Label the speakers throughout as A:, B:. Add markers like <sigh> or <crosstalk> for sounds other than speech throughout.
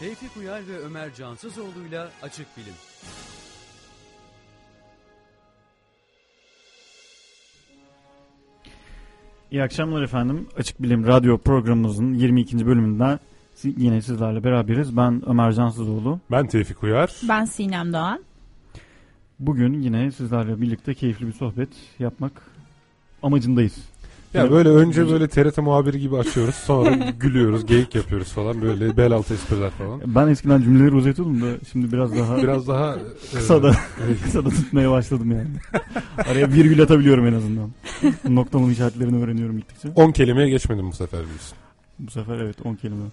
A: Tevfik Uyar ve Ömer Cansızoğlu'yla Açık Bilim.
B: İyi akşamlar efendim. Açık Bilim Radyo programımızın 22. bölümünden si- yine sizlerle beraberiz. Ben Ömer Cansızoğlu.
C: Ben Tevfik Uyar.
D: Ben Sinem Doğan.
B: Bugün yine sizlerle birlikte keyifli bir sohbet yapmak amacındayız.
C: Ya böyle önce böyle TRT muhabiri gibi
B: <laughs>
C: açıyoruz. Sonra gülüyoruz, geyik yapıyoruz falan. Böyle bel altı espriler falan.
B: Ben eskiden cümleleri uzatıyordum da şimdi biraz daha
C: <laughs> Biraz daha e,
B: kısa
C: <laughs>
B: da,
C: evet.
B: kısa da tutmaya başladım yani. Araya virgül atabiliyorum en azından. Noktalama işaretlerini öğreniyorum gittikçe.
C: 10 kelimeye geçmedim bu sefer biliyorsun.
B: Bu sefer evet 10 kelime.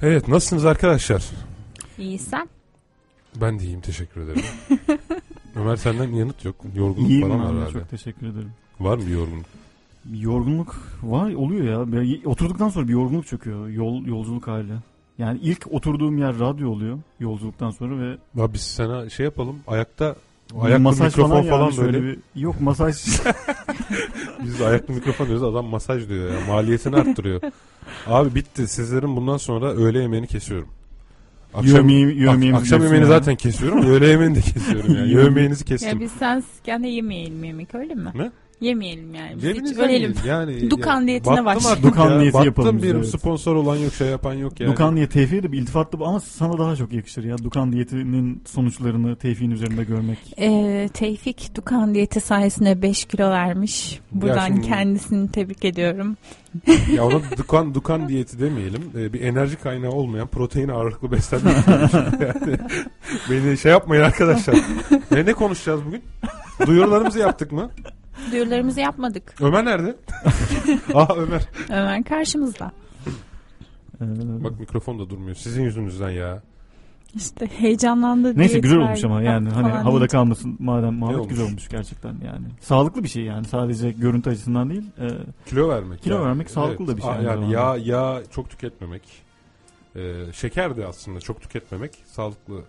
C: Evet nasılsınız arkadaşlar?
D: İyi sen.
C: Ben de iyiyim
B: <laughs>
C: teşekkür ederim. Ömer senden yanıt yok. Yorgunluk
B: İyiyim
C: falan var
B: ben de,
C: herhalde.
B: çok teşekkür ederim.
C: Var mı bir yorgunluk?
B: Bir Yorgunluk var oluyor ya. Bir- Oturduktan sonra bir yorgunluk çöküyor. Yol yolculuk hali. Yani ilk oturduğum yer radyo oluyor yolculuktan sonra ve
C: Ya biz sana şey yapalım. Ayakta
B: bir
C: ayaklı mikrofon falan,
B: yani
C: böyle.
B: şöyle bir yok masaj
C: Biz de ayaklı mikrofon diyoruz. Adam masaj diyor ya.
B: <laughs>
C: Maliyetini arttırıyor. Abi bitti. Sizlerin bundan sonra öğle yemeğini kesiyorum. <laughs> Akşam,
B: yemeği yemeğimizi
C: Ak- akşam
B: diyorsun
C: yemeğini
B: yani.
C: zaten kesiyorum. <laughs> öğle yemeğini de <laughs> kesiyorum yani.
B: Yemeği-
C: Yemeğinizi
D: Ya
C: kestim.
D: biz sensizken de yemeyelim yemek öyle mi?
C: Ne?
D: Yemeyelim yani. Biz hiç
C: Cebinizden
D: ölelim.
C: yiyin. Yani,
D: Dukan
C: yani
D: diyetine
C: baktım
D: başlayın.
C: artık
B: Dukan
C: ya.
B: diyeti
C: Baktım
B: yapalım biz,
C: bir
B: evet.
C: sponsor olan yok şey yapan yok yani.
B: Dukan diye tevfiye de bir iltifatlı ama sana daha çok yakışır ya. Dukan diyetinin sonuçlarını tevfiğin üzerinde görmek.
D: Ee, Tevfik Dukan diyeti sayesinde 5 kilo vermiş. Buradan
C: şimdi-
D: kendisini tebrik ediyorum.
C: ya ona dukan dukan diyeti demeyelim. Ee, bir enerji kaynağı olmayan protein ağırlıklı beslenme. <laughs> yani, beni şey yapmayın arkadaşlar. ne ne konuşacağız bugün? Duyurularımızı yaptık mı?
D: Duyurularımızı yapmadık.
C: Ömer <laughs> nerede? Aa Ömer.
D: Ömer karşımızda.
B: Ee,
C: Bak mikrofon da durmuyor. Sizin yüzünüzden ya.
D: İşte heyecanlandı
B: Neyse
D: diyet
B: güzel
D: ver-
B: olmuş ama yani hani
D: falan
B: havada
D: deyince.
B: kalmasın madem muhabbet
C: olmuş?
B: güzel olmuş gerçekten yani. Sağlıklı bir şey yani sadece görüntü açısından değil. Ee,
C: Kilo vermek.
B: Kilo
C: yani.
B: vermek sağlıklı da bir şey
C: Aa,
B: aynı
C: Yani
B: zamanda.
C: yağ, yağ çok tüketmemek. Ee, şeker de aslında çok tüketmemek sağlıklı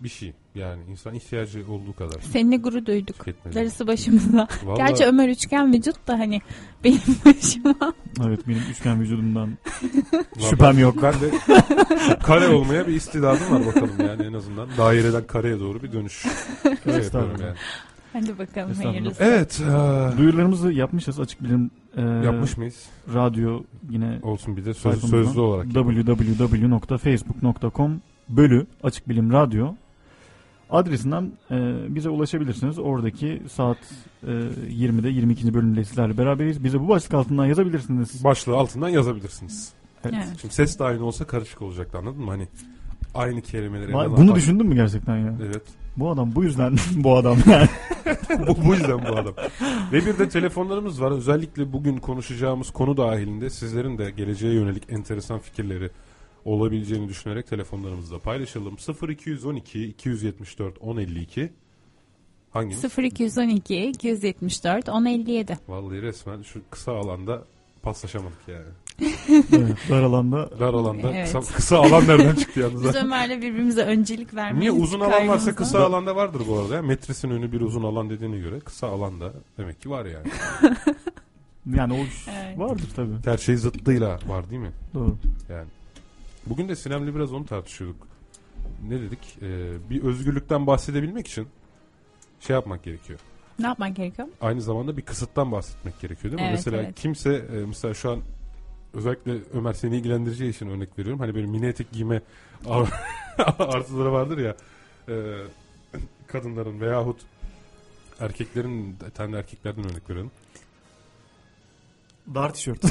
C: bir şey. Yani insan ihtiyacı olduğu kadar
D: Seninle gurur duyduk.
C: tüketmeli.
D: Darısı başımıza.
C: Vallahi
D: Gerçi Ömer üçgen vücut da hani benim <laughs> başıma.
B: evet benim üçgen vücudumdan
C: Vallahi
B: şüphem yok.
C: Ben de <laughs> kare olmaya bir istidadım var bakalım yani en azından. Daireden kareye doğru bir dönüş. Şey yapıyorum
B: Estağfurullah.
C: yani.
D: Hadi bakalım
B: Estağfurullah.
D: hayırlısı.
C: Evet. eee,
B: Duyurularımızı yapmışız açık bilim e,
C: yapmış mıyız?
B: radyo yine
C: Olsun bir de söz,
B: sayfamızdan.
C: sözlü olarak.
B: www.facebook.com bölü açık bilim radyo adresinden e, bize ulaşabilirsiniz. Oradaki saat e, 20'de 22. bölümde sizlerle beraberiz. Bize bu başlık altından yazabilirsiniz.
C: Başlığı altından yazabilirsiniz.
B: Evet.
D: Evet.
C: Şimdi ses de aynı olsa karışık olacaktı anladın mı? Hani aynı kelimeleri.
B: Vay,
C: hemen
B: Bunu
C: atan-
B: düşündün mü gerçekten ya?
C: Evet.
B: Bu adam bu yüzden <laughs> bu adam yani.
C: bu, bu yüzden bu adam. Ve bir de telefonlarımız var. Özellikle bugün konuşacağımız konu dahilinde sizlerin de geleceğe yönelik enteresan fikirleri olabileceğini düşünerek telefonlarımızla paylaşalım. 0212 274 1052 Hangimiz?
D: 0212 274 1057.
C: Vallahi resmen şu kısa alanda paslaşamadık yani.
B: evet, dar alanda
C: Dar alanda kısa,
D: Evet.
C: kısa alan nereden çıktı yalnız?
D: Biz Ömer'le birbirimize öncelik
C: Niye
D: vermeyiz.
C: uzun alan varsa
D: kaygımızdan.
C: kısa alanda vardır bu arada. ya. Metresin önü bir uzun alan dediğine göre kısa alanda demek ki var yani.
B: yani o iş
D: Evet.
B: vardır tabii.
C: Her şey zıttıyla var değil mi?
B: Doğru.
C: Yani bugün de Sinem'le biraz onu tartışıyorduk. Ne dedik? Ee, bir özgürlükten bahsedebilmek için şey yapmak gerekiyor.
D: Ne yapman gerekiyor?
C: Aynı zamanda bir kısıttan bahsetmek gerekiyor değil mi?
D: Evet,
C: mesela
D: evet.
C: kimse e, mesela şu an özellikle Ömer seni ilgilendireceği için örnek veriyorum. Hani böyle mini etek giyme <laughs> ar- arzuları vardır ya. e, kadınların veyahut erkeklerin ten erkeklerden örnek veriyorum. <laughs>
B: Dar tişört.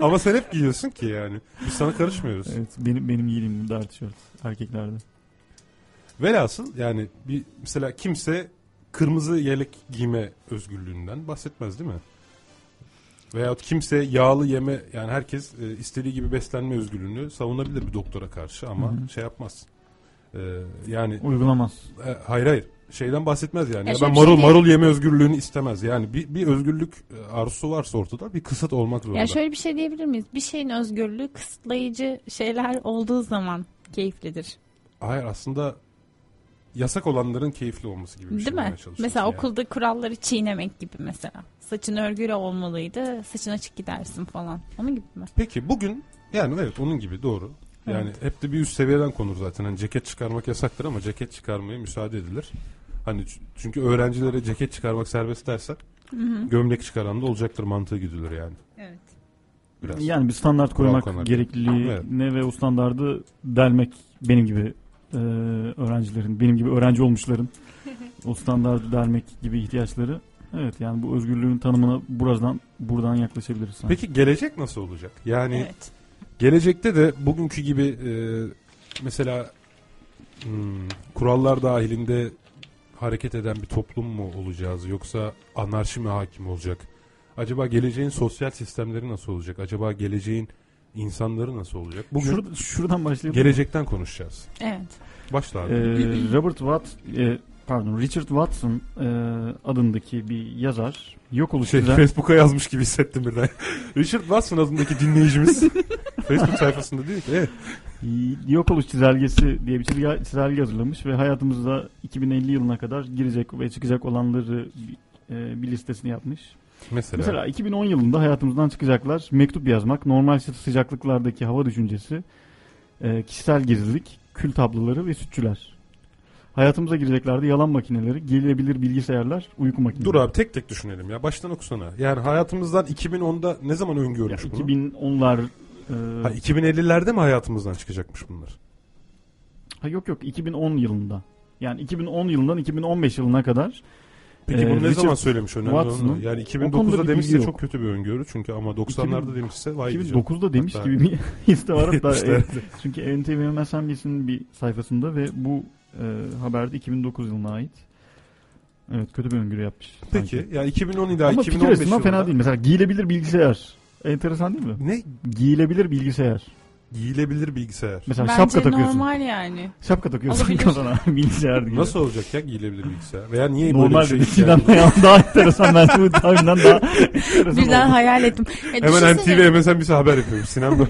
C: Ama sen hep giyiyorsun ki yani. Biz sana karışmıyoruz.
B: evet, benim benim giydiğim dar tişört erkeklerde.
C: Velhasıl yani bir mesela kimse kırmızı yelek giyme özgürlüğünden bahsetmez değil mi? Veyahut kimse yağlı yeme yani herkes e, istediği gibi beslenme özgürlüğünü savunabilir bir doktora karşı ama
B: Hı hı.
C: şey yapmaz. E, yani
B: Uygulamaz.
C: e, hayır hayır şeyden bahsetmez yani.
D: Ya
C: Ya
D: şöyle
C: ben
D: bir şey
C: marul
D: diyeyim.
C: marul yeme özgürlüğünü istemez. Yani bir, bir özgürlük e, arzusu varsa ortada bir kısıt olmak zorunda.
D: Ya şöyle bir şey diyebilir miyiz? Bir şeyin özgürlüğü kısıtlayıcı şeyler olduğu zaman keyiflidir.
C: Hayır aslında yasak olanların keyifli olması gibi bir şey
D: Değil mi?
C: demeye çalışıyorsun
D: Mesela
C: yani.
D: okulda kuralları çiğnemek gibi mesela. Saçın örgülü olmalıydı. Saçın açık gidersin falan. Onun gibi mi?
C: Peki bugün yani evet onun gibi doğru. Yani hep de bir üst seviyeden konur zaten. Hani ceket çıkarmak yasaktır ama ceket çıkarmaya müsaade edilir. Hani ç- çünkü öğrencilere ceket çıkarmak serbest dersen gömlek çıkaran da olacaktır mantığı gidilir yani.
D: Evet.
C: Biraz.
B: Yani bir standart koymak
C: koymak.
B: gerekliliğine
C: Evet.
B: ve o standardı delmek benim gibi e, öğrencilerin, benim gibi öğrenci olmuşların o standardı delmek gibi ihtiyaçları. Evet yani bu özgürlüğün tanımına buradan buradan yaklaşabiliriz. sanki.
C: Peki gelecek nasıl olacak? Yani
D: Evet.
C: gelecekte de bugünkü gibi e, mesela hmm, kurallar dahilinde hareket eden bir toplum mu olacağız yoksa anarşi mi hakim olacak? Acaba geleceğin sosyal sistemleri nasıl olacak? Acaba geleceğin insanları nasıl olacak? Bugün
B: Şurada- şuradan başlayalım.
C: Gelecekten konuşacağız.
D: Evet.
C: Başla abi.
B: Ee, Robert Watt, e, pardon Richard Watson e, adındaki bir yazar yok oluşu
C: şey,
B: düzen-
C: Facebook'a yazmış gibi hissettim
B: <laughs>
C: birden. Richard Watson adındaki dinleyicimiz Facebook sayfasında diyor ki evet.
B: Yok oluş çizelgesi diye bir çizgi- çizelge hazırlamış ve hayatımızda 2050 yılına kadar girecek ve çıkacak olanları e, bir listesini yapmış.
C: Mesela,
B: Mesela 2010 yılında hayatımızdan çıkacaklar mektup yazmak, normal sı- sıcaklıklardaki hava düşüncesi, e, kişisel gizlilik, kül tabloları ve sütçüler. Hayatımıza gireceklerdi yalan makineleri, gelebilir bilgisayarlar, uyku makineleri.
C: dur abi tek tek düşünelim ya. Baştan okusana. Yani hayatımızdan 2010'da ne zaman
B: Ya
C: öngörmüş bunu?
B: 2010'lar e,
C: Ha, 2050'lerde mi hayatımızdan çıkacakmış bunlar?
B: ha yok yok 2010 yılında. Yani 2010 yılından 2015 yılına kadar
C: Peki
B: Ee,
C: bunu ne
B: Richard
C: zaman söylemiş önemli
B: Watson'ın
C: olan o. Yani
B: o konuda
C: 2009'da
B: bir
C: demişse
B: bilgi yok.
C: çok kötü bir öngörü. Çünkü ama 90'larda
B: 2000
C: demişse vay diyeceğim.
B: 2009'da demiş
C: Hatta-
B: gibi bir <laughs> his de var.
C: <laughs>
B: Hatta, e,
C: Yetmişlerde.
B: Çünkü NTV MSNBC'nin bir sayfasında ve bu e, haberde 2009 yılına ait. Evet kötü bir öngörü yapmış. sanki.
C: Peki ya 2010 ila
B: Ama
C: 2015
B: fikir açısından
C: yılında
B: fena değil. Mesela giyilebilir bilgisayar. Enteresan değil mi?
C: Ne?
B: Giyilebilir bilgisayar.
C: Giyilebilir bilgisayar.
B: Mesela şapka
D: Bence
B: takıyorsun.
D: normal yani.
B: Şapka takıyorsun
D: Olabilir.
B: kafana <laughs> bilgisayar gibi.
C: Nasıl olacak ya giyilebilir bilgisayar? Veya niye
B: Normal
C: böyle bir şey
B: dediğinden daha enteresan. Ben bu
D: <laughs>
B: tahminden daha enteresan
D: Birden
B: oldu.
D: hayal ettim. Ya
C: Hemen
D: düşünsene-
C: NTV MSNBC şey haber yapıyormuş Sinan Bey.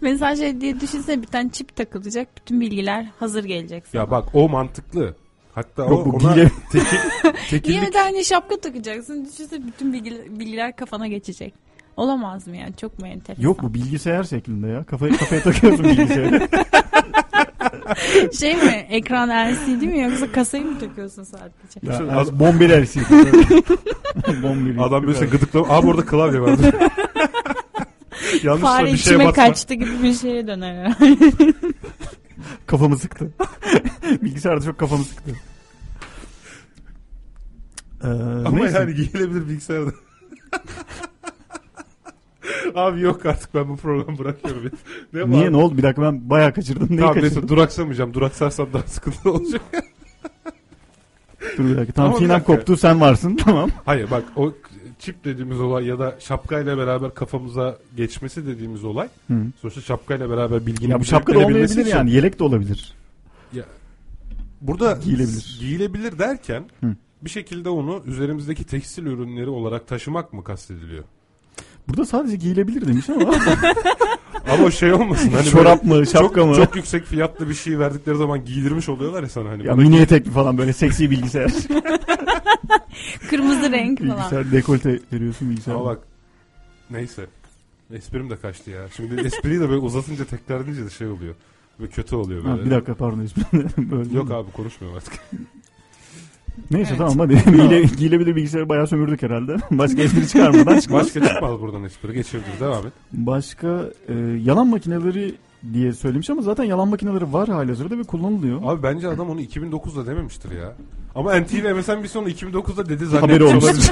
D: Mesela şey diye düşünsene bir tane çip takılacak. Bütün bilgiler hazır gelecek sana.
C: ya bak o mantıklı. Hatta
B: Yok,
C: o
B: bu
C: ona
B: giyile-
C: teki,
D: Niye
C: tekillik
D: bir tane hani şapka takacaksın? Düşünsene bütün bilgiler, bilgiler kafana geçecek. Olamaz mı yani? Çok mu enteresan?
B: Yok bu bilgisayar şeklinde ya. Kafaya, kafaya takıyorsun bilgisayarı.
D: <laughs> Şey mi? Ekran LCD mi yoksa kasayı mı takıyorsun sadece?
B: ya,
C: Düşün,
B: yani
C: adam-
B: bombeli <laughs> ersin. bombeli.
C: adam böyle gıdıkla. Aa burada klavye <laughs> vardı. Yanlışla
D: Fare
C: bir şeye
D: içime
C: basma.
D: kaçtı gibi bir şeye döner. herhalde.
B: Kafamı sıktı. <laughs> Bilgisayarda çok kafamı sıktı. Ee,
C: Ama
B: neyse.
C: yani <laughs> giyilebilir bilgisayarda. Abi yok artık ben bu programı bırakıyorum. <laughs> ya. Ne
B: Niye
C: var?
B: ne oldu? Bir dakika ben bayağı kaçırdım. Neyi
C: Tamam neyse
B: kaçırdım?
C: duraksamayacağım. Duraksarsam daha sıkıntı olacak.
B: Dur bir dakika. Tamam,
C: Tamam, bir
B: sinem
C: dakika.
B: koptu sen varsın. <laughs> Tamam.
C: <laughs> Hayır bak o çip dediğimiz olay ya da şapkayla beraber kafamıza geçmesi dediğimiz olay.
B: Hı.
C: Sonuçta şapkayla beraber bilginin
B: Ya bu
C: bize
B: şapka da
C: verebilmesi
B: olmayabilir
C: için
B: yani. Yelek de olabilir.
C: Burada
B: Giyilebilir.
C: giyilebilir derken
B: Hı.
C: bir şekilde onu üzerimizdeki tekstil ürünleri olarak taşımak mı kastediliyor?
B: Burada sadece giyilebilir demiş <laughs> ama.
C: Ama şey olmasın hani böyle
B: Çorap mı? Şapka mı?
C: çok yüksek fiyatlı bir şey verdikleri zaman giydirmiş oluyorlar ya sana
B: <laughs>
C: hani.
B: Ya
C: bu da-
B: mini etek mi falan böyle seksi bilgisayar.
D: <laughs> Kırmızı renk falan.
B: bilgisayar dekolte veriyorsun bilgisayar.
C: Ama bak neyse. Esprim de kaçtı ya. Şimdi espriyi de böyle uzatınca tekrar edince de şey oluyor. Böyle kötü oluyor böyle.
B: Ha, bir dakika pardon ismini <laughs> böyle.
C: Yok abi konuşmuyorum artık.
B: Neyse
D: Evet.
B: tamam hadi. Giyile, giyilebilir bilgisayarı bayağı sömürdük herhalde. <laughs> Başka espri çıkarmadan çıkmaz.
C: Başka çıkmaz buradan espri. Geçebiliriz. Devam et.
B: Başka e, yalan makineleri diye söylemiş ama zaten yalan makineleri var halihazırda ve kullanılıyor.
C: Abi bence adam onu 2009'da demiştir ya. Ama NTV MSNBC onu 2009'da dedi
B: Haberi
C: zannetmiş
B: olmuş.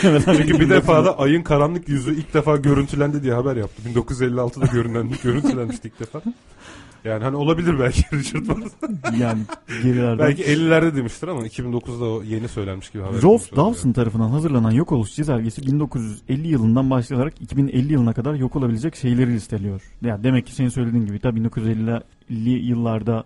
B: <laughs>
C: olabilir. Çünkü bir defa da ayın karanlık yüzü ilk defa görüntülendi diye haber yaptı. 1956'da görünen, <laughs> görüntülenmişti ilk defa. Yani hani olabilir belki <laughs> Richard Wallace.
B: yani gerilerden.
C: Belki 50'lerde demiştir ama 2009'da o yeni söylenmiş gibi haber.
B: Rolf
C: yapmış olabilir.
B: Dawson tarafından hazırlanan yok oluş çizelgesi 1950 yılından başlayarak 2050 yılına kadar yok olabilecek şeyleri listeliyor. Yani demek ki senin söylediğin gibi tabii 1950 yıllarda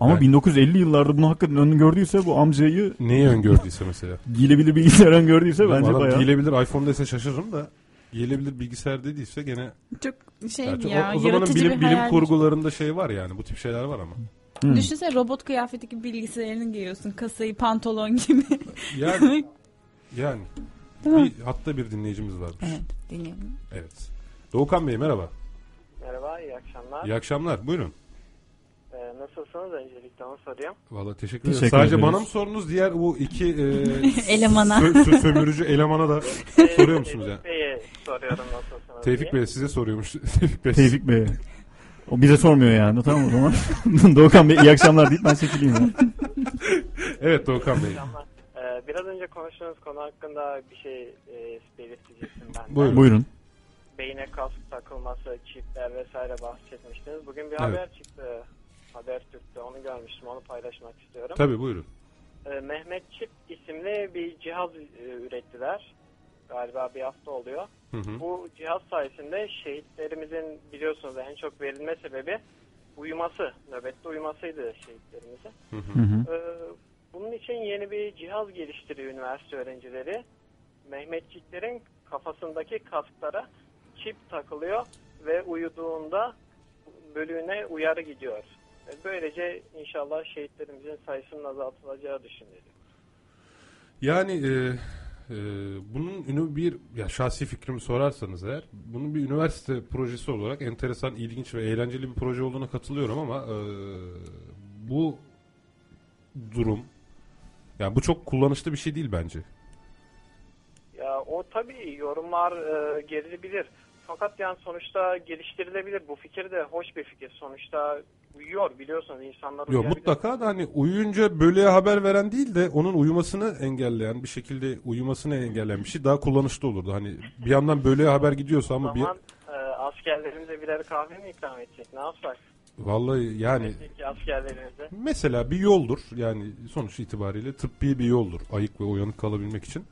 B: ama
C: Evet.
B: 1950 yıllarda bunu hakikaten öngördüyse bu amcayı
C: Neyi öngördüyse mesela.
B: giyilebilir bilgisayar öngördüyse bence
C: Adam
B: bayağı.
C: Giyilebilir iPhone dese şaşırırım da giyilebilir bilgisayar dediyse gene
D: Çok şey
C: Yani
D: ya
C: o, o zamanın
D: yaratıcı
C: bilim, Hmm.
D: bir hayal.
C: bilim kurgularında şey var yani bu tip şeyler var
D: <laughs>
C: ama.
B: Hı.
D: Düşünsene robot kıyafeti gibi bilgisayarını giyiyorsun. Kasayı pantolon gibi. <laughs>
C: Yani yani
D: Değil mi?
C: bir, hatta bir dinleyicimiz varmış.
D: Evet dinleyelim.
C: Evet. Doğukan Bey merhaba.
E: Merhaba, iyi akşamlar.
C: İyi akşamlar. Buyurun.
E: Ee, nasılsınız öncelikle onu sorayım.
C: Valla teşekkür ederim.
B: Teşekkür
C: Sadece
B: ederiz.
C: bana mı sordunuz? Diğer bu iki e,
D: Elemana.
C: sö- sö- sömürücü elemana da soruyor musunuz ya?
E: Tevfik Bey'e soruyorum nasılsınız
C: Tevfik
E: diye.
C: Bey size soruyormuş. <laughs> Tevfik Bey.
B: Tevfik Bey. O bize sormuyor yani tamam o zaman. <laughs> Doğukan Bey iyi akşamlar deyip ben çekileyim. ya.
C: Evet Doğukan Bey.
E: Akşamlar. Ee, biraz önce konuştuğunuz konu hakkında bir şey e, belirtecektim ben. de.
C: Buyurun.
B: Buyurun.
E: Beyine kask takılması, çipler vesaire bahsetmiştiniz. Bugün bir
C: Evet.
E: haber çıktı. Habertürk'te onu görmüştüm. Onu paylaşmak istiyorum.
C: Tabii buyurun.
E: Ee, Mehmet Çip isimli bir cihaz e, ürettiler. Galiba bir hafta oluyor.
C: Hı hı.
E: Bu cihaz sayesinde şehitlerimizin biliyorsunuz en çok verilme sebebi uyuması, nöbette uyumasıydı şehitlerimizin.
B: Hı hı.
E: Ee, bunun için yeni bir cihaz geliştiriyor üniversite öğrencileri. Mehmetçiklerin kafasındaki kasklara çip takılıyor ve uyuduğunda bölüğüne uyarı gidiyor. Ve Böylece inşallah şehitlerimizin sayısının azaltılacağı düşünülüyor.
C: Yani e, e, bunun ünü bir ya şahsi fikrimi sorarsanız eğer bunun bir üniversite projesi olarak enteresan, ilginç ve eğlenceli bir proje olduğuna katılıyorum ama e, bu durum yani bu çok kullanışlı bir şey değil bence.
E: Ya o tabii yorumlar e, gerilebilir. Fakat yani sonuçta geliştirilebilir. Bu fikir de hoş bir fikir. Sonuçta uyuyor biliyorsunuz insanlar
C: Yok
E: uyuyabilir.
C: mutlaka da hani uyuyunca bölüye haber veren değil de onun uyumasını engelleyen bir şekilde uyumasını engelleyen bir şey daha kullanışlı olurdu. Hani bir yandan bölüye haber gidiyorsa
E: O
C: ama bir
E: zaman e, askerlerimize birer kahve mi ikram edecek? Ne yapsak?
C: vallahi yani
E: Peki askerlerimize.
C: Mesela bir yoldur yani sonuç itibariyle tıbbi bir yoldur ayık ve uyanık kalabilmek için.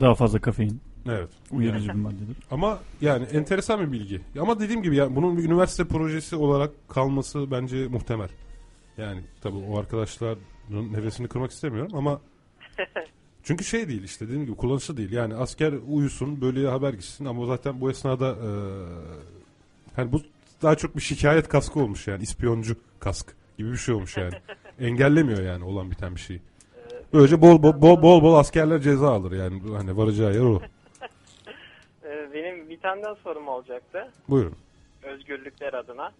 B: Daha fazla kafein.
C: Evet.
B: Uyarıcı bir maddedir.
C: Ama yani enteresan bir bilgi. Ama dediğim gibi yani bunun bir üniversite projesi olarak kalması bence muhtemel. Yani tabii o arkadaşların hevesini kırmak istemiyorum ama çünkü şey değil işte dediğim gibi kullanışlı değil. Yani asker uyusun böyle haber gitsin ama zaten bu esnada eee hani bu daha çok bir şikayet kaskı olmuş yani ispiyoncu kask gibi bir şey olmuş yani. Engellemiyor yani olan biten bir şeyi. Böylece bol bol bol bol, bol askerler ceza alır yani hani varacağı yer o.
E: E, benim bir tane daha sorum olacaktı.
C: Buyurun.
E: Özgürlükler adına.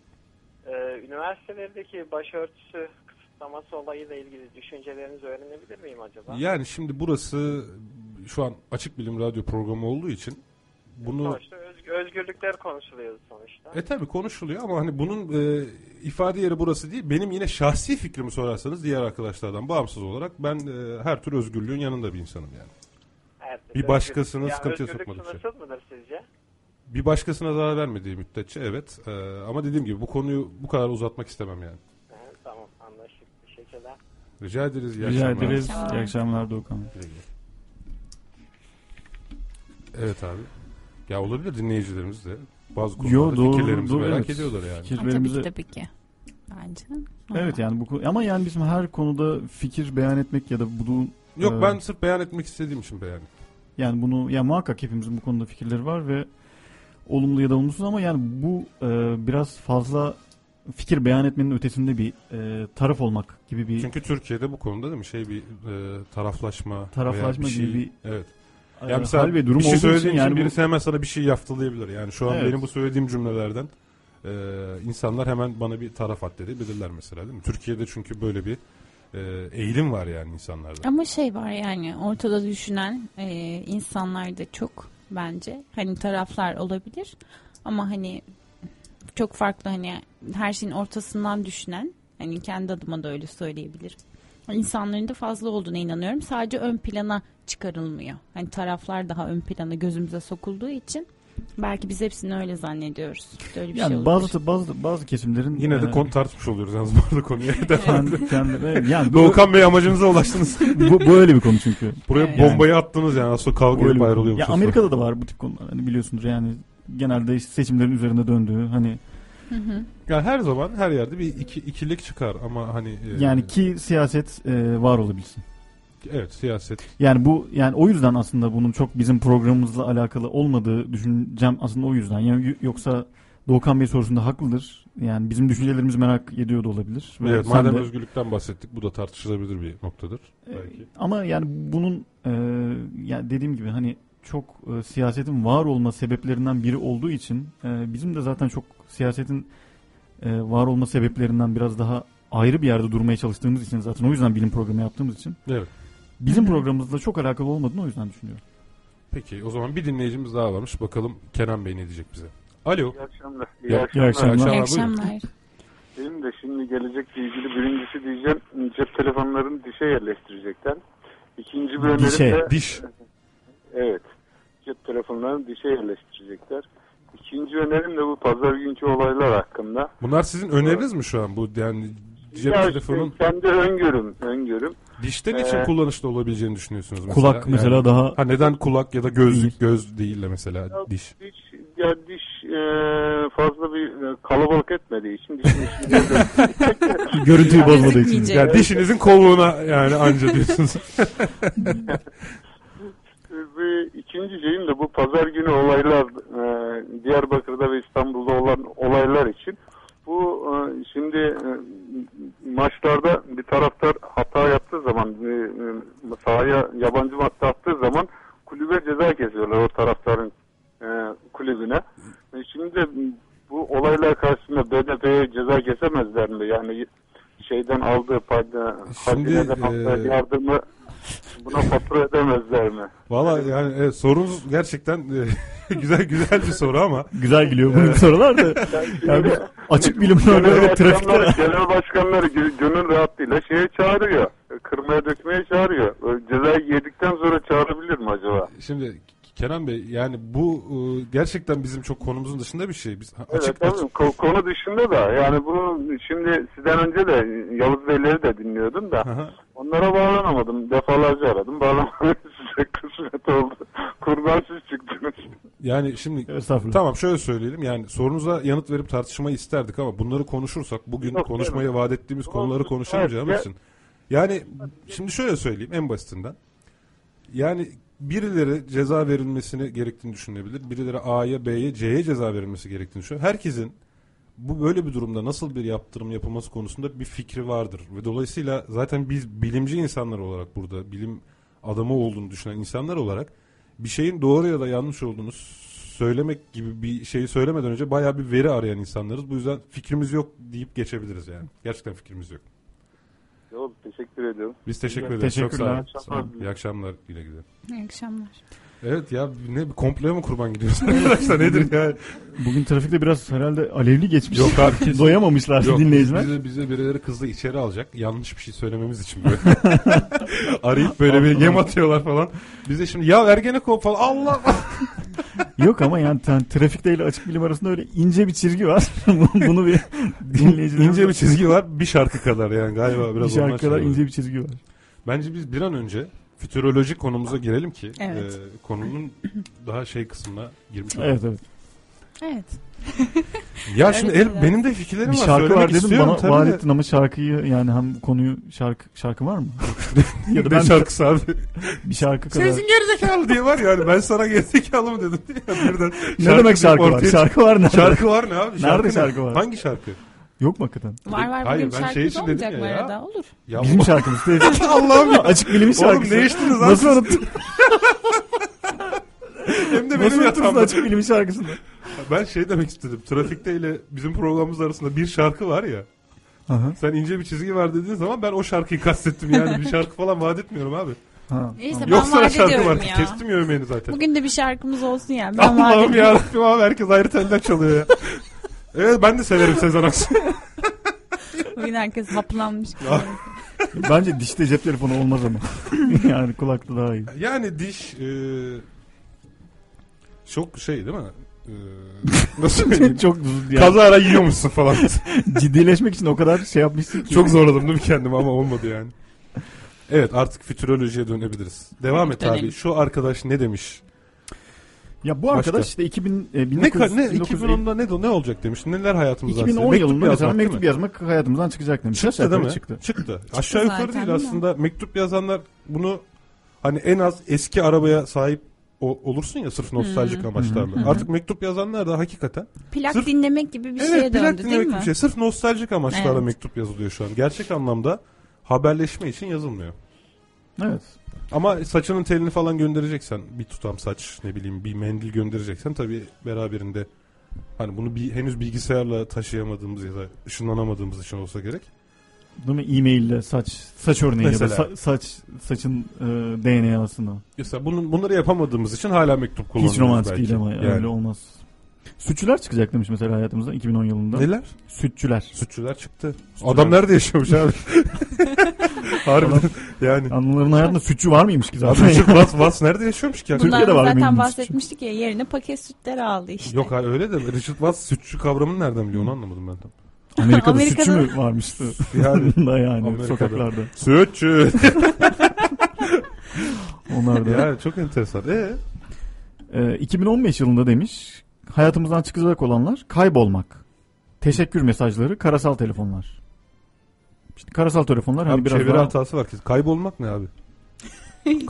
E: E, üniversitelerdeki başörtüsü kısıtlaması olayıyla ilgili düşüncelerinizi öğrenebilir miyim acaba?
C: Yani şimdi burası şu an açık bilim radyo programı olduğu için bunu
E: Sonuçta özg- özgürlükler konuşuluyor sonuçta.
C: e tabi konuşuluyor ama hani bunun e, ifade yeri burası değil. Benim yine şahsi fikrimi sorarsanız diğer arkadaşlardan bağımsız olarak ben e, her tür özgürlüğün yanında bir insanım yani.
E: Evet,
C: Bir
E: özgürlük-
C: başkasının
E: Ya
C: sıkıntıya
E: özgürlük
C: sokmadığı bir şey.
E: sınırsız mıdır sizce?
C: Bir başkasına zarar vermediği müddetçe evet E, ama dediğim gibi bu konuyu bu kadar uzatmak istemem yani.
E: Evet, tamam anlaştık. Teşekkürler.
C: Rica ederiz. iyi
B: Rica
C: akşamlar.
B: ederiz.
D: Tamam.
B: İyi akşamlar Doğukan Bey.
C: Evet abi. Ya olabilir dinleyicilerimiz de bazı
B: Yo,
C: konularda
B: doğru,
C: fikirlerimizi
B: doğru,
C: merak
B: evet.
C: ediyorlar yani.
D: Ha, tabii ki
B: Fikirlerimizi
D: tabii ki. Bence.
B: Evet yani bu konu- ama yani bizim her konuda fikir beyan etmek ya da bunu
C: Yok
B: Ee,
C: ben sırf beyan etmek istediğim için beyan ettim.
B: yani bunu ya muhakkak hepimizin bu konuda fikirleri var ve olumlu ya da olumsuz ama yani bu e, biraz fazla fikir beyan etmenin ötesinde bir e, taraf olmak gibi bir
C: Çünkü Türkiye'de bu konuda değil mi şey bir e, taraflaşma
B: Taraflaşma
C: veya bir
B: gibi
C: şey- evet.
B: e,
C: Yani mesela
B: hal ve durum
C: bir şey
B: olduğu
C: söylediğin
B: için
C: için
B: yani bu-
C: birisi hemen sana bir şey yaftalayabilir. Yani şu an
B: Evet.
C: benim bu söylediğim cümlelerden e, insanlar hemen bana bir taraf addedebilirler mesela değil mi? Türkiye'de çünkü böyle bir e, eğilim var yani insanlarda.
D: Ama şey var yani ortada düşünen e, insanlar da çok bence. Hani taraflar olabilir ama hani çok farklı hani her şeyin ortasından düşünen hani kendi adıma da öyle söyleyebilirim. İnsanların da fazla olduğuna inanıyorum. Sadece ön plana çıkarılmıyor. Hani taraflar daha ön plana gözümüze sokulduğu için belki biz hepsini öyle zannediyoruz. Böyle bir
B: yani
D: şey olabilir.
B: bazı bazı bazı kesimlerin
C: Yine de
B: e,
C: konu tartışmış oluyoruz yalnız bu arada
B: <laughs>
C: konuya. <laughs>
B: kendi- kendi- evet, yani bu,
C: Doğukan Bey
B: <laughs>
C: amacınıza ulaştınız.
B: bu, bu öyle bir konu çünkü.
C: Buraya
D: Evet.
C: bombayı attınız yani aslında
B: Bu
C: kavga
B: öyle bir
C: edip
B: konu.
C: ayrılıyor.
B: Ya Amerika'da da var bu tip konular. Hani biliyorsunuz yani genelde işte seçimlerin üzerinde döndüğü hani
D: Hı hı.
C: Yani her zaman her yerde bir iki, ikilik çıkar ama hani e,
B: yani ki siyaset e, var olabilsin.
C: evet siyaset
B: Yani bu yani o yüzden aslında bunun çok bizim programımızla alakalı olmadığı düşüncem aslında o yüzden. Yani y- yoksa Doğukan Bey sorusunda haklıdır. Yani bizim düşüncelerimizi merak ediyor da olabilir. Ve
C: Evet,
B: sen
C: madem
B: de-
C: özgürlükten bahsettik bu da tartışılabilir bir noktadır. Belki.
B: Ee, Ama yani bunun e, yani dediğim gibi hani çok e, siyasetin var olma sebeplerinden biri olduğu için e, bizim de zaten çok siyasetin e, var olma sebeplerinden biraz daha ayrı bir yerde durmaya çalıştığımız için zaten o yüzden bilim programı yaptığımız için
C: Evet.
B: bizim
D: Hı hı.
B: programımızla çok alakalı olmadığını o yüzden düşünüyorum.
C: Peki o zaman bir dinleyicimiz daha varmış. Bakalım Kenan Bey ne diyecek bize. Alo.
F: İyi akşamlar.
C: İyi akşamlar.
B: akşamlar.
C: İyi
D: İyi
C: akşamlar. buyurun.
D: akşamlar.
F: Benim de şimdi gelecekle ilgili birincisi diyeceğim cep telefonlarını dişe yerleştirecekler. İkinci bir önerim
B: Dişe,
F: de
C: Diş.
F: evet cep telefonlarını dişe yerleştirecekler. İkinci önerim de bu pazar günkü olaylar hakkında.
C: Bunlar sizin öneriniz mi şu an? Bu yani cep
F: Ya işte
C: telefonun
F: kendi öngörüm, öngörüm.
C: dişten için
F: Ee,
C: kullanışlı olabileceğini düşünüyorsunuz mesela.
B: Kulak
C: Yani-
B: mesela
C: <laughs>
B: daha
C: Ha neden kulak ya da gözlük göz değil de mesela
F: Ya,
C: diş.
F: Diş, ya diş e, fazla bir e, kalabalık etmediği için dişin içinde
C: <laughs>
B: görüntüyü bozmadığı için.
D: Gözükmeyecek.
C: Ya dişinizin kolluğuna yani anca diyorsunuz. <laughs>
F: Ve ikinci şeyim de bu pazar günü olaylar e, Diyarbakır'da ve İstanbul'da olan olaylar için bu e, şimdi e, maçlarda bir taraftar hata yaptığı zaman e, e, sahaya yabancı madde attığı zaman kulübe ceza kesiyorlar o taraftarın e, kulübüne. E, şimdi de bu olaylar karşısında BDP'ye ceza kesemezler mi? Yani şeyden aldığı payda,
C: Şimdi,
F: hazineden aldığı
C: e,
F: yardımı buna fatura edemezler mi?
C: Valla yani evet, sorunuz gerçekten e, <laughs> güzel güzel bir soru ama
B: Güzel gülüyor bunun sorular
C: <laughs>
B: da. Yani biz açık bilim
F: Genel
B: programı
F: başkanları,
B: trafikte.
F: genel başkanları gö- gönül rahatlığıyla şeye çağırıyor. Kırmaya dökmeye çağırıyor. Böyle Cezayı yedikten sonra çağırabilir mi acaba?
C: Şimdi Kenan Bey yani bu e, gerçekten bizim çok konumuzun dışında bir şey. Biz ha-
F: Evet
C: açık
F: tabii
C: açık-
F: ko- konu dışında da yani bunu şimdi sizden önce de Yavuz Beyleri de dinliyordum da
C: Aha.
F: onlara bağlanamadım. Defalarca aradım. Bağlanamadım <laughs> size kısmet oldu. Kurban siz çıktınız.
C: yani şimdi
B: Estağfurullah.
C: tamam şöyle söyleyelim. Yani sorunuza yanıt verip tartışmayı isterdik ama bunları konuşursak bugün
F: Yok,
C: konuşmaya vaat ettiğimiz konuları
F: evet,
C: konuşamayacağımız
F: ya-
C: için. Yani şimdi şöyle söyleyeyim en basitinden. Yani birileri ceza verilmesini gerektiğini düşünebilir. Birileri A'ya, B'ye, C'ye ceza verilmesi gerektiğini düşünüyor. Herkesin bu böyle bir durumda nasıl bir yaptırım yapılması konusunda bir fikri vardır. Ve dolayısıyla zaten biz bilimci insanlar olarak burada bilim adamı olduğunu düşünen insanlar olarak bir şeyin doğru ya da yanlış olduğunu söylemek gibi bir şeyi söylemeden önce bayağı bir veri arayan insanlarız. Bu yüzden fikrimiz yok deyip geçebiliriz yani. Gerçekten fikrimiz yok.
F: Yok, teşekkür ediyorum.
C: Biz teşekkür ederiz.
B: Teşekkürler.
C: Çok sağ olun. İyi akşamlar. Güle güle.
D: İyi akşamlar.
C: Evet ya ne bir komploya mı kurban gidiyoruz <laughs> arkadaşlar nedir ya?
B: Bugün trafikte biraz herhalde alevli geçmiş.
C: Yok abi kesin.
B: Doyamamışlar
C: Yok,
B: dinleyiciler.
C: Bize, bize birileri kızla içeri alacak. Yanlış bir şey söylememiz için böyle. <laughs> Arayıp böyle bir yem atıyorlar falan. Bize şimdi ya Ergenekon falan Allah
B: Yok ama yani tra- trafikte ile açık bilim arasında öyle ince bir çizgi var. <laughs> Bunu
C: <laughs>
B: bir <laughs> dinleyicilerimiz
C: ince bir çizgi var. Bir şarkı kadar yani galiba biraz
B: bir
C: ondan
B: şarkı kadar
C: şey var.
B: ince bir çizgi var.
C: Bence biz bir an önce fütüroloji konumuza girelim ki
D: Evet.
C: e, <clears throat> konunun daha şey kısmına girmiş olalım.
B: Evet evet.
D: Evet.
C: Ya şimdi
D: Öyle
C: el-
D: şeyler.
C: benim de fikirlerim
B: Bir
C: var.
B: şarkı
C: Söylemek
B: var dedim
C: istiyorum
B: bana
C: tabii
B: var
C: de.
B: ettin ama şarkıyı yani hem konuyu şarkı şarkı
C: <laughs>
B: var mı? ya da <laughs>
C: Ne
B: ben
C: şarkısı abi?
B: bir şarkı kadar.
C: Sözün <laughs> gerizekalı diye var yani ben sana gerizekalı mı dedim diye birden.
B: Ne demek şarkı var?
C: ortaya-
B: Şarkı var nerede?
C: Şarkı var ne abi?
B: Nerede
C: ne?
B: şarkı var?
C: Hangi şarkı?
B: Yok mu hakikaten?
D: Var var
C: Hayır,
D: bugün
C: ben şey
D: şarkımız
C: için dedim ya
D: olmayacak bu
C: ya.
D: arada. Olur.
C: Ya
B: Bizim şarkımız değil.
C: <laughs> Allah'ım ya.
B: açık bilimin şarkısı.
C: değiştiniz lan
B: Nasıl
C: siz?
B: unuttun?
C: Hem de
B: Nasıl
C: benim
B: unuttun
C: yatağımda.
B: açık bilimin şarkısını?
C: Ben şey demek istedim. Trafikte ile bizim programımız arasında bir şarkı var ya.
B: Aha.
C: Sen ince bir çizgi var dediğin zaman ben o şarkıyı kastettim yani. Bir şarkı falan vaat etmiyorum abi.
B: Ha.
D: Neyse ben
C: Yok sana
D: vaat
C: şarkı
D: ediyorum
C: var.
D: ya.
C: Kestim ya ömeğini zaten.
D: Bugün de bir şarkımız olsun yani. Ben
C: <laughs>
D: vaat
C: Allah'ım
D: ediyorum.
C: yarabbim abi herkes ayrı telden çalıyor ya. <laughs> Evet ben de severim Sezen Aksu.
D: Bugün herkes haplanmış.
B: Bence dişte cep telefonu olmaz
C: <laughs>
B: ama. yani kulakta daha iyi.
C: <laughs> Yani diş e, çok şey değil mi? E, <laughs> nasıl söyleyeyim?
B: Çok düz- <laughs> yani
C: Kaza ara yiyor musun falan.
B: ciddileşmek için o kadar şey yapmışsın ki.
C: <laughs> çok zorladım değil mi kendimi ama olmadı yani. Evet artık fütürolojiye dönebiliriz. Devam et
D: Dönelim.
C: abi. Şu arkadaş ne demiş?
B: Ya bu arkadaş
C: Başka.
B: işte 2000 e,
C: Ne,
B: 1900,
C: ka- ne
B: 1900
C: 2010'da ne, do- ne olacak demiş? Neler hayatımızda?
B: 2010 yılında mesela
C: yazmak değil mi?
B: mektup yazmak hayatımızdan çıkacak demiş.
C: Çıktı
B: Şarkı
C: değil mi?
B: Çıktı.
C: Aşağı
D: zaten,
C: yukarı değil
D: değil mi?
C: aslında. Mektup yazanlar bunu hani en az eski arabaya sahip o- olursun ya sırf nostaljik amaçlarla. Artık mektup yazanlar da hakikaten
D: Plak
C: Sırf-
D: dinlemek gibi bir şeye
C: evet plak
D: döndü değil
C: dinlemek gibi
D: mi?
C: bir şey. Sırf nostaljik amaçlarla
D: Evet.
C: mektup yazılıyor şu an. Gerçek anlamda haberleşme için yazılmıyor.
B: Evet.
C: Ama saçının telini falan göndereceksen bir tutam saç ne bileyim bir mendil göndereceksen tabii beraberinde Hani bunu bi- henüz bilgisayarla taşıyamadığımız ya da ışınlanamadığımız için olsa gerek.
B: Değil mi? E-mail'le saç saç örneği ya da
C: Mesela.
B: sa- saç saçın e, DNA'sını.
C: Mesela bunun, bunları yapamadığımız için hala mektup kullanıyoruz
B: Hiç romantik
C: belki.
B: değil ama
C: Yani.
B: öyle olmaz. Sütçüler çıkacak demiş mesela hayatımızda 2010 yılında.
C: Neler?
B: Sütçüler.
C: Sütçüler çıktı. Adam nerede
B: <laughs>
C: yaşıyormuş abi? Harbiden yani.
B: Anıların hayatında sütçü var mıymış ki
C: Adam
B: zaten?
C: Türk Vas, Vas nerede yaşıyormuş ki? acaba?
B: Türkiye'de
D: Bunlardan
B: var
D: zaten
B: bildiğiniz
D: bahsetmiştik ya yerine paket sütler aldı işte.
C: şey. Yok hayır, öyle de Richard Vas sütçü kavramını nereden biliyor onu anlamadım ben tam.
B: Amerika'da,
D: Amerika'da-
B: sütçü mü varmıştı?
C: Yani
B: <laughs> da <laughs> yani
C: Amerika'da.
B: sokaklarda.
C: sütçü.
B: Onlar da.
C: yani çok enteresan. Ee?
B: Ee, 2015 yılında demiş hayatımızdan çıkacak olanlar kaybolmak. Teşekkür mesajları, karasal telefonlar. İşte karasal telefonlar hani
C: Abi
B: biraz
C: çeviri
B: daha
C: hatası var ki. Kaybolmak
B: <laughs>
C: ne abi?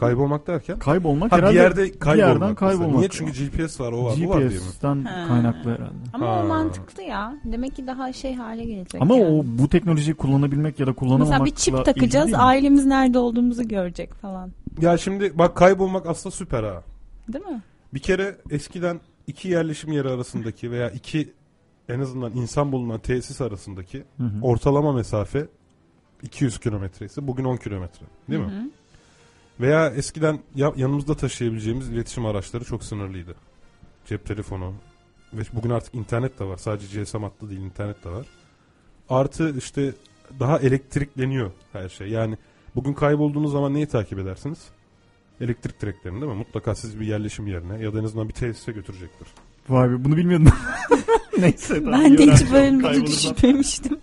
C: Kaybolmak derken?
B: kaybolmak
C: Ha, bir
B: herhalde
C: yerde kaybolmak.
B: yerden
C: mesela.
B: kaybolmak.
C: Niye? Çünkü GPS var o var bu var diye mi?
B: GPS'ten
D: Ha.
B: kaynaklı herhalde.
D: Ama
C: Ha.
D: o mantıklı ya. Demek ki daha şey hale gelecek.
B: Ama
D: yani.
B: o bu teknolojiyi kullanabilmek ya da kullanamamakla
D: Mesela bir çip
B: ilgili
D: takacağız.
B: değil mi?
D: Ailemiz nerede olduğumuzu görecek falan.
C: Ya şimdi bak kaybolmak aslında süper ha.
D: Değil mi?
C: Bir kere eskiden iki yerleşim yeri arasındaki veya iki en azından insan bulunan tesis arasındaki
B: Hı hı.
C: ortalama mesafe 200 kilometre ise bugün 10 kilometre değil mi?
D: Hı hı.
C: Veya eskiden ya- yanımızda taşıyabileceğimiz iletişim araçları çok sınırlıydı. Cep telefonu ve bugün artık internet de var. Sadece GSM hattı değil internet de var. Artı işte daha elektrikleniyor her şey. Yani bugün kaybolduğunuz zaman neyi takip edersiniz? Elektrik direklerini değil mi? Mutlaka siz bir yerleşim yerine ya da en azından bir tesise götürecektir.
B: Vay be bunu bilmiyordum. <laughs> Neyse. daha
D: Ben de
B: iyi
D: hiç
B: öğrendim.
D: böyle bir
B: Kaybolursam-
D: düşünmemiştim.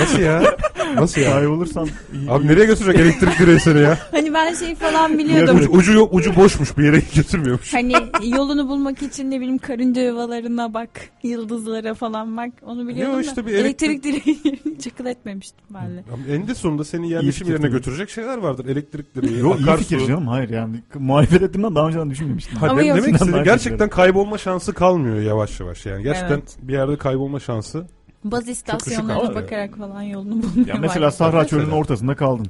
C: Nasıl ya? Nasıl ya?
B: Kaybolursam iyi,
C: Abi nereye götürecek elektrik direği seni ya?
D: Hani ben
C: <laughs>
D: şey falan biliyordum.
C: ucu, ucu, yok, ucu boşmuş bir yere götürmüyormuş.
D: hani yolunu bulmak için ne bileyim karınca yuvalarına bak, yıldızlara falan bak. Onu biliyordum
C: Yo,
D: da
C: işte bir elektrik-
D: elektrik direği <laughs> çakıl etmemiştim ben de.
C: Ama eninde sonunda seni
B: İyi
C: yerleşim
B: fikir
C: yerine
B: tabii.
C: götürecek şeyler vardır. Elektrik direği,
B: Yo, iyi
C: akarsu.
B: fikir canım hayır yani muhalefet ettiğimden daha önceden düşünmemiştim.
C: Ha,
D: Ama
C: dem-
D: yok.
C: demek
B: Sinan
C: istediğim
B: Berkay
C: gerçekten kaybolma şansı kalmıyor yavaş yavaş yani. Gerçekten
D: Evet.
C: bir yerde kaybolma şansı.
D: Baz
C: ama-
D: istasyonlarına bakarak falan yolunu bulmuyor.
B: Ya mesela Sahra
C: Mesela.
B: Çölü'nün ortasında kaldın.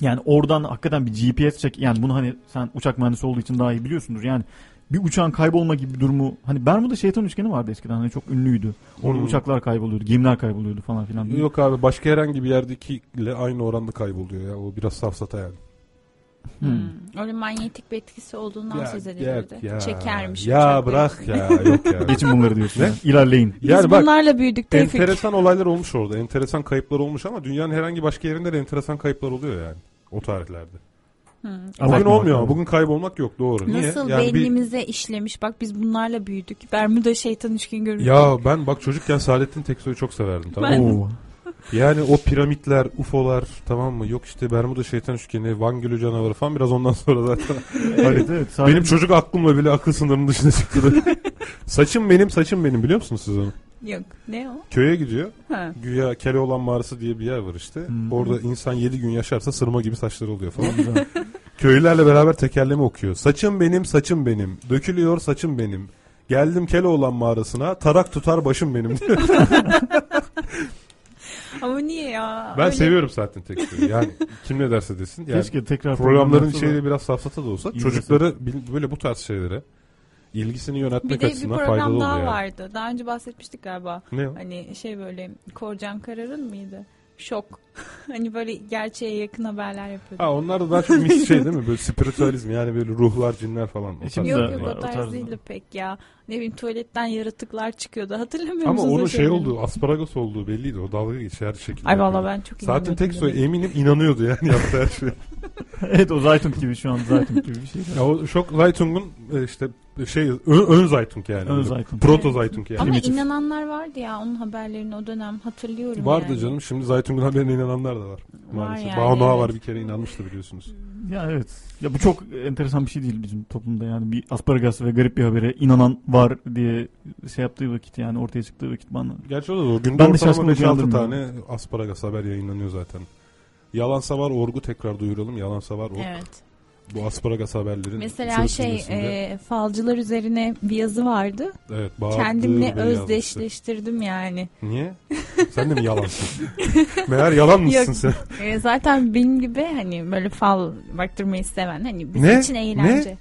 B: Yani oradan hakikaten bir GPS çek yani bunu hani sen uçak mühendisi olduğu için daha iyi biliyorsundur. Yani bir uçağın kaybolma gibi bir durumu hani Bermuda şeytan üçgeni vardı eskiden hani çok ünlüydü. Orada
C: Hmm.
B: uçaklar kayboluyordu, gemiler kayboluyordu falan filan.
C: Yok abi başka herhangi bir yerdekiyle aynı oranda kayboluyor ya. O biraz safsata yani.
D: Hmm. Öyle manyetik bir etkisi olduğundan söz edilirdi. Çekermiş.
C: Ya
D: uçakları.
C: bırak ya yok
D: <laughs>
C: ya.
B: Geçin bunları diyorsun.
C: Ne?
B: yani. İlerleyin.
D: Biz
C: Yani bak
D: bunlarla büyüdük Tevfik.
C: enteresan olaylar olmuş orada. Enteresan kayıplar olmuş ama dünyanın herhangi başka yerinde de enteresan kayıplar oluyor yani. O tarihlerde.
D: Hı.
C: Bugün
B: Abartma
C: olmuyor
B: bak.
C: ama bugün kaybolmak yok doğru. Niye?
D: Nasıl
C: Yani bir-
D: beynimize işlemiş. Bak biz bunlarla büyüdük. Bermuda şeytan üçgen görüntü.
C: Ya ben bak çocukken Saadettin Teksoy'u çok severdim tamam mı?
B: Oo.
C: Yani o piramitler, UFO'lar tamam mı? Yok işte Bermuda şeytan üçgeni, Van Gölü canavarı falan biraz ondan sonra zaten.
B: evet evet. Sadece
C: benim çocuk aklımla bile akıl sınırının dışına çıktı. saçım benim, saçım benim biliyor musunuz siz onu?
D: Yok ne o?
C: Köye gidiyor.
D: Ha.
C: Güya Keloğlan Mağarası diye bir yer var işte.
B: Hmm.
C: Orada insan 7 gün yaşarsa sırma gibi saçları oluyor falan.
B: Güzel.
C: Köylülerle beraber tekerleme okuyor. Saçım benim, saçım benim. Dökülüyor saçım benim. Geldim Keloğlan Mağarası'na, tarak tutar başım benim <laughs> diyor.
D: Ama niye ya?
C: Ben
D: Öyle-
C: seviyorum zaten Teksoy'u.
D: <laughs>
C: Yani kim ne derse desin. Yani
B: Keşke tekrar
C: programların
B: yapsa da-
C: içeriği biraz safsata da olsa
B: İyi
C: çocukları bil- böyle bu tarz şeylere ilgisini yönetmek
D: Bir de bir
C: açısından faydalı
D: program
C: oluyor.
D: daha
C: yani.
D: vardı. Daha önce bahsetmiştik galiba.
C: Ne o?
D: Hani şey böyle Korcan Karar'ın mıydı? Şok. <laughs> hani böyle gerçeğe yakın haberler yapıyordu.
C: Ha onlar da daha çok mis şey değil mi? Böyle spiritüalizm yani böyle ruhlar, cinler falan. O tarz
B: Şimdi-
D: E Yok
B: de
D: yok
B: var,
D: o
B: o tarzda.
D: tarz değildi pek ya. Ne bileyim tuvaletten yaratıklar çıkıyordu. <laughs> Hatırlamıyor
C: Ama
D: musunuz? o
C: onun şey
D: şeyleri?
C: olduğu, asparagos olduğu belliydi. O dalga geçer şekilde.
D: Ay valla
C: yapıyordu.
D: ben çok
C: Saatin
D: inanıyordum
C: tek soy
D: demek.
C: eminim inanıyordu yani yaptığı her şeye.
B: <laughs> evet o Zaytunk gibi şu an Zaytunk gibi bir şey.
C: Ya o şok Zaytung'un e, işte şey ön, ön Zaytung yani.
B: Ön
C: Böyle
B: Zaytunk.
C: Proto Zaytung yani.
D: Ama
B: primitif.
D: inananlar vardı ya onun haberlerini o dönem hatırlıyorum
C: Vardı
D: şey yani.
C: canım şimdi Zaytung'un haberine inananlar da var. Maalesef.
D: yani,
C: Banu Ağa
D: evet.
C: var bir kere inanmıştı biliyorsunuz.
B: Ya evet. Ya bu çok enteresan bir şey değil bizim toplumda yani bir asparagas ve garip bir habere inanan var diye şey yaptığı vakit yani ortaya çıktığı vakit bana
C: Gerçi o da doğru. Günde
B: Ben de
C: ortalama
B: şaşkınlık
C: 5-6
B: uyandırmıyor.
C: tane asparagas haber yayınlanıyor zaten. Yalansa var orgu tekrar duyuralım. Yalansa var org.
D: Evet.
C: Bu asparagas haberlerin
D: Mesela
C: sırf
D: şey
C: cümlesinde-
D: e, falcılar üzerine bir yazı vardı.
C: evet, bağırdı
D: Kendimle
C: ve yazmıştı.
D: özdeşleştirdim yani. <laughs>
C: Niye? Sen de mi yalansın? Meğer yalan mısın
D: Yok.
C: sen?
D: E, zaten benim gibi hani böyle fal baktırmayı seven hani bizim
C: Ne?
D: için eğlence.
C: Ne?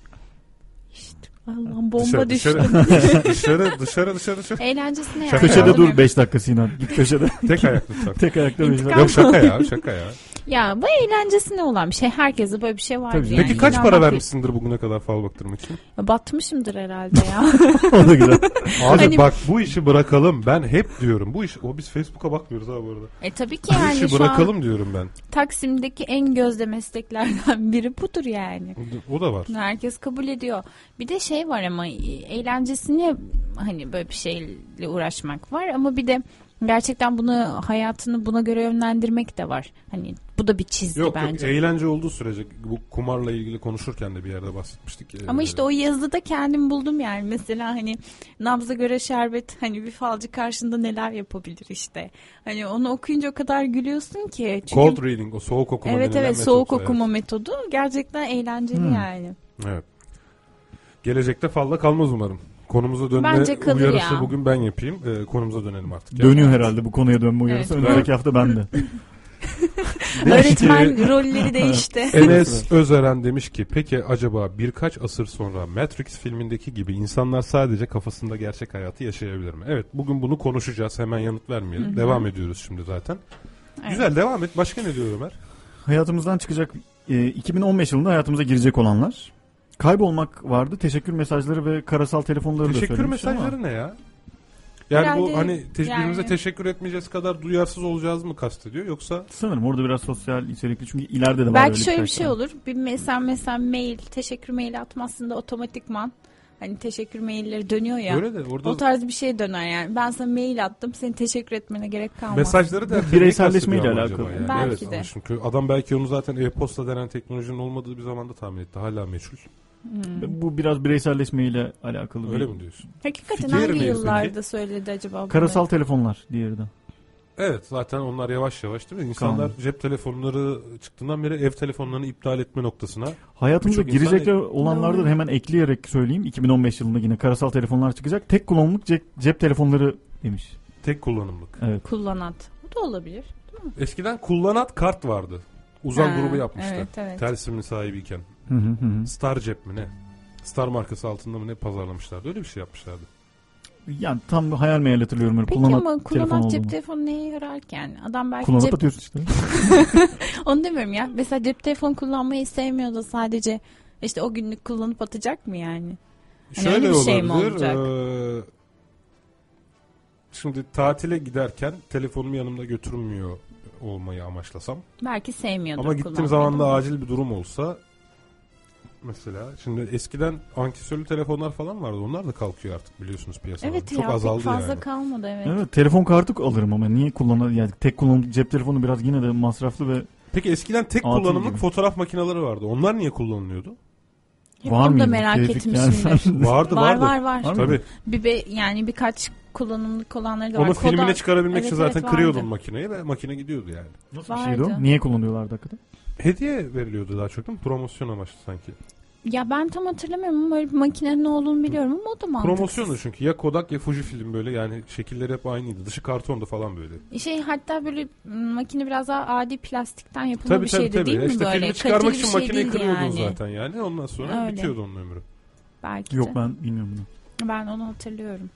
D: İşte Allah'ım bomba
C: Dışarı,
D: düştü.
C: dışarı, dışarı, dışarı, dışarı, dışarı.
D: <laughs>
G: Eğlencesine yani.
C: Şaka
B: Köşede
C: ya.
B: dur 5 dakika Sinan. Git köşede.
C: Tek ayak lütfen.
B: Tek ayakta 5 dakika.
D: İntikam.
C: Yok şaka ya, şaka ya.
D: Ya bu eğlencesine olan bir şey. Herkese böyle bir şey var
B: Tabii
D: yani.
B: canım.
C: Peki kaç para
D: İnanmak
C: vermişsindir bugüne kadar fal baktırmak için?
D: değil. Batmışımdır herhalde ya. <laughs>
B: <laughs> o da güzel.
C: Abi
D: Hani-
C: bak bu işi bırakalım. Ben hep diyorum. Bu iş o biz Facebook'a bakmıyoruz abi bu arada.
D: e tabii ki
C: Bu
D: yani
C: işi
D: şu
C: bırakalım diyorum ben.
D: an Taksim'deki en gözde mesleklerden biri budur yani.
C: O da var.
D: Herkes kabul ediyor. Bir de şey var ama eğlencesine hani böyle bir şeyle uğraşmak var ama bir de gerçekten bunu hayatını buna göre yönlendirmek de var. Hani bu da bir çizgi
C: Yok yok
D: bence.
C: eğlence olduğu sürece bu kumarla ilgili konuşurken de bir yerde bahsetmiştik. Ee,
D: Ama işte o yazıda kendim buldum yani. Mesela hani nabza göre şerbet hani bir falcı karşında neler yapabilir işte. Hani onu okuyunca o kadar gülüyorsun ki. Çünkü
C: Cold reading o soğuk okuma
D: Evet
C: denilen
D: evet
C: metot,
D: soğuk
C: evet.
D: okuma metodu gerçekten eğlenceli yani.
C: Evet. Gelecekte falla kalmaz umarım. Konumuza dönme
D: Bence kalır
C: uyarısı
D: ya.
C: bugün ben yapayım. Ee, konumuza dönelim artık. Yani.
B: Dönüyor herhalde bu konuya dönme uyarısı.
D: Evet.
B: Önümüzdeki hafta
D: <laughs>
B: bende.
D: Öğretmen
C: <laughs>
D: rolleri değişti.
C: Enes Özeren demiş ki peki acaba birkaç asır sonra Matrix filmindeki gibi insanlar sadece kafasında gerçek hayatı yaşayabilir mi? Evet bugün bunu konuşacağız hemen yanıt vermeyelim. Devam ediyoruz şimdi zaten.
D: Evet.
C: Güzel devam et. Başka ne diyor Ömer?
B: Hayatımızdan çıkacak e, 2015 yılında hayatımıza girecek olanlar. Kaybolmak vardı. Teşekkür mesajları ve karasal telefonları da
C: teşekkür
B: söylemiş ama-
C: mesajları ne ya? Yani
D: Herhalde
C: bu hani te-
D: yani-
C: birbirimize teşekkür etmeyeceğiz kadar duyarsız olacağız mı kastediyor yoksa
B: Sanırım orada biraz sosyal içerikli çünkü ileride de var. öyle
D: Belki şöyle bir
B: karakter.
D: şey olur. Bir mesela mesela mail, teşekkür maili atmazsın da otomatikman hani teşekkür mailleri dönüyor ya.
C: öyle de orada
D: O tarz bir şey döner yani. Ben sana mail attım. Senin teşekkür etmene gerek kalmaz.
C: mesajları da
B: bireyselleşmeyle alakalı.
D: Belki
C: evet,
D: de.
C: ama Çünkü adam belki onu zaten e-posta denen teknolojinin olmadığı bir zamanda tahmin etti. Hala meçhul.
B: Bu biraz bireyselleşmeyle alakalı.
C: Öyle
B: bir...
C: mi diyorsun?
D: Hakikaten
C: Fikir
D: hangi
C: miyiz
D: yıllarda
C: peki?
D: söyledi acaba? bunları?
B: Karasal telefonlar diğeri de.
C: Evet zaten onlar yavaş yavaş değil mi? İnsanlar
B: Kalmadı.
C: cep telefonları çıktığından beri ev telefonlarını iptal etme noktasına.
B: Hayatımıza
C: Birçok insan-
B: girecekler olanlardan
D: Doğru.
B: hemen ekleyerek söyleyeyim. 2015 yılında yine karasal telefonlar çıkacak. Tek kullanımlık cep, cep telefonları demiş.
C: Tek kullanımlık.
B: Evet.
D: Kullanat. Bu da olabilir.
C: Eskiden kullanat kart vardı. Uzan
D: Ha,
C: grubu yapmışlar.
D: Evet evet.
C: Telsim'in sahibiyken.
B: Hı hı hı hı.
C: Star cep mi ne? Star markası altında mı ne pazarlamışlardı? Öyle bir şey yapmışlardı.
B: Yani tam hayal meyal hatırlıyorum. Öyle
D: Peki
B: kullanan
D: ama
B: telefon
D: kullanan
B: olduğunu.
D: cep telefonu neye yarar ki yani? Adam belki
B: Kullanıp
D: cep...
B: atıyorsun işte.
D: Onu demiyorum ya. Mesela cep telefonu kullanmayı sevmiyor da sadece işte o günlük kullanıp atacak mı yani? Hani öyle bir şey mi olacak?
C: eee, şimdi tatile giderken telefonumu yanımda götürmüyor olmayı amaçlasam.
D: Belki sevmiyordur
C: Ama gittiğim
D: kullanmayı,
C: zaman da
D: değil mi?
C: acil bir durum olsa mesela şimdi eskiden ankesörlü telefonlar falan vardı. Onlar da kalkıyor artık biliyorsunuz piyasada.
D: Evet
C: Çok
D: ya
C: azaldı
D: pek fazla
C: yani.
D: kalmadı evet.
B: Evet telefon kartı alırım ama niye kullanır yani tek kullanımlık cep telefonu biraz yine de masraflı ve
C: Peki eskiden tek
B: Atıl
C: kullanımlık
B: gibi.
C: fotoğraf makineleri vardı. Onlar niye
D: <laughs>
C: kullanılıyordu?
D: Hep
B: var
D: onu
B: mı?
D: da merak etmişimdir.
C: <laughs> vardı
D: var
C: vardı.
D: var var.
B: Var mı?
C: Tabii.
D: Bir be, yani birkaç kullanımlık olanları da var.
C: Onun
D: Kodak-
C: filmine çıkarabilmek için
D: Evet,
C: zaten
D: evet,
C: kırıyordun
D: vardı.
C: makineyi ve makine gidiyordu yani.
B: Nasıl bir şeydi
D: Vardı.
B: o? Niye kullanıyorlardı hakikaten?
C: Hediye veriliyordu daha çok değil mi? Promosyon amaçlı sanki.
D: Ya ben tam hatırlamıyorum ama öyle bir makinenin ne olduğunu biliyorum ama o da mantıksız.
C: Promosyondu çünkü ya Kodak ya Fujifilm böyle yani şekilleri hep aynıydı. Dışı kartondu falan böyle.
D: Şey hatta böyle m, makine biraz daha adi plastikten yapılma
C: Tabii
D: bir
C: tabii
D: şeydi
C: tabii.
D: değil mi
C: işte
D: böyle?
C: filmi çıkarmak
D: Kaliteli
C: için
D: bir şey
C: makineyi
D: değildi
C: kırıyordun
D: yani.
C: zaten yani. Ondan sonra
D: Öyle.
C: bitiyordu onun ömrü.
D: Belki
B: Yok
D: de.
B: ben bilmiyorum bunu.
D: Ben onu hatırlıyorum.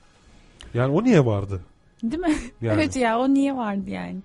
C: Yani o niye vardı?
D: Değil mi?
C: <laughs> Yani.
D: evet ya o niye vardı yani?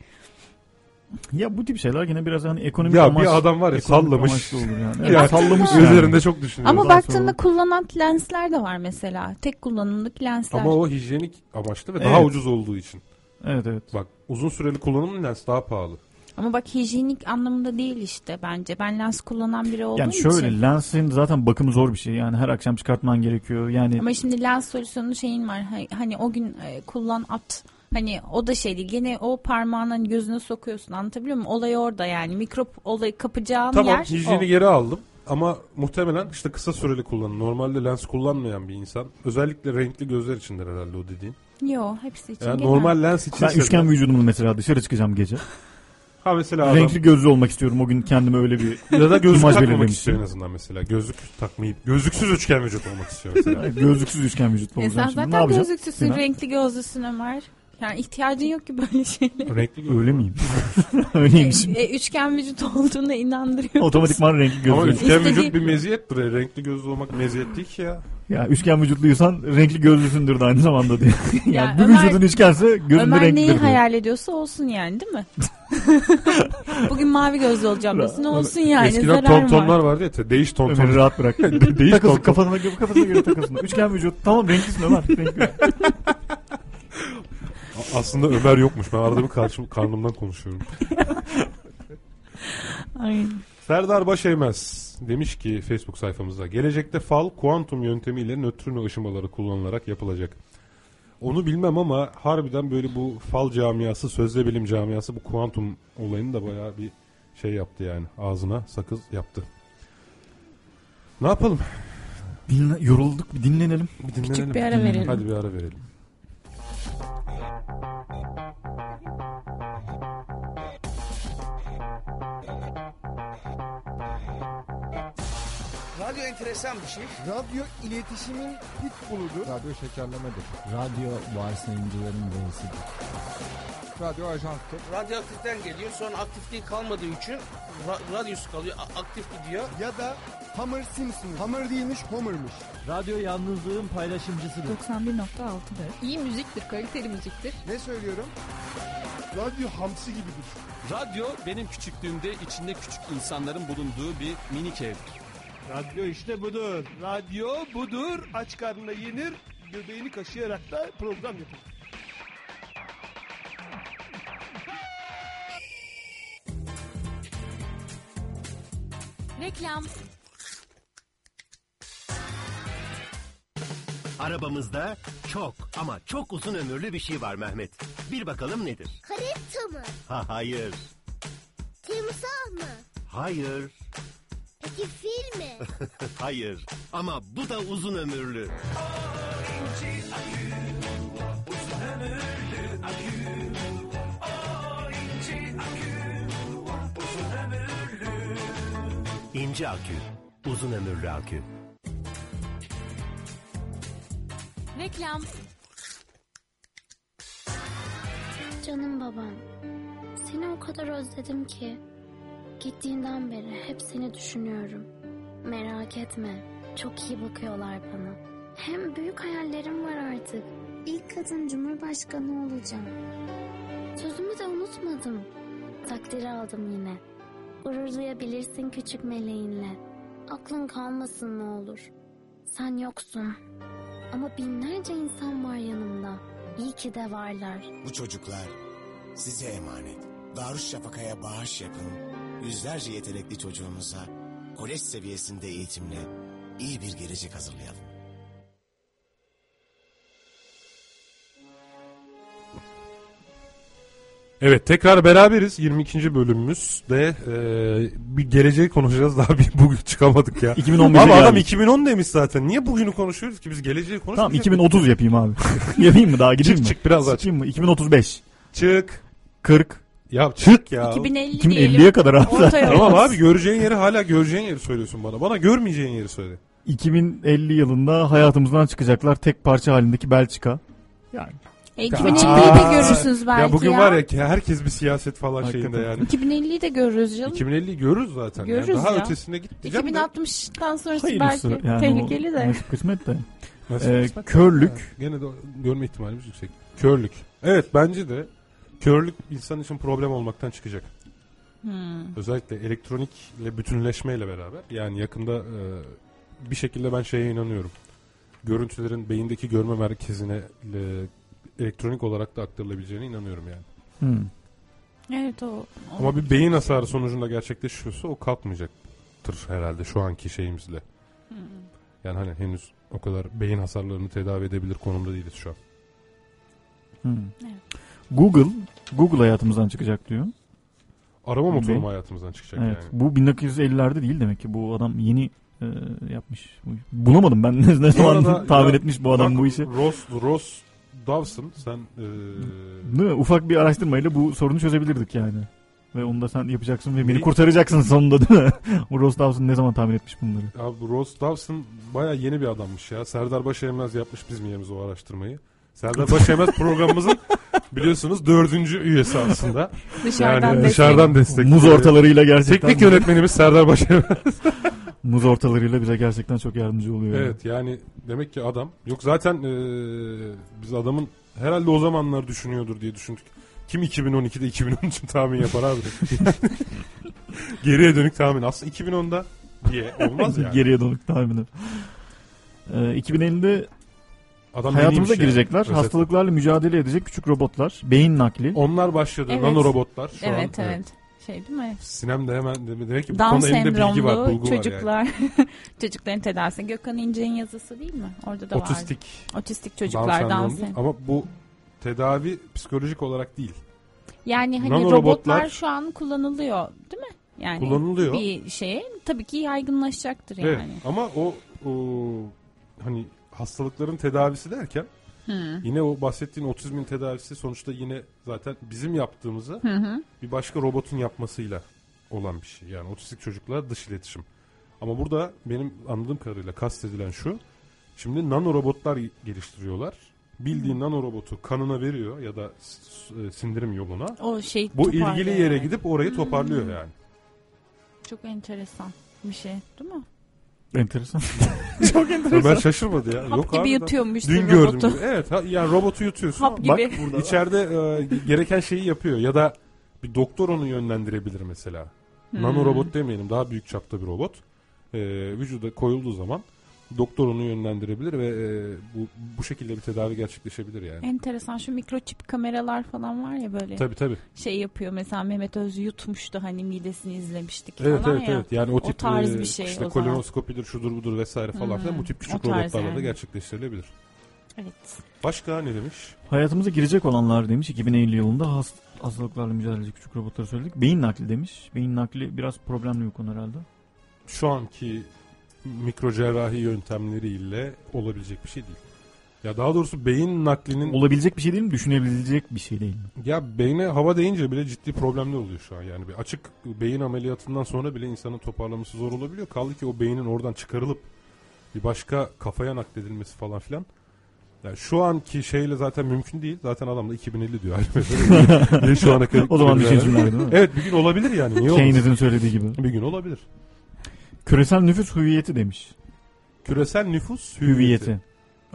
B: Ya bu tip şeyler yine biraz hani ekonomik
C: Ya
B: amaç-
C: bir adam var ya
B: ekonomik
C: sallamış.
B: amaçlı olur yani.
C: <laughs> Ya,
B: Evet, sallamış yani.
C: Üzerinde çok düşünüyorum.
D: Ama
B: Ondan
D: baktığında
B: sonra-
D: kullanan lensler de var mesela. Tek kullanımlık lensler.
C: Ama o hijyenik amaçlı ve daha
B: Evet.
C: ucuz olduğu için.
B: Evet evet.
C: Bak uzun süreli kullanım lens daha pahalı.
D: Ama bak hijyenik anlamında değil işte bence. Ben lens kullanan biri olduğum
B: Yani şöyle
D: için.
B: lensin zaten bakımı zor bir şey. Yani her akşam çıkartman gerekiyor. Yani
D: Ama şimdi lens solüsyonu şeyin var. Hay- Hani o gün e, kullan at. Hani o da şey değil. Gene o parmağının gözüne sokuyorsun. Anlatabiliyor muyum? Olay orada yani. Mikrop olayı kapacağın
C: Tamam
D: yer
C: hijyeni
D: o.
C: geri aldım. Ama muhtemelen işte kısa süreli kullanım. Normalde lens kullanmayan bir insan. Özellikle renkli gözler içindir herhalde o dediğin.
D: Yo hepsi için
C: Yani
D: genel. E,
C: normal lens için.
B: ben üçgen vücudumla mesela dışarı çıkacağım gece.
C: Ha mesela adam-
B: Renkli gözlü olmak istiyorum o gün kendime öyle bir
C: <laughs> Ya da
B: İmaj
C: gözlük takmamak
B: belirlemişsin.
C: istiyor en azından mesela. Gözlük takmayıp gözlüksüz üçgen vücut olmak istiyor
D: <laughs>
C: mesela.
B: Yani gözlüksüz üçgen vücutlu
D: E sen
B: olacağım şimdi. Ne
D: zaten
B: yapacağım?
D: gözlüksüzsün.
B: Sinan?
D: Renkli gözlüsün Ömer. Yani ihtiyacın yok ki böyle şeylere.
C: Renkli gözlük.
B: Öyle miyim? <laughs> Öyleymiş.
D: E, üçgen vücut olduğuna inandırıyor.
B: Otomatikman renkli
C: Ama
B: gözlü.
C: üçgen
D: İstediği-
C: vücut bir meziyettir. ya. Renkli gözlü olmak meziyet değil ki ya.
B: Ya üçgen vücutluysan renkli gözlüsündür de aynı zamanda diyor. yani
D: <laughs> Ya
B: bu
D: Ömer-
B: vücudun üçgense gözünde
D: Ömer
B: renklidir
D: neyi
B: diyor.
D: hayal ediyorsa olsun yani değil mi? <laughs> Bugün mavi gözlü olacağım desin olsun yani.
C: Eskiden
D: Zarar
C: tontonlar
D: var.
C: vardı ya te- değiş
B: Ömer'i
C: tonton.
B: rahat
C: <laughs>
B: bırak.
C: Değiş
B: takılsın
C: tonton.
B: kafasına, göre- kafasına göre takılsın. Üçgen vücut tamam renklisin Ömer. Renkli.
C: A- Aslında Ömer yokmuş. Ben arada bir karşım, karnımdan konuşuyorum.
D: Ay.
C: Serdar Başeymez demiş ki Facebook sayfamızda gelecekte fal kuantum yöntemiyle nötrino ışımaları kullanılarak yapılacak. Onu bilmem ama harbiden böyle bu fal camiası, sözde bilim camiası bu kuantum olayını da bayağı bir şey yaptı yani. Ağzına sakız yaptı. Ne yapalım?
B: Dinle, yorulduk bir dinlenelim.
C: Bir dinlenelim.
D: Küçük bir ara verelim.
C: Hadi bir ara verelim.
H: Radyo enteresan bir şey.
I: Radyo iletişimin pitbulludur. Radyo şekerlemedir.
J: Radyo varsayımcıların babasıdır.
I: Radyo ajanstır.
H: Radyoaktiften geliyor sonra aktifliği kalmadığı için ra- radyosu kalıyor a- aktif gidiyor.
I: Ya da Homer Simpson. Homer değilmiş, Homer'mış.
J: Radyo yalnızlığın paylaşımcısıdır.
D: 91.6'dır.
K: İyi müziktir, kaliteli müziktir.
I: Ne söylüyorum? Radyo hamsi gibidir.
J: Radyo benim küçüklüğümde içinde küçük insanların bulunduğu bir minik ev.
I: Radyo işte budur. Radyo budur. Aç karnına yenir, göbeğini kaşıyarak da program yapar.
K: Reklam.
J: Arabamızda çok ama çok uzun ömürlü bir şey var Mehmet. Bir bakalım nedir?
K: Karetta mı?
J: Ha hayır.
K: Timsah mı?
J: Hayır.
K: Peki fil mi?
J: <laughs> Hayır. Ama bu da uzun ömürlü. İnce akü. Uzun ömürlü akü.
K: Reklam.
L: Canım babam, seni o kadar özledim ki. Gittiğinden beri hep seni düşünüyorum. Merak etme, çok iyi bakıyorlar bana. Hem büyük hayallerim var artık. İlk kadın cumhurbaşkanı olacağım. Sözümü de unutmadım. Takdiri aldım yine. Gurur duyabilirsin küçük meleğinle. Aklın kalmasın ne olur. Sen yoksun. Ama binlerce insan var yanımda. İyi ki de varlar.
J: Bu çocuklar size emanet. Darüşşafaka'ya bağış yapın. Yüzlerce yetenekli çocuğumuza kolej seviyesinde eğitimle iyi bir gelecek hazırlayalım.
C: Evet tekrar beraberiz 22. bölümümüzde e, bir geleceği konuşacağız daha bir bugün çıkamadık ya.
B: 2011'e
C: Abi adam
B: geldik.
C: 2010 demiş zaten niye bugünü konuşuyoruz ki biz geleceği konuşuyoruz.
B: Tamam 2030 yapayım abi. <laughs> yapayım mı daha gideyim
C: Çık
B: mi?
C: çık biraz aç.
B: Çıkayım mı? 2035.
C: Çık.
B: 40.
C: Ya çık ya.
D: 2050 diyelim.
B: 2050'ye kadar abi.
D: Orta yol.
C: Tamam abi göreceğin yeri hala göreceğin yeri söylüyorsun bana. Bana görmeyeceğin yeri söyle.
B: 2050 yılında hayatımızdan çıkacaklar tek parça halindeki Belçika.
D: E, 2050'yi de görürsünüz belki
C: ya bugün var ya ki herkes bir siyaset falan
B: Hakikaten.
C: şeyinde yani.
D: 2050'yi de görürüz canım.
C: 2050'yi görürüz zaten. yani.
D: Görürüz
C: Daha
D: ya.
C: ötesine git diyeceğim de.
D: 2060'tan sonrası
B: Hayırlısı.
D: belki
B: Yani o
D: tehlikeli de.
B: Nasip kısmet de.
C: Nasıl
B: Ee,
C: kısmet?
B: körlük.
C: Ha, Gene de görme ihtimalimiz yüksek. Körlük. Evet bence de körlük insan için problem olmaktan çıkacak.
D: Hmm.
C: Özellikle elektronikle bütünleşmeyle beraber. Yani yakında e, bir şekilde ben şeye inanıyorum. Görüntülerin beyindeki görme merkezine e, elektronik olarak da aktarılabileceğine inanıyorum yani.
B: Hmm.
D: Evet o.
C: Ama bir beyin hasarı sonucunda gerçekleşiyorsa o kalkmayacaktır herhalde şu anki şeyimizle.
D: Hmm.
C: Yani hani henüz o kadar beyin hasarlarını tedavi edebilir konumda değiliz şu an.
B: Hmm.
D: Evet.
B: Google, Google hayatımızdan çıkacak diyor.
C: Arama motoru
B: Beyin-
C: mu hayatımızdan çıkacak
B: Evet.
C: yani?
B: Bu 1950'lerde değil demek ki. Bu adam yeni e, yapmış. Bulamadım ben <laughs> ne- ne
C: arada-
B: zaman tahmin
C: ya-
B: etmiş bu adam
C: Bak,
B: bu işi.
C: Ross, Ross Dawson sen e, eee,
B: Değil mi? Ufak bir araştırmayla bu sorunu çözebilirdik yani. Ve onu da sen yapacaksın ve beni
C: Ne-
B: kurtaracaksın sonunda değil mi? <laughs> o Ross Dawson ne zaman tahmin etmiş bunları?
C: abi Ross Dawson baya yeni bir adammış ya. Serdar Başaymaz yapmış bizim yerimize o araştırmayı. Serdar
D: <laughs>
C: Başaymaz programımızın biliyorsunuz dördüncü üyesi aslında.
D: Dışarıdan
C: Yani
D: destek.
C: dışarıdan destek.
B: Muz ortalarıyla gerçekten.
C: Teknik yönetmenimiz Serdar Başaymaz.
B: Muz ortalarıyla bize gerçekten çok yardımcı oluyor. yani.
C: Evet yani demek ki adam yok zaten eee, biz adamın herhalde o zamanlar düşünüyordur diye düşündük. Kim 2012'de 2013'ü tahmin yapar
D: <laughs>
C: abi? Geriye dönük tahmin. Aslında 2010'da diye olmaz yani.
B: Geriye dönük tahmini. Ee, 2050'de
C: Adam
B: hayatımıza
C: yeniymiş yani.
B: girecekler.
C: Özetle.
B: Hastalıklarla mücadele edecek küçük robotlar. Beyin nakli.
C: Onlar başladı.
D: Evet.
C: Nanorobotlar şu an.
D: Evet evet. Şey değil mi?
C: Sinem de hemen de- demek ki bu
D: Down
C: konuda elimde bilgi var.
D: sendromlu
C: Bulgu var
D: çocuklar. <laughs> Çocukların tedavisi. Gökhan İnce'nin yazısı değil mi? Orada da
C: yani.
D: var.
C: Otistik.
D: Otistik çocuklar
C: sendromu
D: dans
C: değil. Ama bu tedavi psikolojik olarak değil.
D: Yani hani
C: Nanorobotlar-
D: robotlar, şu an kullanılıyor değil mi? Yani
C: Kullanılıyor.
D: Bir şeye tabii ki yaygınlaşacaktır
C: Evet.
D: yani.
C: Ama o, o hani hastalıkların tedavisi derken
D: Hı.
C: yine o bahsettiğin otizmin tedavisi sonuçta yine zaten bizim yaptığımızı
D: Hı hı.
C: bir başka robotun yapmasıyla olan bir şey. Yani otistik çocuklar dış iletişim. Ama burada benim anladığım kadarıyla kastedilen şu. Şimdi nano robotlar geliştiriyorlar. Bildiğin nano robotu kanına veriyor ya da s- s- sindirim yoluna.
D: O şey
C: Bu
D: toparlıyor
C: ilgili yere
D: yani.
C: gidip orayı toparlıyor
D: Hmm.
C: yani.
D: Çok enteresan bir şey değil mi?
B: Enteresan. Çok enteresan.
C: Ben şaşırmadı
D: <laughs>
C: ya.
D: Hap
C: Yok
D: gibi
C: abi.
D: yutuyormuş
C: Dün
D: bir
C: gördüm.
D: robotu. <laughs>
C: gibi. Evet. Ha, yani robotu yutuyorsun.
D: Hap
C: Bak
D: gibi.
C: burada. içeride e, gereken şeyi yapıyor. Ya da bir doktor onu yönlendirebilir mesela.
B: Hmm.
C: Nano robot demeyelim. Daha büyük çapta bir robot. E, vücuda koyulduğu zaman doktor onu yönlendirebilir ve e, bu, bu şekilde bir tedavi gerçekleşebilir yani.
D: Enteresan şu mikroçip kameralar falan var ya böyle.
C: Tabii, tabii.
D: Şey yapıyor mesela Mehmet Öz yutmuştu hani midesini izlemiştik
C: Evet
D: falan
C: evet
D: ya.
C: evet. Yani o tip
D: tarz
C: e,
D: bir şey
C: işte
D: o zaman.
C: kolonoskopidir, şudur budur vesaire falan
D: Hı hı.
C: filan bu tip
D: O
C: küçük
D: tarz
C: robotlarla da
D: yani.
C: gerçekleştirilebilir.
D: Evet.
C: Başka ne demiş?
B: Hayatımıza girecek olanlar demiş 2050 yılında hast hastalıklarla mücadele edecek küçük robotları söyledik. Beyin nakli demiş. Beyin nakli biraz problemli bir konu herhalde.
C: şu anki mikro cerrahi yöntemleriyle olabilecek bir şey değil. Ya daha doğrusu beyin naklinin
B: Olabilecek bir şey değil mi? Düşünebilecek bir şey değil mi?
C: ya beyne hava değince bile ciddi problemler oluyor şu an. Yani bir açık beyin ameliyatından sonra bile insanın toparlaması zor olabiliyor. Kaldı ki o beynin oradan çıkarılıp bir başka kafaya nakledilmesi falan filan. Yani şu anki şeyle zaten mümkün değil. Zaten adam da 2050
B: <laughs>
C: diyor. Ayrı Niye şu ana kadar-
B: O zaman şey düşünsünler değil mi?
C: <laughs> Evet bir gün olabilir yani. Niye olmasın?
B: Keynes'in söylediği gibi.
C: Bir gün olabilir.
B: Küresel nüfus hüviyeti demiş.
C: Küresel nüfus
B: Hüviyeti.
C: hüviyeti.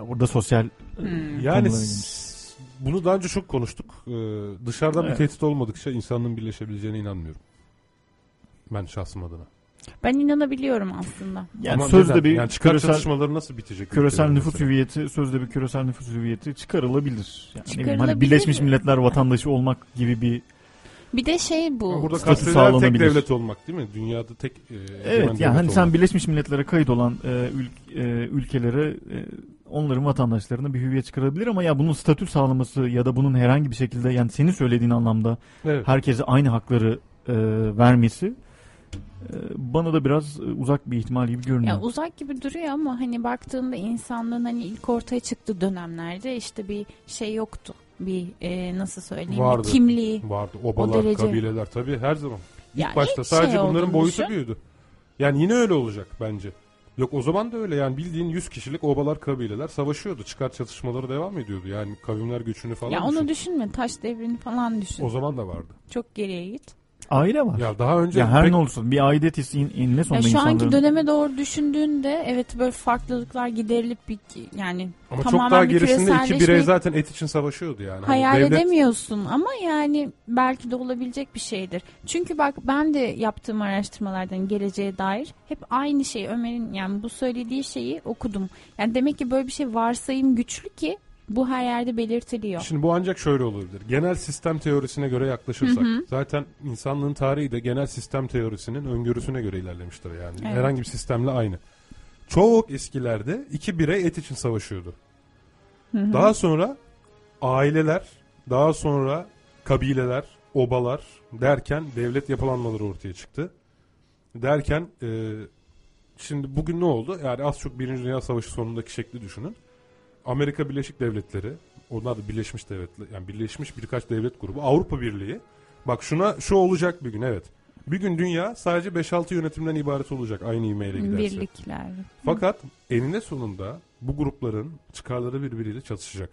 B: Orada sosyal
D: Hmm.
C: Yani
B: konulara
C: s- bunu daha önce çok konuştuk. Ee, dışarıdan
B: Evet.
C: bir tehdit olmadıkça insanlığın birleşebileceğine inanmıyorum. Ben şahsım adına.
D: Ben inanabiliyorum aslında.
B: Yani
C: Ama
B: sözde
C: neden?
B: bir
C: Yani çıkar
B: küresel-
C: çatışmaları nasıl bitecek?
B: Küresel
C: ülkelerin
B: nüfus
C: mesela?
B: hüviyeti sözde bir küresel nüfus hüviyeti çıkarılabilir. Yani ne bileyim,
D: Çıkarılabilir.
B: hani Birleşmiş Milletler vatandaşı olmak gibi bir
D: Bir de şey bu.
C: Ama Burada
B: Statü
C: kastedilen tek
B: sağlanabilir.
C: devlet olmak değil mi? Dünyada tek e, egemen
B: Evet
C: devlet
B: yani hani sen
C: olmak.
B: Birleşmiş Milletler'e kayıt olan e, ül- e, ülkelere e, onların vatandaşlarına bir hüviyet çıkarabilir ama ya bunun statü sağlaması ya da bunun herhangi bir şekilde yani senin söylediğin anlamda
C: Evet.
B: herkese aynı hakları e, vermesi e, bana da biraz e, uzak bir ihtimal gibi görünüyor.
D: Ya uzak gibi duruyor ama hani baktığında insanlığın hani ilk ortaya çıktığı dönemlerde işte bir şey yoktu. Bir e, nasıl söyleyeyim bir
C: vardı.
D: kimliği.
C: vardı.
D: O
C: Obalar,
D: derece.
C: kabileler tabii her zaman. İlk
D: Ya
C: başta
D: ilk
C: sadece
D: şey
C: bunların
D: olduğunu
C: boyutu
D: düşün.
C: büyüdü. Yani yine öyle olacak bence. Yok o zaman da öyle yani bildiğin 100 kişilik obalar kabileler savaşıyordu. Çıkar çatışmaları devam ediyordu. Yani kavimler göçünü falan
D: ya
C: düşün.
D: onu düşünme taş devrini falan düşün.
C: O zaman da vardı.
D: Çok geriye git.
B: Aile var.
C: Ya daha önce
B: ya her
C: pek-
B: ne olursun bir aidiyet hissi in, enine
D: Ya
B: sonunda
D: şu anki
B: insanların-
D: döneme doğru düşündüğünde evet böyle farklılıklar giderilip bir yani
C: Ama
D: tamamen
C: çok daha
D: bir
C: gerisinde iki birey
D: küreselleşmeyi
C: zaten et için savaşıyordu yani. Hani
D: Hayal
C: devlet-
D: edemiyorsun ama yani belki de olabilecek bir şeydir. Çünkü bak ben de yaptığım araştırmalardan geleceğe dair hep aynı şeyi Ömer'in yani bu söylediği şeyi okudum. Yani demek ki böyle bir şey varsayım güçlü ki bu her yerde belirtiliyor.
C: Şimdi bu ancak şöyle olabilir. Genel sistem teorisine göre yaklaşırsak.
D: Hı hı.
C: Zaten insanlığın tarihi de genel sistem teorisinin öngörüsüne göre ilerlemiştir yani.
D: Evet.
C: Herhangi bir sistemle aynı. Çok eskilerde iki birey et için savaşıyordu.
M: Hı hı.
C: Daha sonra aileler, daha sonra kabileler, obalar derken devlet yapılanmaları ortaya çıktı. Derken e, şimdi bugün ne oldu? Yani az çok Birinci Dünya Savaşı sonundaki şekli düşünün. Amerika Birleşik Devletleri, onlar da Birleşmiş Devletler, yani Birleşmiş birkaç devlet grubu, Avrupa Birliği. Bak şuna şu olacak bir gün evet. Bir gün dünya sadece 5-6 yönetimden ibaret olacak aynı imeyle giderse.
D: Birlikler.
C: Fakat eninde sonunda bu grupların çıkarları birbiriyle çatışacak.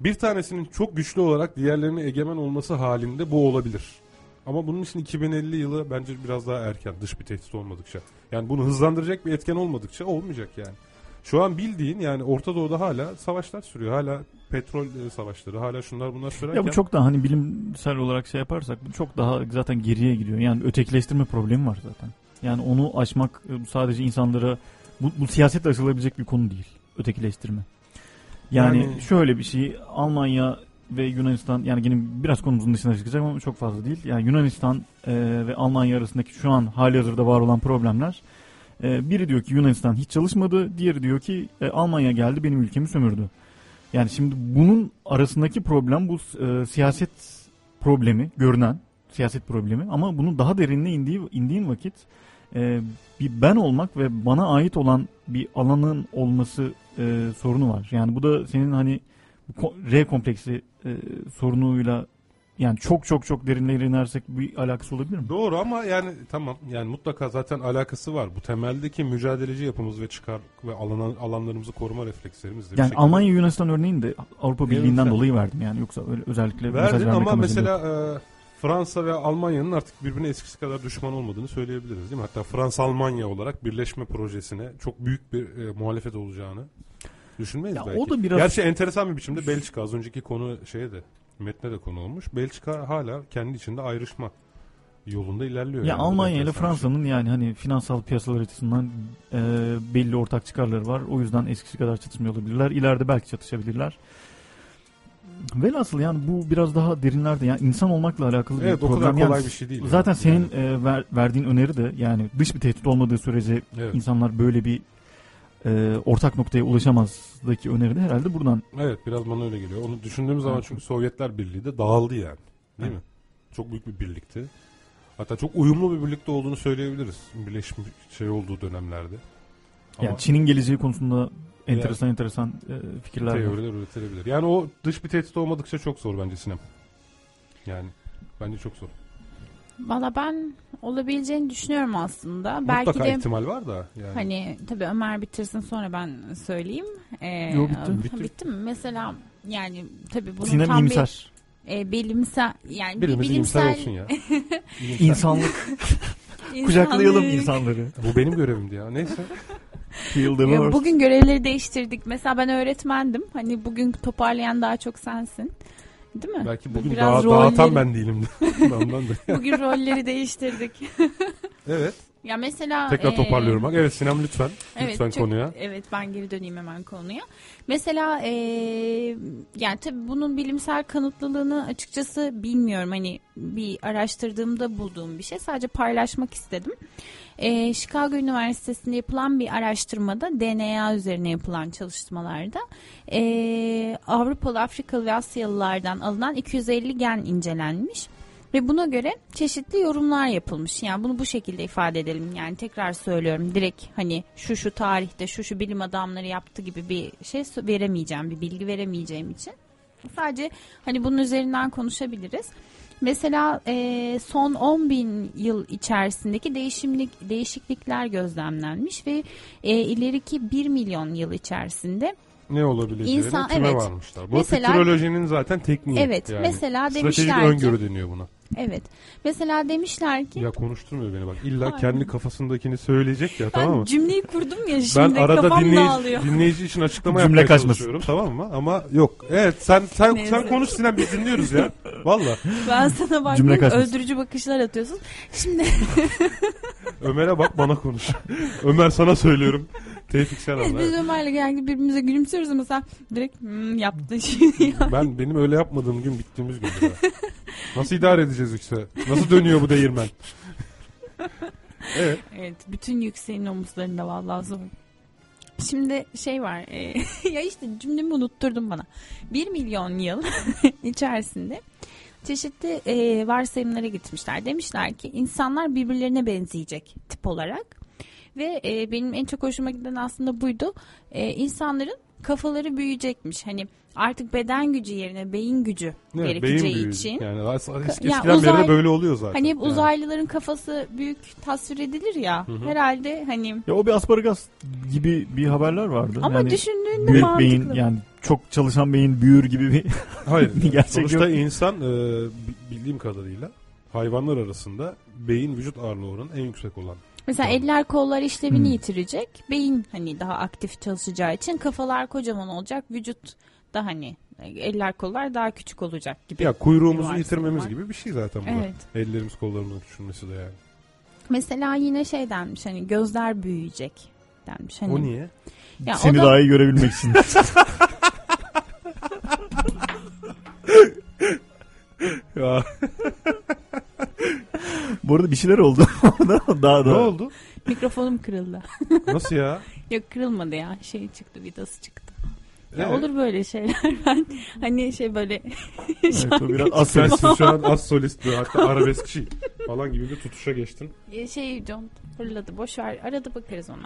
C: Bir tanesinin çok güçlü olarak diğerlerine egemen olması halinde bu olabilir. Ama bunun için 2050 yılı bence biraz daha erken dış bir tehdit olmadıkça. Yani bunu hızlandıracak bir etken olmadıkça olmayacak yani. Şu an bildiğin yani Orta Doğu'da hala savaşlar sürüyor. Hala petrol e, savaşları, hala şunlar bunlar sürerken.
B: Ya bu çok daha hani bilimsel olarak şey yaparsak bu çok daha zaten geriye gidiyor. Yani ötekileştirme problemi var zaten. Yani onu aşmak e, sadece insanlara bu, bu siyasetle aşılabilecek bir konu değil. Ötekileştirme. Yani,
N: Yani-
B: şöyle bir şey Almanya ve Yunanistan yani yine biraz konumuzun dışına çıkacak ama çok fazla değil. Yani Yunanistan e, ve Almanya arasındaki şu an hali hazırda var olan problemler. e, biri diyor ki Yunanistan hiç çalışmadı. Diğeri diyor ki e, Almanya geldi benim ülkemi sömürdü. Yani şimdi bunun arasındaki problem bu e, siyaset problemi görünen siyaset problemi ama bunun daha derinine indiği indiğin vakit e, bir ben olmak ve bana ait olan bir alanın olması e, sorunu var. Yani bu da senin hani bu ko- R kompleksi e, sorunuyla yani çok çok çok derinlere inersek bir alakası olabilir mi?
C: Doğru ama yani tamam yani mutlaka zaten alakası var. Bu temeldeki mücadeleci yapımız ve çıkar ve alan, alanlarımızı koruma reflekslerimiz de bir
B: Yani
C: şekilde-
B: Almanya Yunanistan örneğini de Avrupa
C: Evet,
B: Birliği'nden
C: sen-
B: dolayı verdim yani yoksa öyle özellikle mesaj
C: Verdin
B: vermek
C: ama
B: amacıyla
C: mesela e, Fransa ve Almanya'nın artık birbirine eskisi kadar düşman olmadığını söyleyebiliriz değil mi? Hatta Fransa-Almanya olarak birleşme projesine çok büyük bir e, muhalefet olacağını düşünmeyiz
B: Ya
C: belki.
B: o da biraz-
C: Gerçi enteresan bir biçimde Belçika az önceki konu şeye de metne de konu olmuş. Belçika hala kendi içinde ayrışma yolunda ilerliyor.
B: Ya
C: yani. Bu da
B: Almanya ile
C: enteresan bir şey.
B: Fransa'nın yani hani finansal piyasalar açısından e, belli ortak çıkarları var. O yüzden eskisi kadar çatışmıyor olabilirler. İleride belki çatışabilirler. Velhasıl yani bu biraz daha derinlerde yani insan olmakla alakalı bir
C: Evet, o
B: problem.
C: kadar
B: Yani
C: kolay bir şey değil
B: Zaten
C: yani.
B: senin e, ver- verdiğin öneri de yani dış bir tehdit olmadığı sürece
C: Evet.
B: insanlar böyle bir e, ortak noktaya ulaşamazdaki öneri de herhalde buradan
C: Evet biraz bana öyle geliyor. Onu düşündüğüm zaman çünkü Sovyetler Birliği de dağıldı yani. Değil mi? Çok büyük bir birlikti. Hatta çok uyumlu bir birlikte olduğunu söyleyebiliriz. Birleşmiş şey olduğu dönemlerde. Ama
B: yani Çin'in geleceği konusunda
C: Yani-
B: enteresan enteresan e, fikirler var.
C: teoriler üretilebilir. Yani o dış bir tehdit olmadıkça çok zor bence Sinem. Yani bence çok zor.
D: Valla ben olabileceğini düşünüyorum aslında. Belki
C: Mutlaka
D: de
C: ihtimal var da yani.
D: Hani tabii Ömer bitirsin sonra ben söyleyeyim. Ee,
C: Yo, bitti.
D: ha,
C: Bitti.
D: bitti mi? Mesela yani tabii bunun
B: Sinem
D: tam
B: iyimser.
D: bir e, bilimsel yani
C: Birimiz
D: bir bilimsel
C: iyimser olsun
D: <laughs>
C: ya. İyimser.
B: İnsanlık. Kucaklayalım insanları.
C: Bu benim görevimdi ya. Neyse.
B: <laughs>
D: Ya Bugün görevleri değiştirdik. Mesela ben öğretmendim. Hani bugün toparlayan daha çok sensin. Değil mi?
C: Belki bugün
D: Biraz
C: daha,
D: rolleri-
C: dağıtan <laughs> ben değilim. Ondan da.
D: Bugün rolleri değiştirdik.
C: Evet.
D: ya mesela
C: Tekrar
D: e,
C: toparlıyorum bak. Evet Sinem lütfen.
D: Evet,
C: lütfen
D: çok-
C: konuya.
D: Evet ben geri döneyim hemen konuya. Mesela e, yani tabii bunun bilimsel kanıtlılığını açıkçası bilmiyorum. Hani bir araştırdığımda bulduğum bir şey. Sadece paylaşmak istedim. E, Chicago Üniversitesi'nde yapılan bir araştırmada DNA üzerine yapılan çalışmalarda e, Avrupalı, Afrikalı ve Asyalılardan alınan 250 gen incelenmiş. Ve buna göre çeşitli yorumlar yapılmış. Yani bunu bu şekilde ifade edelim. Yani tekrar söylüyorum direkt hani şu şu tarihte şu şu bilim adamları yaptı gibi bir şey sö- veremeyeceğim, bir bilgi veremeyeceğim için. Sadece hani bunun üzerinden konuşabiliriz. Mesela e, son 10 bin yıl içerisindeki değişimlik değişiklikler gözlemlenmiş ve e, ileriki 1 milyon yıl içerisinde
C: ne olabileceğini
D: İnsan-
C: kime
D: evet.
C: varmışlar. Bu
D: Mesela-
C: futurolojinin zaten tekniği.
D: Evet, mesela
C: Stratejik
D: demişler ki-
C: öngörü deniyor buna.
D: evet. Mesela demişler ki
C: Ya konuşturmuyor beni bak. İlla
D: Aynen.
C: kendi kafasındakini söyleyecek ya
D: ben
C: tamam mı?
D: cümleyi kurdum ya
C: Ben
D: şimdi
C: arada
D: kafam
C: dinleyici, <laughs>
D: dağılıyor.
C: dinleyici için açıklama
B: Cümle
C: yapmaya
B: kaçmasın.
C: çalışıyorum tamam mı? Ama yok. Evet sen sen
D: Neyse.
C: sen konuş Sinem biz dinliyoruz ya. Valla.
D: Ben sana baktım
C: Cümle kaçmasın.
D: öldürücü bakışlar atıyorsun. Şimdi
C: Ömer'e bak bana konuş. <laughs> Ömer sana söylüyorum. Tevfik sen
D: biz,
C: anla.
D: <laughs> biz Ömer'le genelde birbirimize gülümsüyoruz ama sen direkt hmm, yaptın <laughs> şimdi.
C: Ben benim öyle yapmadığım gün bittiğimiz gün. Nasıl idare edeceğiz yoksa? Nasıl dönüyor bu değirmen? Evet.
D: evet bütün yükseğin omuzlarında vallahi zor. Şimdi şey var e, <laughs> ya işte cümlemi unutturdun bana. 1 milyon yıl <laughs> içerisinde çeşitli e, varsayımlara gitmişler. Demişler ki insanlar birbirlerine benzeyecek tip olarak. Ve e, benim en çok hoşuma giden aslında buydu. E, insanların kafaları büyüyecekmiş. Hani artık beden gücü yerine beyin gücü
C: Evet,
D: gerekeceği
C: beyin büyüğü.
D: için.
C: Yani es-
D: Ka-
C: eski-
D: ya
C: eskiden beri
D: uzay-
C: de böyle oluyor zaten.
D: Hani hep
C: Yani.
D: uzaylıların kafası büyük tasvir edilir ya.
B: Hı hı.
D: Herhalde hani
B: Ya o bir asparagas gibi bir haberler vardı.
D: Ama düşündüğünde
B: büyük
D: mantıklı.
B: beyin yani çok çalışan beyin büyür gibi bir
C: <laughs> Hayır.
D: <laughs>
B: bir gerçek
C: sonuçta
B: yok.
C: insan e, bi- bildiğim kadarıyla hayvanlar arasında beyin vücut ağırlığı oranı en yüksek olan.
D: Mesela eller kollar işlevini
C: Hmm.
D: yitirecek. Beyin hani daha aktif çalışacağı için kafalar kocaman olacak. Vücut da hani eller kollar daha küçük olacak gibi.
C: Ya
D: bir
C: kuyruğumuzu
D: varsayım
C: yitirmemiz
D: var.
C: gibi bir şey zaten bu. da.
D: Evet.
C: Ellerimiz kollarımızın küçülmesi de yani.
D: Mesela yine şey denmiş hani gözler büyüyecek denmiş. Hani,
C: O niye?
D: Ya
B: Seni
D: o da-
B: daha iyi görebilmek için.
C: Ya.
B: Bu arada bir şeyler oldu <laughs> orada. daha da.
C: Ne oldu?
D: <laughs> Mikrofonum kırıldı. <laughs>
C: Nasıl ya?
D: Yok kırılmadı ya. Şey çıktı vidası çıktı. Ya
C: Evet.
D: olur böyle şeyler. <laughs> Ben hani şey böyle <laughs>
C: biraz
D: şarkıcı
C: az
D: <laughs> falan.
C: şu an az solist bir hatta arabeskçi falan gibi bir tutuşa geçtin.
D: Ya Şey John fırladı. Boş ver. Arada bakarız ona.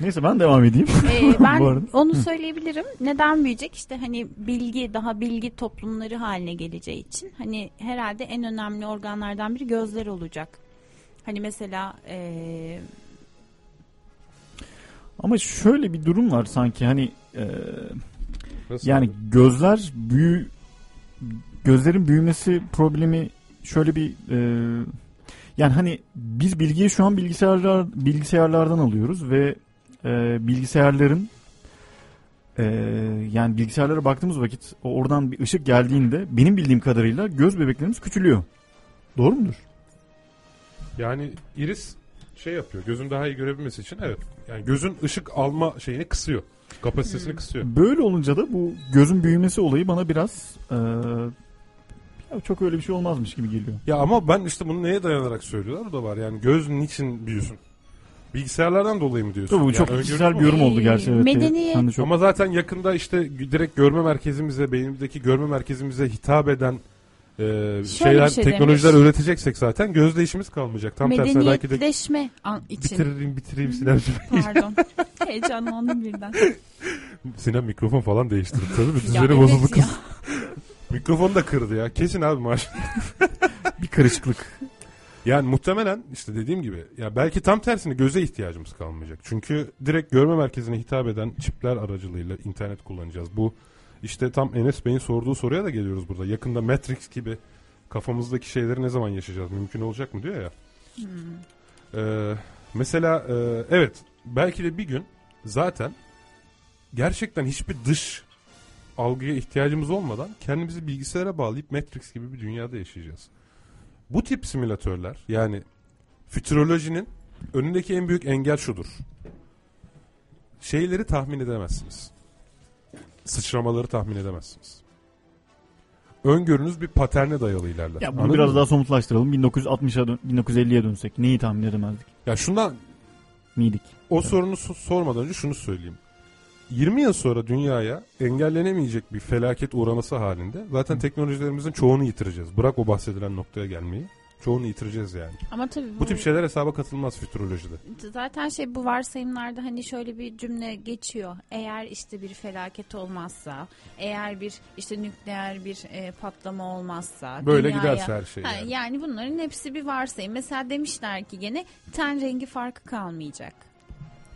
B: Neyse ben devam edeyim.
C: <laughs>
D: Ee, ben
B: Bu arada.
D: onu
B: Hı.
D: söyleyebilirim. Neden büyüyecek? İşte hani bilgi daha bilgi toplumları haline geleceği için. Hani herhalde en önemli organlardan biri gözler olacak. Hani mesela ee,
B: Ama şöyle bir durum var sanki hani e,
C: Nasıl
B: yani gözler büyü gözlerin büyümesi problemi şöyle bir e, yani hani biz bilgiyi şu an bilgisayarlar bilgisayarlardan alıyoruz ve e, bilgisayarların e, yani bilgisayarlara baktığımız vakit o- oradan bir ışık geldiğinde benim bildiğim kadarıyla göz bebeklerimiz küçülüyor. Doğru mudur?
C: Yani iris şey yapıyor. Gözün daha iyi görebilmesi için evet. Yani gözün ışık alma şeyini kısıyor. Kapasitesini
D: Hmm.
C: kısıyor.
B: Böyle olunca da bu gözün büyümesi olayı bana biraz e, ya çok öyle bir şey olmazmış gibi geliyor.
C: Ya ama ben işte bunu neye dayanarak söylüyorlar? O da var. Yani göz niçin büyüsün? Bilgisayarlardan dolayı mı diyorsun?
B: Tabii bu
C: Yani
B: çok
C: öngörü
B: kişisel
C: mü?
B: bir yorum oldu gerçi. Evet.
D: Medeniyet-
B: Ben de çok-
C: Ama zaten yakında işte direkt görme merkezimize, beynimizdeki görme merkezimize hitap eden e, şeyler,
D: bir şey
C: teknolojiler
D: demiş.
C: öğreteceksek zaten gözle işimiz kalmayacak. Tam tersine belki de
D: medeniyetleşme an için.
C: bitireyim bitireyim Sinemciğim.
D: Pardon. <laughs> Heyecanlandım birden.
C: <laughs> Sinem mikrofon falan değiştirdi tabii.
D: Ya
C: Düzeni
D: evet
C: bozuldu
D: ya.
C: kız. Mikrofonu da kırdı ya. Kesin abi maaş.
B: bir karışıklık.
C: Yani muhtemelen işte dediğim gibi ya belki tam tersine göze ihtiyacımız kalmayacak. Çünkü direkt görme merkezine hitap eden çipler aracılığıyla internet kullanacağız. Bu işte tam Enes Bey'in sorduğu soruya da geliyoruz burada. Yakında Matrix gibi kafamızdaki şeyleri ne zaman yaşayacağız? Mümkün olacak mı diyor ya. Ee, mesela e, evet belki de bir gün zaten gerçekten hiçbir dış algıya ihtiyacımız olmadan kendimizi bilgisayara bağlayıp Matrix gibi bir dünyada yaşayacağız. Bu tip simülatörler yani fütürolojinin önündeki en büyük engel şudur. Şeyleri tahmin edemezsiniz. Sıçramaları tahmin edemezsiniz. Öngörünüz bir paterne dayalı ilerler.
B: Ya bunu
C: Anladın
B: biraz
C: mı?
B: daha somutlaştıralım. 1960'a dön- 1950'ye dönsek neyi tahmin edemezdik?
C: Ya şundan
B: miydik?
C: O sorunu so- sormadan önce şunu söyleyeyim. 20 yıl sonra dünyaya engellenemeyecek bir felaket uğraması halinde zaten teknolojilerimizin çoğunu yitireceğiz. Bırak o bahsedilen noktaya gelmeyi. Çoğunu yitireceğiz yani.
D: Ama tabii bu,
C: Bu tip şeyler hesaba katılmaz fütürolojide.
D: zaten şey bu varsayımlarda hani şöyle bir cümle geçiyor. Eğer işte bir felaket olmazsa, eğer bir işte nükleer bir e, patlama olmazsa,
C: Böyle giderse her şey
D: Ha,
C: yani.
D: yani. bunların hepsi bir varsayım. Mesela demişler ki gene ten rengi farkı kalmayacak.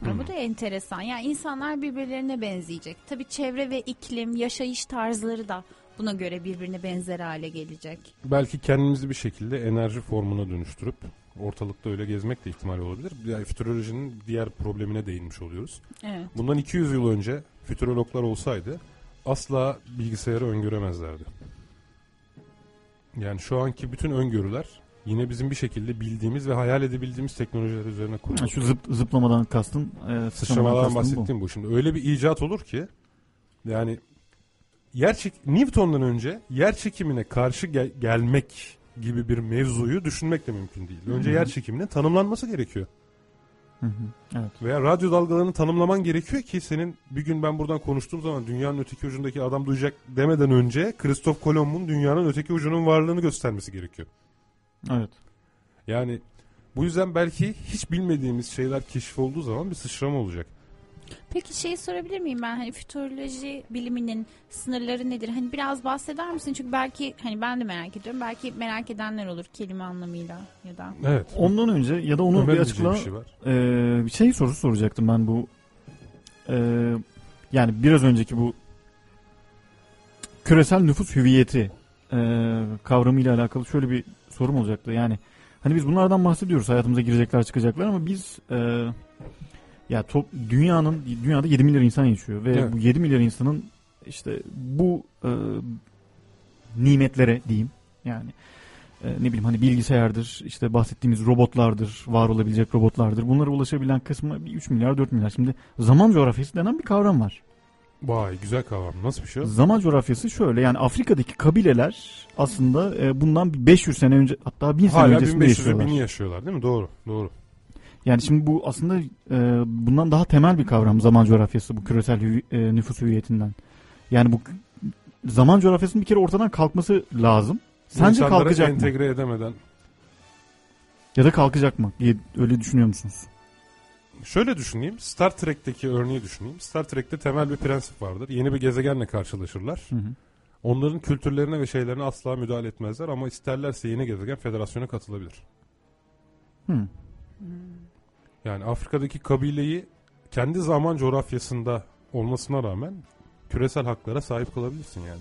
D: Ama
C: Hmm.
D: Bu da enteresan. Yani insanlar birbirlerine benzeyecek. Tabii çevre ve iklim, yaşayış tarzları da buna göre birbirine benzer hale gelecek.
C: Belki kendimizi bir şekilde enerji formuna dönüştürüp ortalıkta öyle gezmek de ihtimali olabilir. Yani fütürolojinin diğer problemine değinmiş oluyoruz.
D: Evet.
C: Bundan 200 yıl önce fütürologlar olsaydı asla bilgisayarı öngöremezlerdi. Yani şu anki bütün öngörüler yine bizim bir şekilde bildiğimiz ve hayal edebildiğimiz teknolojiler üzerine kurulu.
B: Ha, Şu zıp- zıplamadan kastın e,
C: Sıçramadan
B: sıçramadan kastın
C: bahsettiğim bu. Şimdi öyle bir icat olur ki yani yer çek- Newton'dan önce yer çekimine karşı gel- gelmek gibi bir mevzuyu düşünmek de mümkün değil. Önce
B: Hı hı.
C: yer çekiminin tanımlanması gerekiyor.
B: bu. Hı hı. Evet.
C: Veya radyo dalgalarını tanımlaman gerekiyor ki senin bir gün ben buradan konuştuğum zaman dünyanın öteki ucundaki adam duyacak demeden önce Kristof Kolomb'un dünyanın öteki ucunun varlığını göstermesi gerekiyor.
B: Evet.
C: Yani bu yüzden belki hiç bilmediğimiz şeyler keşif olduğu zaman bir sıçrama olacak.
D: Peki şey sorabilir miyim ben hani fütüroloji biliminin sınırları nedir? Hani biraz bahseder misin? Çünkü belki hani ben de merak ediyorum. Belki merak edenler olur kelime anlamıyla ya da.
C: Evet.
B: Ondan önce ya da onu
C: Ömer
B: bir açıkla.
C: diyeceği bir şey var.
B: Ee, bir şey sorusu soracaktım ben bu. Ee, yani biraz önceki bu küresel nüfus hüviyeti e, kavramıyla alakalı şöyle bir sorum olacaktı. Yani hani biz bunlardan bahsediyoruz hayatımıza girecekler çıkacaklar ama biz e, ya top, dünyanın dünyada 7 milyar insan yaşıyor ve
O: Evet.
B: bu 7 milyar insanın işte bu e, nimetlere diyeyim yani e, ne bileyim hani bilgisayardır işte bahsettiğimiz robotlardır var olabilecek robotlardır bunlara ulaşabilen kısmı bir 3 milyar 4 milyar şimdi zaman coğrafyası denen bir kavram var.
C: Vay güzel kavram. Nasıl bir şey?
B: Zaman coğrafyası şöyle yani Afrika'daki kabileler aslında e, bundan bir 500 sene önce hatta 1000 sene
C: Hala
B: öncesinde
C: 1500'e
B: yaşıyorlar.
C: 1000'i yaşıyorlar değil mi? Doğru. Doğru.
B: Yani şimdi bu aslında e, bundan daha temel bir kavram zaman coğrafyası bu küresel hüvi- e, nüfus hüviyetinden. Yani bu k- zaman coğrafyasının bir kere ortadan kalkması lazım. Sence
C: İnsanları
B: kalkacak mı?
C: entegre edemeden
B: Ya da kalkacak mı? diye öyle düşünüyor musunuz?
C: Şöyle düşüneyim. Star Trek'teki örneği düşüneyim. Star Trek'te temel bir prensip vardır. Yeni bir gezegenle karşılaşırlar.
B: Hı hı.
C: Onların kültürlerine ve şeylerine asla müdahale etmezler ama isterlerse yeni gezegen federasyona katılabilir.
B: Hı.
C: Yani Afrika'daki kabileyi kendi zaman coğrafyasında olmasına rağmen küresel haklara sahip kalabilirsin yani.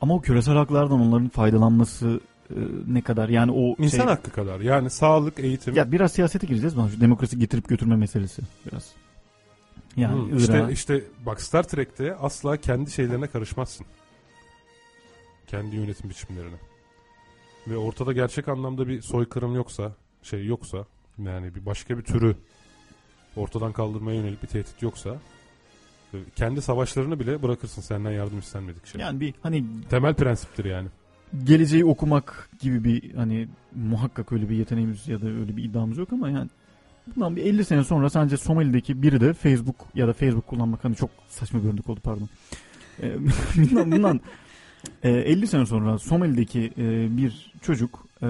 B: Ama o küresel haklardan onların faydalanması e, ne kadar? Yani o
C: İnsan
B: şey-
C: hakkı kadar. Yani sağlık, eğitim.
B: Ya biraz siyasete gireceğiz bana şu demokrasi getirip götürme meselesi biraz. Yani
C: Hı, işte, işte bak Star Trek'te asla kendi şeylerine karışmazsın. Kendi yönetim biçimlerine. Ve ortada gerçek anlamda bir soykırım yoksa, şey yoksa, yani bir başka bir türü ortadan kaldırmaya yönelik bir tehdit yoksa e, kendi savaşlarını bile bırakırsın senden yardım istenmedik şey.
B: Yani bir hani
C: temel prensiptir yani.
B: geleceği okumak gibi bir hani muhakkak öyle bir yeteneğimiz ya da öyle bir iddiamız yok ama yani bundan bir 50 sene sonra sence Somali'deki biri de Facebook ya da Facebook kullanmak hani çok saçma göründük oldu pardon. Ee, <laughs> bundan bundan e, 50 sene sonra Somali'deki e, bir çocuk e,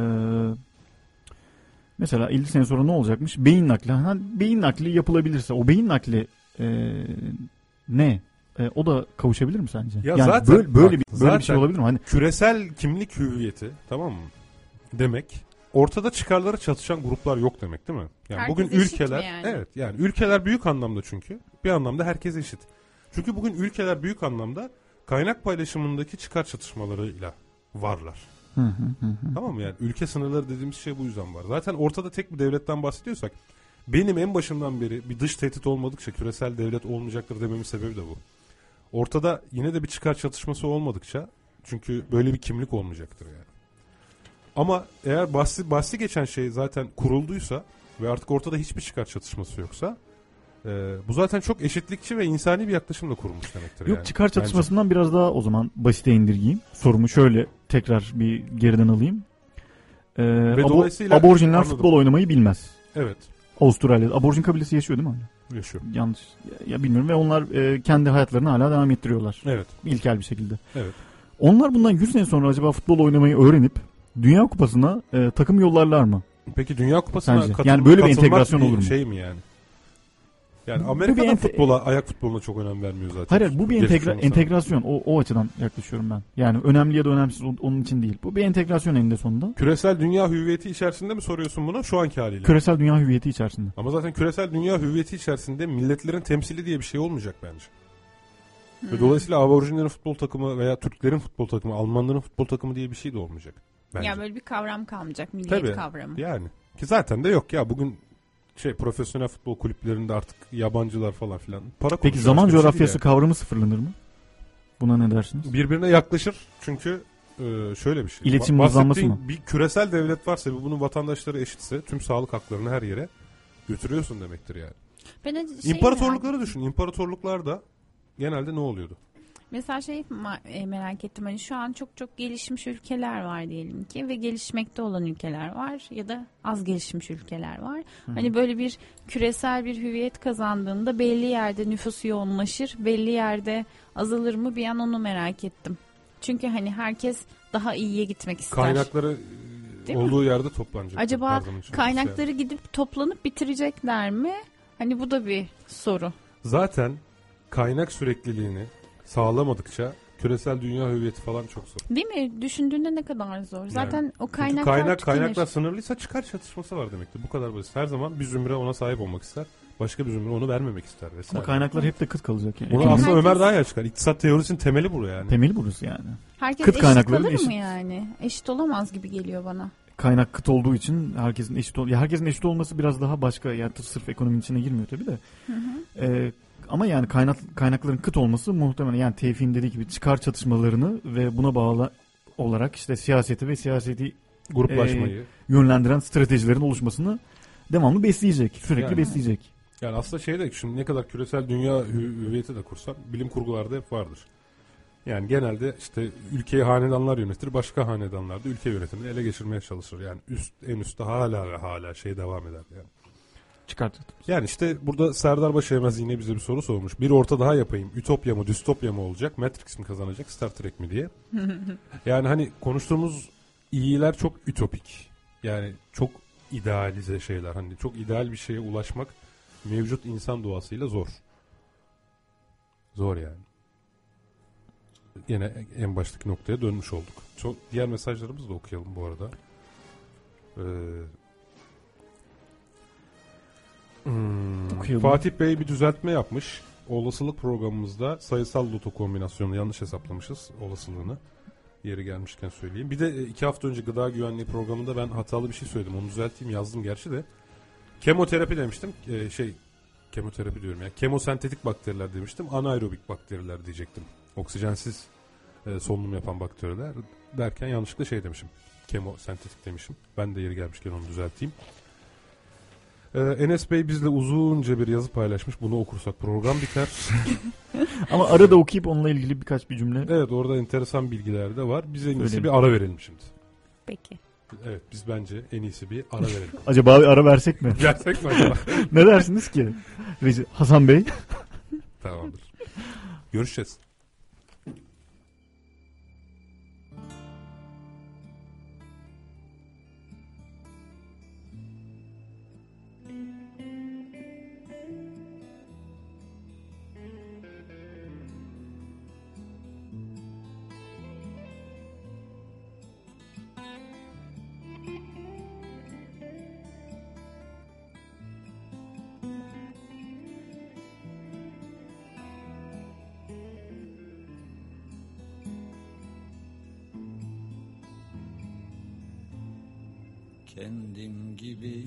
B: mesela 50 sene sonra ne olacakmış? Beyin nakli. Ha, beyin nakli yapılabilirse o beyin nakli e, ne? E, o da kavuşabilir mi sence?
C: Ya
B: yani
C: zaten
B: böyle, böyle
C: bak,
B: bir, böyle bir şey
C: zaten
B: olabilir mi? Hani
C: küresel kimlik hüviyeti tamam mı? Demek ortada çıkarları çatışan gruplar yok demek değil mi? Yani
P: Herkes
C: bugün
P: eşit mi
C: ülkeler
P: yani?
C: evet yani ülkeler büyük anlamda çünkü bir anlamda herkes eşit. Çünkü bugün ülkeler büyük anlamda kaynak paylaşımındaki çıkar çatışmalarıyla varlar.
B: Hı hı hı hı.
C: Tamam mı? Yani ülke sınırları dediğimiz şey bu yüzden var. Zaten ortada tek bir devletten bahsediyorsak benim en başından beri bir dış tehdit olmadıkça küresel devlet olmayacaktır dememin sebebi de bu. Ortada yine de bir çıkar çatışması olmadıkça çünkü böyle bir kimlik olmayacaktır yani. Ama eğer bahsi, bahsi geçen şey zaten kurulduysa ve artık ortada hiçbir çıkar çatışması yoksa e, bu zaten çok eşitlikçi ve insani bir yaklaşımla kurulmuş demektir.
B: Yok
C: yani.
B: çıkar
C: Bence.
B: çatışmasından biraz daha o zaman basite indirgeyim. Sorumu şöyle tekrar bir geriden alayım. Ee, abo-
C: dolayısıyla-
B: aborjinler
C: Anladım.
B: futbol oynamayı bilmez.
C: Evet.
B: Avustralya'da aborjin kabilesi yaşıyor değil mi? hala?
C: Yaşıyor.
B: Yanlış. Ya, ya bilmiyorum ve onlar e, kendi hayatlarını hala devam ettiriyorlar.
C: Evet.
B: İlkel bir şekilde.
C: Evet.
B: Onlar bundan 100 sene sonra acaba futbol oynamayı öğrenip Dünya Kupası'na e, takım yollarlar mı?
C: Peki Dünya Kupası'na
B: Sence?
C: katıl-
B: Yani böyle bir
C: katılmak
B: entegrasyon
C: bir
B: olur mu?
C: Şey mi yani? Yani
B: Bu
C: Amerika
B: bir
C: da
B: ente-
C: futbola, ayak futboluna çok önem vermiyor zaten.
B: Hayır hayır, bu bir
C: Geçmiş
B: entegra-
C: olmasına.
B: entegrasyon. O, o açıdan yaklaşıyorum ben. Yani önemli ya da önemsiz o- onun için değil. Bu bir entegrasyon eninde sonunda.
C: Küresel dünya hüviyeti içerisinde mi soruyorsun bunu şu anki haliyle?
B: Küresel dünya hüviyeti içerisinde.
C: Ama zaten küresel dünya hüviyeti içerisinde milletlerin temsili diye bir şey olmayacak bence. Ve
B: Hmm.
C: dolayısıyla aborjinlerin futbol takımı veya Türklerin futbol takımı, Almanların futbol takımı diye bir şey de olmayacak. Bence.
D: Ya böyle bir kavram kalmayacak. Milliyet
C: Tabii.
D: kavramı.
C: Yani. Ki zaten de yok ya bugün şey profesyonel futbol kulüplerinde artık yabancılar falan filan para
B: Peki
C: konuşuyor,
B: zaman
C: başka bir şey
B: coğrafyası
C: değil yani.
B: kavramı sıfırlanır mı? Buna ne dersiniz?
C: birbirine yaklaşır. Çünkü e, şöyle bir şey.
B: İletişim
C: Ba-
B: hızlanması mı?
C: bahsettiğin Bir küresel devlet varsa ve bunun vatandaşları eşitse tüm sağlık haklarını her yere götürüyorsun demektir yani.
D: Ben de şey
C: İmparatorlukları düşün. İmparatorluklar da genelde ne oluyordu?
D: Mesela şey ma- e, merak ettim hani şu an çok çok gelişmiş ülkeler var diyelim ki ve gelişmekte olan ülkeler var ya da az gelişmiş ülkeler var.
Q: Hı hı.
D: Hani böyle bir küresel bir hüviyet kazandığında belli yerde nüfus yoğunlaşır, belli yerde azalır mı bir an onu merak ettim. Çünkü hani herkes daha iyiye gitmek ister.
C: Kaynakları e,
D: Değil mi?
C: olduğu yerde toplanacak.
D: Acaba
C: her zaman şey için.
D: kaynakları gidip toplanıp bitirecekler mi? Hani bu da bir soru.
C: Zaten kaynak sürekliliğini sağlamadıkça küresel dünya hüviyeti falan çok zor.
D: Değil mi? Düşündüğünde ne kadar zor. Zaten
C: Yani.
D: o
C: Çünkü
D: kaynaklar
C: kaynak
D: tükenir.
C: kaynaklar sınırlıysa çıkar çatışması var demektir. Bu kadar basit. Her zaman bir zümre ona sahip olmak ister. başka bir zümre onu vermemek ister vesaire.
B: Ama kaynaklar hep de kıt kalacak yani.
C: Bunu
B: Ekonomi-
C: aslında Ömer daha iyi açıklar. İktisat teorisinin temeli bu yani.
B: Temeli burası yani.
D: Herkes
B: Kıt
D: eşit
B: kaynakların
D: kalır
B: eşit.
D: mı yani? Eşit olamaz gibi geliyor bana.
B: Kaynak kıt olduğu için herkesin eşit ol ya herkesin eşit olması biraz daha başka yani tır- sırf ekonominin içine girmiyor tabii de.
D: Hı hı.
B: Ee, ama yani kaynak kaynakların kıt olması muhtemelen yani Tevfik'in dediği gibi çıkar çatışmalarını ve buna bağlı olarak işte siyaseti ve siyaseti
C: Gruplaşmayı.
B: yönlendiren stratejilerin oluşmasını devamlı besleyecek. Sürekli
C: Yani.
B: besleyecek.
C: Yani aslında şey de şimdi ne kadar küresel dünya hü- hüviyeti de kursam bilim kurgularda hep vardır. Yani genelde işte ülkeyi hanedanlar yönetir, başka hanedanlar da ülke yönetimini ele geçirmeye çalışır. Yani üst en üstte hala ve hala şey devam eder yani.
B: Çıkartır.
C: Yani işte burada Serdar Başaymaz yine bize bir soru sormuş. Bir orta daha yapayım. Ütopya mı, distopya mı olacak? Matrix mi kazanacak, Star Trek mi diye. Yani hani konuştuğumuz iyiler çok ütopik. Yani çok idealize şeyler. Hani çok ideal bir şeye ulaşmak mevcut insan doğasıyla zor. Zor yani. Yine en baştaki noktaya dönmüş olduk. Çok diğer mesajlarımızı da okuyalım bu arada. Ee, hmm,
B: Okuyalım.
C: Fatih Bey bir düzeltme yapmış. Olasılık programımızda sayısal loto kombinasyonu yanlış hesaplamışız olasılığını. Yeri gelmişken söyleyeyim. Bir de e, iki hafta önce gıda güvenliği programında ben hatalı bir şey söyledim. Onu düzelteyim yazdım gerçi de. Kemoterapi demiştim. Ee, şey kemoterapi diyorum ya. Kemosentetik bakteriler demiştim. Anaerobik bakteriler diyecektim. Oksijensiz e, solunum yapan bakteriler derken yanlışlıkla şey demişim. Kemosentetik demişim. Ben de yeri gelmişken onu düzelteyim. Ee, Enes Bey bizle uzunca bir yazı paylaşmış. Bunu okursak program biter.
B: Ama arada okuyup onunla ilgili birkaç bir cümle.
C: Evet orada enteresan bilgiler de var. Biz en iyisi
B: Söyleyelim.
C: bir ara verelim şimdi.
D: Peki.
C: Evet biz bence en iyisi bir ara <laughs> verelim.
B: Acaba bir ara versek
C: <laughs>
B: mi?
C: Versek mi acaba?
B: ne dersiniz ki? Reci- Hasan Bey.
C: Tamamdır. Görüşeceğiz.
J: kendim gibi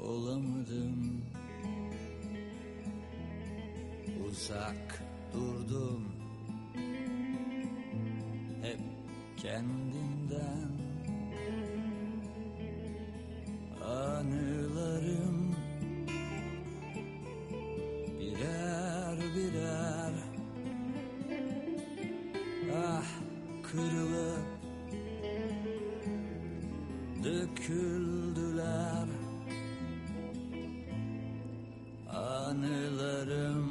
J: olamadım uzak durdum hep kendimden anılarım birer birer ah kırılıp döküldüler anılarım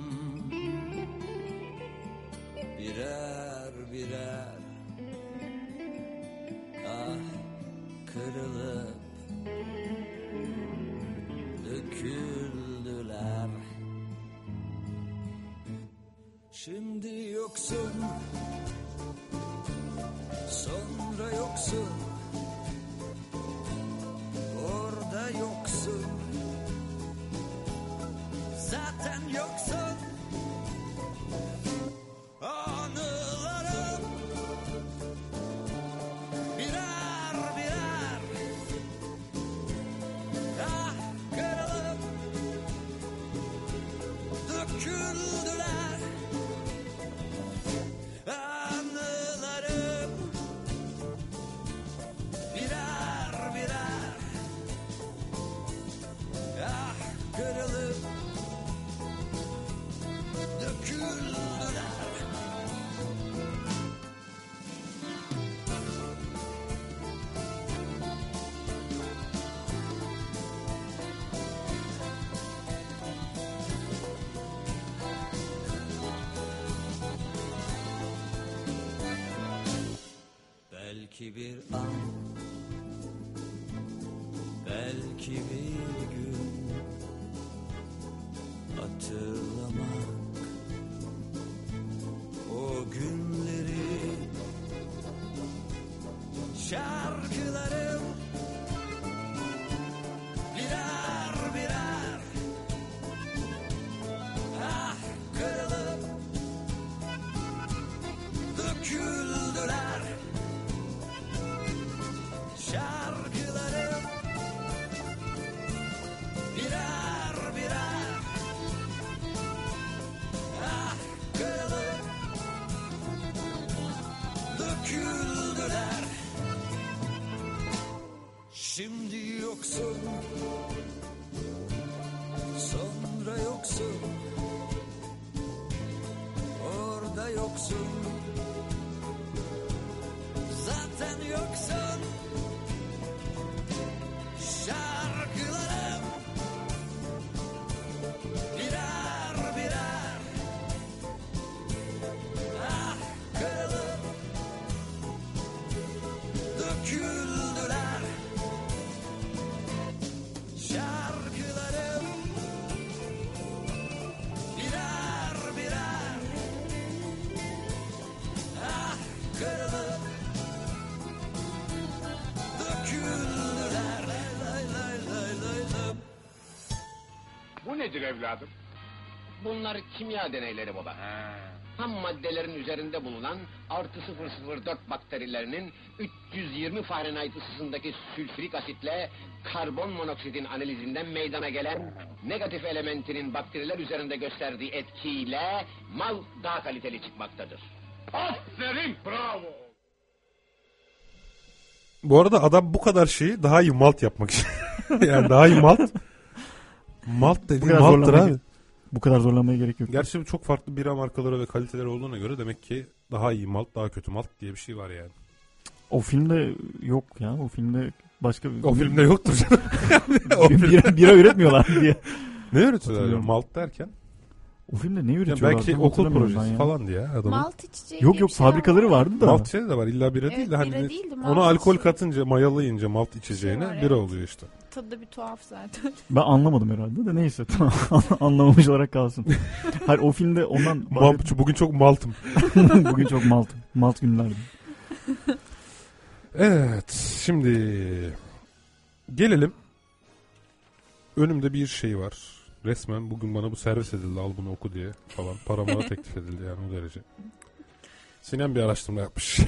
J: birer birer ah kırılıp döküldüler şimdi yoksun sonra yoksun Orada yoksun Zaten yoksun Anılarım Birer birer Ah kırılıp Döküldüler Anılarım Birer birer Ah kırılıp döküldüler Belki bir an Belki bir gün hatırlamak o günleri Şarkılarım
I: Şimdi yoksun Sonra yoksun Orada yoksun Zaten yoksun Şarkılarım Birer birer Ah kırılıp Döküldüler Şarkılarım birer birer ah kırılıp döküldüler lay lay lay lay lay.
J: Bu nedir evladım? Bunlar kimya deneyleri baba. Ham maddelerin üzerinde bulunan artı 004 bakterilerinin 320 Fahrenheit ısısındaki sülfürik asitle karbon monoksidin analizinden meydana gelen negatif elementinin bakteriler üzerinde gösterdiği etkiyle mal daha kaliteli çıkmaktadır. Aferin bravo.
C: Bu arada adam bu kadar şeyi daha iyi malt yapmak için. <laughs> yani daha iyi malt. Malt
B: Bu
C: dediği
B: kadar
C: malttır
B: zorlamaya-
C: abi.
B: Bu kadar zorlamaya gerek yok.
C: Gerçi bu çok farklı bira markaları ve kaliteleri olduğuna göre demek ki daha iyi malt, daha kötü malt diye bir şey var yani.
B: O filmde yok ya. O filmde başka bir...
C: O filmde yoktur canım. O
B: Bir-
C: filmde-
B: bira, bira üretmiyorlar diye.
C: Ne üretiyorlar?
B: Hatırlıyorum.
C: ya? Malt derken?
B: O filmde ne
C: Ya
B: üretiyorlar?
C: belki
B: Tam
C: okul
B: hatırlamıyorum ben
C: projesi
B: ya.
C: falan diye adamın.
R: Malt içeceği
B: Yok
R: diye
B: yok
R: bir şey var.
B: fabrikaları vardı da.
C: Malt şey de var. illa bira değil de
R: Evet,
C: hani
R: bira
C: ne-
R: değildi, malt
C: ona alkol
R: içeceği.
C: katınca mayalayınca malt içeceğine
R: var,
C: bira
R: evet.
C: oluyor işte.
R: Tadı da bir tuhaf zaten.
B: Ben anlamadım herhalde de neyse tamam <laughs> anlamamış olarak kalsın. Hayır o filmde ondan...
C: <laughs> Mal- bugün çok maltım.
B: bugün çok maltım. Malt günlerdi.
C: Evet şimdi gelelim. Önümde bir şey var. Resmen bugün bana bu servis edildi al bunu oku diye falan.
R: <laughs>
C: Para bana teklif edildi yani o derece. Sinem bir araştırma yapmış.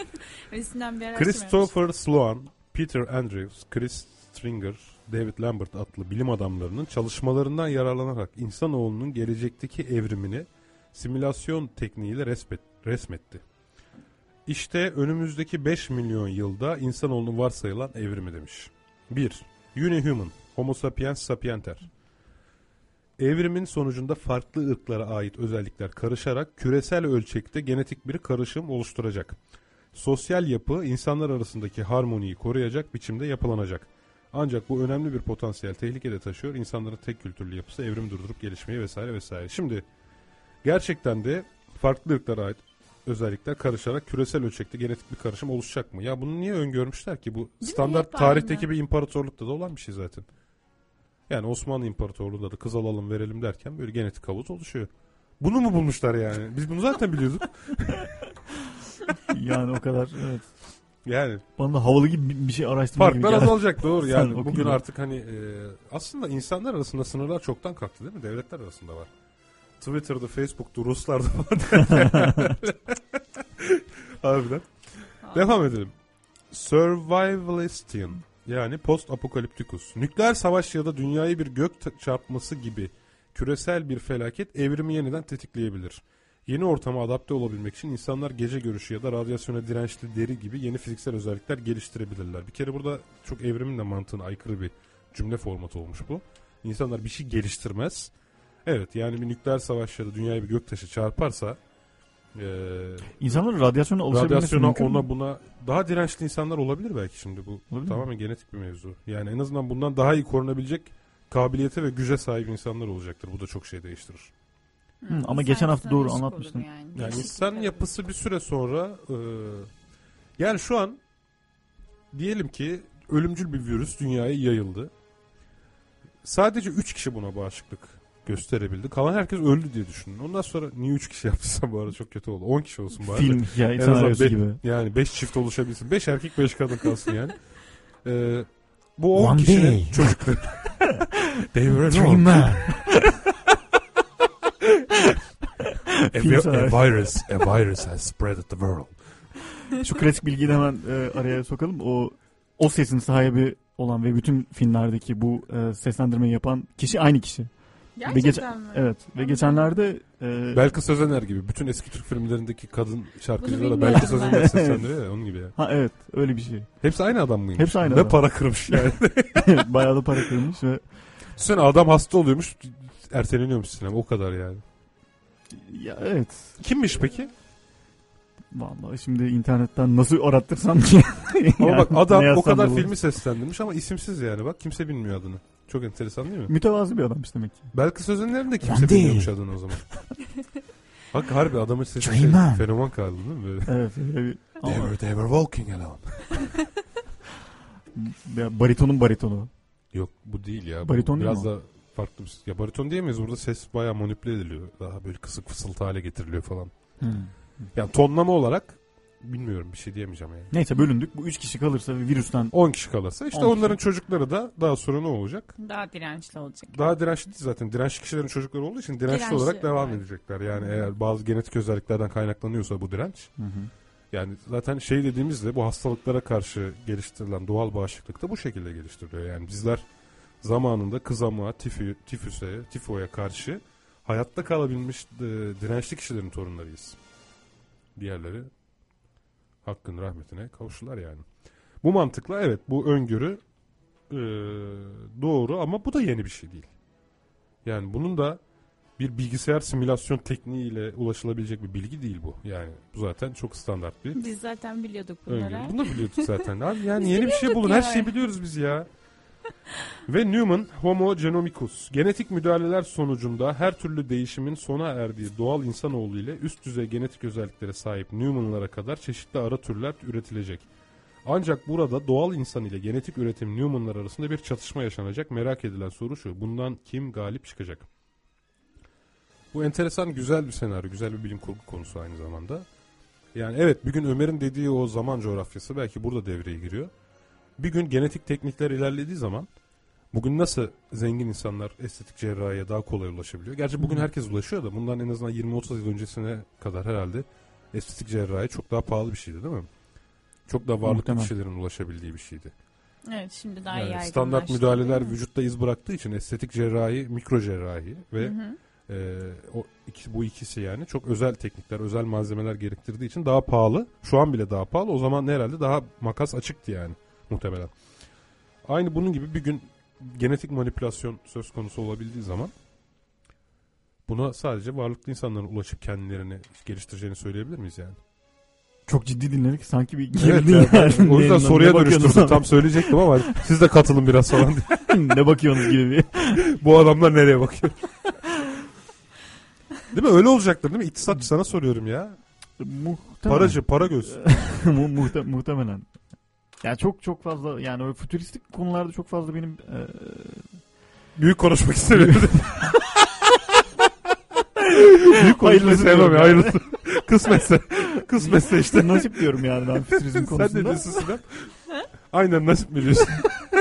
D: <laughs> Üstünden bir araştırma
C: Christopher Sloan, Peter Andrews, Chris Stringer, David Lambert adlı bilim adamlarının çalışmalarından yararlanarak insanoğlunun gelecekteki evrimini simülasyon tekniğiyle resmet- resmetti. İşte önümüzdeki 5 milyon yılda insanoğlunun varsayılan evrimi demiş. 1. Unihuman, Homo sapiens sapienter. Evrimin sonucunda farklı ırklara ait özellikler karışarak küresel ölçekte genetik bir karışım oluşturacak. Sosyal yapı insanlar arasındaki harmoniyi koruyacak biçimde yapılanacak. Ancak bu önemli bir potansiyel tehlikede taşıyor. İnsanların tek kültürlü yapısı evrimi durdurup gelişmeyi vesaire vesaire. Şimdi gerçekten de farklı ırklara ait özellikler karışarak küresel ölçekte genetik bir karışım oluşacak mı? Ya bunu niye öngörmüşler ki? Bu standart
R: Hep
C: tarihteki
R: aynı.
C: bir imparatorlukta da olan bir şey zaten. Yani Osmanlı İmparatorluğu'nda da kız alalım verelim derken böyle genetik havuz oluşuyor. Bunu mu bulmuşlar yani? Biz bunu zaten biliyorduk.
B: Yani o kadar evet.
C: Yani
B: Bana da havalı gibi bir- bir şey araştırma gibi
C: Farklar
B: geldi.
C: azalacak
B: <laughs>
C: doğru
B: Sen
C: yani
B: okuyun
C: bugün
B: ya.
C: artık hani e, aslında insanlar arasında sınırlar çoktan kalktı değil mi? Devletler arasında var. Twitter'da, Facebook'ta, Ruslar'da var. <laughs> Harbiden. Devam edelim. Survivalistian yani post apokaliptikus. Nükleer savaş ya da dünyayı bir gök ta- çarpması gibi küresel bir felaket evrimi yeniden tetikleyebilir. Yeni ortama adapte olabilmek için insanlar gece görüşü ya da radyasyona dirençli deri gibi yeni fiziksel özellikler geliştirebilirler. Bir kere burada çok evrimin de mantığına aykırı bir cümle formatı olmuş bu. İnsanlar bir şey geliştirmez. Evet yani bir nükleer savaş ya da dünyaya bir göktaşı çarparsa eee
B: İnsanların radyasyona alışabilmesi
C: radyasyona
B: mümkün
C: ona
B: mü?
C: buna daha dirençli insanlar olabilir belki şimdi bu tamamen genetik bir mevzu. Yani en azından bundan daha iyi korunabilecek kabiliyete ve güce sahip insanlar olacaktır. Bu da çok şey değiştirir.
B: Hı, ama İnsan geçen hafta doğru yapısına alışık anlatmıştın. olur yani.
C: Yani,
B: Değişiklik
C: insan yapısı bir süre sonra e, yani şu an diyelim ki ölümcül bir virüs dünyaya yayıldı. Sadece 3 kişi buna bağışıklık gösterebildi. Kalan herkes öldü diye düşünün. Ondan sonra niye 3 kişi yaptıysa bu arada çok kötü oldu. 10 kişi olsun bari.
B: Film hikaye
C: En azından
B: senaryosu
C: be-
B: gibi.
C: Yani 5 çift oluşabilsin. 5 erkek 5 kadın kalsın
B: <laughs>
C: yani. Ee, bu 10
B: One
C: kişinin
B: day. <laughs>
C: çocukları. They were
B: Three
C: alone.
B: men.
C: a,
B: Film
C: vi-
B: senaryosu.
C: a virus, a virus has spread the world.
B: Şu klasik bilgiyi de hemen e, araya sokalım. O o sesin sahibi olan ve bütün filmlerdeki bu e, seslendirmeyi yapan kişi aynı kişi.
D: Gerçekten
B: ve geç-
D: mi?
B: Evet ve geçenlerde e,
C: Belki Sözener gibi. Bütün eski Türk filmlerindeki kadın şarkıcılara
B: bilmiyorum
C: Belki
B: ben.
C: Sözener seslendiriyor ya onun gibi ya.
B: Ha evet öyle bir şey. <laughs>
C: Hepsi aynı adam mıymış?
B: Hepsi aynı
C: Ne
B: adam.
C: para
B: <laughs>
C: kırmış yani.
B: Evet, Bayağı da para kırmış ve
C: Sen adam hasta oluyormuş erteleniyormuş sinema o kadar yani.
B: Ya evet. <laughs>
C: Kimmiş peki?
B: Vallahi şimdi internetten nasıl arattırsam ki. <laughs>
C: Ama bak
B: Yani ne
C: adam o
B: yazsam
C: kadar
B: bulurum.
C: filmi seslendirmiş ama isimsiz yani bak kimse bilmiyor adını. Çok enteresan değil mi?
B: Mütevazı bir adammış demek
C: <laughs>
B: ki.
C: Belki Sözener'in de kimse
B: Ben değil.
C: bilmiyormuş adını o zaman. Bak harbi adamın sesi şey,
B: Dreamer.
C: fenomen kaldı değil mi böyle?
B: Evet, öyle bir-
C: They
B: ama-
C: were, they were walking alone.
B: Ya, baritonun baritonu.
C: Yok bu değil ya. Bu
B: Bariton değil
C: Biraz
B: mi
C: da farklı bir ses. Ya bariton diyemeyiz burada ses bayağı manipüle ediliyor. Daha böyle kısık fısıltı hale getiriliyor falan.
B: Hmm.
C: Yani tonlama olarak bilmiyorum bir şey diyemeyeceğim yani.
B: Neyse bölündük. Bu 3 kişi kalırsa ve virüsten
C: 10 kişi kalırsa işte
B: 10 kişi.
C: onların çocukları da daha sonra ne olacak?
D: Daha dirençli olacak.
C: Daha dirençli zaten. Dirençli kişilerin çocukları olduğu için dirençli,
D: Dirençli
C: olarak devam
D: olarak.
C: edecekler. Yani
D: Hı hı.
C: eğer bazı genetik özelliklerden kaynaklanıyorsa bu direnç.
B: Hı hı.
C: Yani zaten şey dediğimizde bu hastalıklara karşı geliştirilen doğal bağışıklık da bu şekilde geliştiriliyor. Yani bizler zamanında kızamığa, tifi, tifüse, tifoya karşı hayatta kalabilmiş e, dirençli kişilerin torunlarıyız. Diğerleri hakkın rahmetine kavuştular yani. Bu mantıkla evet bu öngörü e, doğru ama bu da yeni bir şey değil. Yani bunun da bir bilgisayar simülasyon tekniğiyle ulaşılabilecek bir bilgi değil bu. Yani bu zaten çok standart bir
D: Biz zaten biliyorduk bunları.
C: öngörü. Bunu da biliyorduk zaten. Abi yani
D: <laughs> Biz
C: yeni bir şey
D: biliyorduk
C: bulun. Her
D: ya.
C: şeyi biliyoruz biz ya. Ve Newman Homo genomicus genetik müdahaleler sonucunda her türlü değişimin sona erdiği doğal insanoğlu ile üst düzey genetik özelliklere sahip Newman'lara kadar çeşitli ara türler üretilecek. Ancak burada doğal insan ile genetik üretim Newman'lar arasında bir çatışma yaşanacak. Merak edilen soru şu. Bundan kim galip çıkacak? Bu enteresan güzel bir senaryo. Güzel bir bilim kurgu konusu aynı zamanda. Yani evet bir gün Ömer'in dediği o zaman coğrafyası belki burada devreye giriyor. Bir gün genetik teknikler ilerlediği zaman bugün nasıl zengin insanlar estetik cerrahiye daha kolay ulaşabiliyor? Gerçi bugün
B: Hı hı.
C: herkes ulaşıyor da bundan en azından 20-30 yıl öncesine kadar herhalde estetik cerrahi çok daha pahalı bir şeydi değil mi? Çok daha varlıklı
B: Muhtemelen.
C: kişilerin ulaşabildiği bir şeydi.
D: Evet şimdi daha
C: Yani
D: yaygınlaştı.
C: standart
D: değil
C: müdahaleler
D: mi?
C: vücutta iz bıraktığı için estetik cerrahi, mikro cerrahi ve
D: Hı hı.
C: e, o iki, bu ikisi yani çok özel teknikler, özel malzemeler gerektirdiği için daha pahalı. Şu an bile daha pahalı. O zaman herhalde daha makas açıktı yani muhtemelen. Aynı bunun gibi bir gün genetik manipülasyon söz konusu olabildiği zaman buna sadece varlıklı insanların ulaşıp kendilerini geliştireceğini söyleyebilir
B: <laughs>
C: miyiz yani?
B: çok ciddi dinledik sanki bir
C: Evet,
B: girdin
C: yani
B: yani.
C: o yüzden
B: Ne
C: soruya
B: bakıyorsunuz
C: dönüştürdüm.
B: abi?
C: Tam söyleyecektim ama siz de katılın biraz falan diye.
B: <laughs> ne bakıyorsunuz gibi bir.
C: Bu adamlar
B: <laughs>
C: nereye bakıyor? değil mi? Öyle olacaktır değil mi? İktisatçı sana soruyorum ya.
B: Muhtemelen.
C: Paracı, para göz.
B: <laughs>
D: Ee,
B: Mu- muhte- muhtemelen. Ya çok çok fazla yani öyle fütüristik konularda çok fazla benim e, eee,
C: Büyük
B: <laughs>
C: konuşmak istemiyorum. Büyük konuşmayı
B: Hayırlısı
C: sevmem
B: diyorum
C: ya.
B: yani.
C: Hayırlısı.
B: <laughs>
C: Kısmetse. Kısmetse işte.
B: Nasip diyorum yani ben fütürizm konusunda.
C: <laughs> Sen ne diyorsun
D: <laughs>
C: Sinan? Aynen nasip biliyorsun.
D: Ben-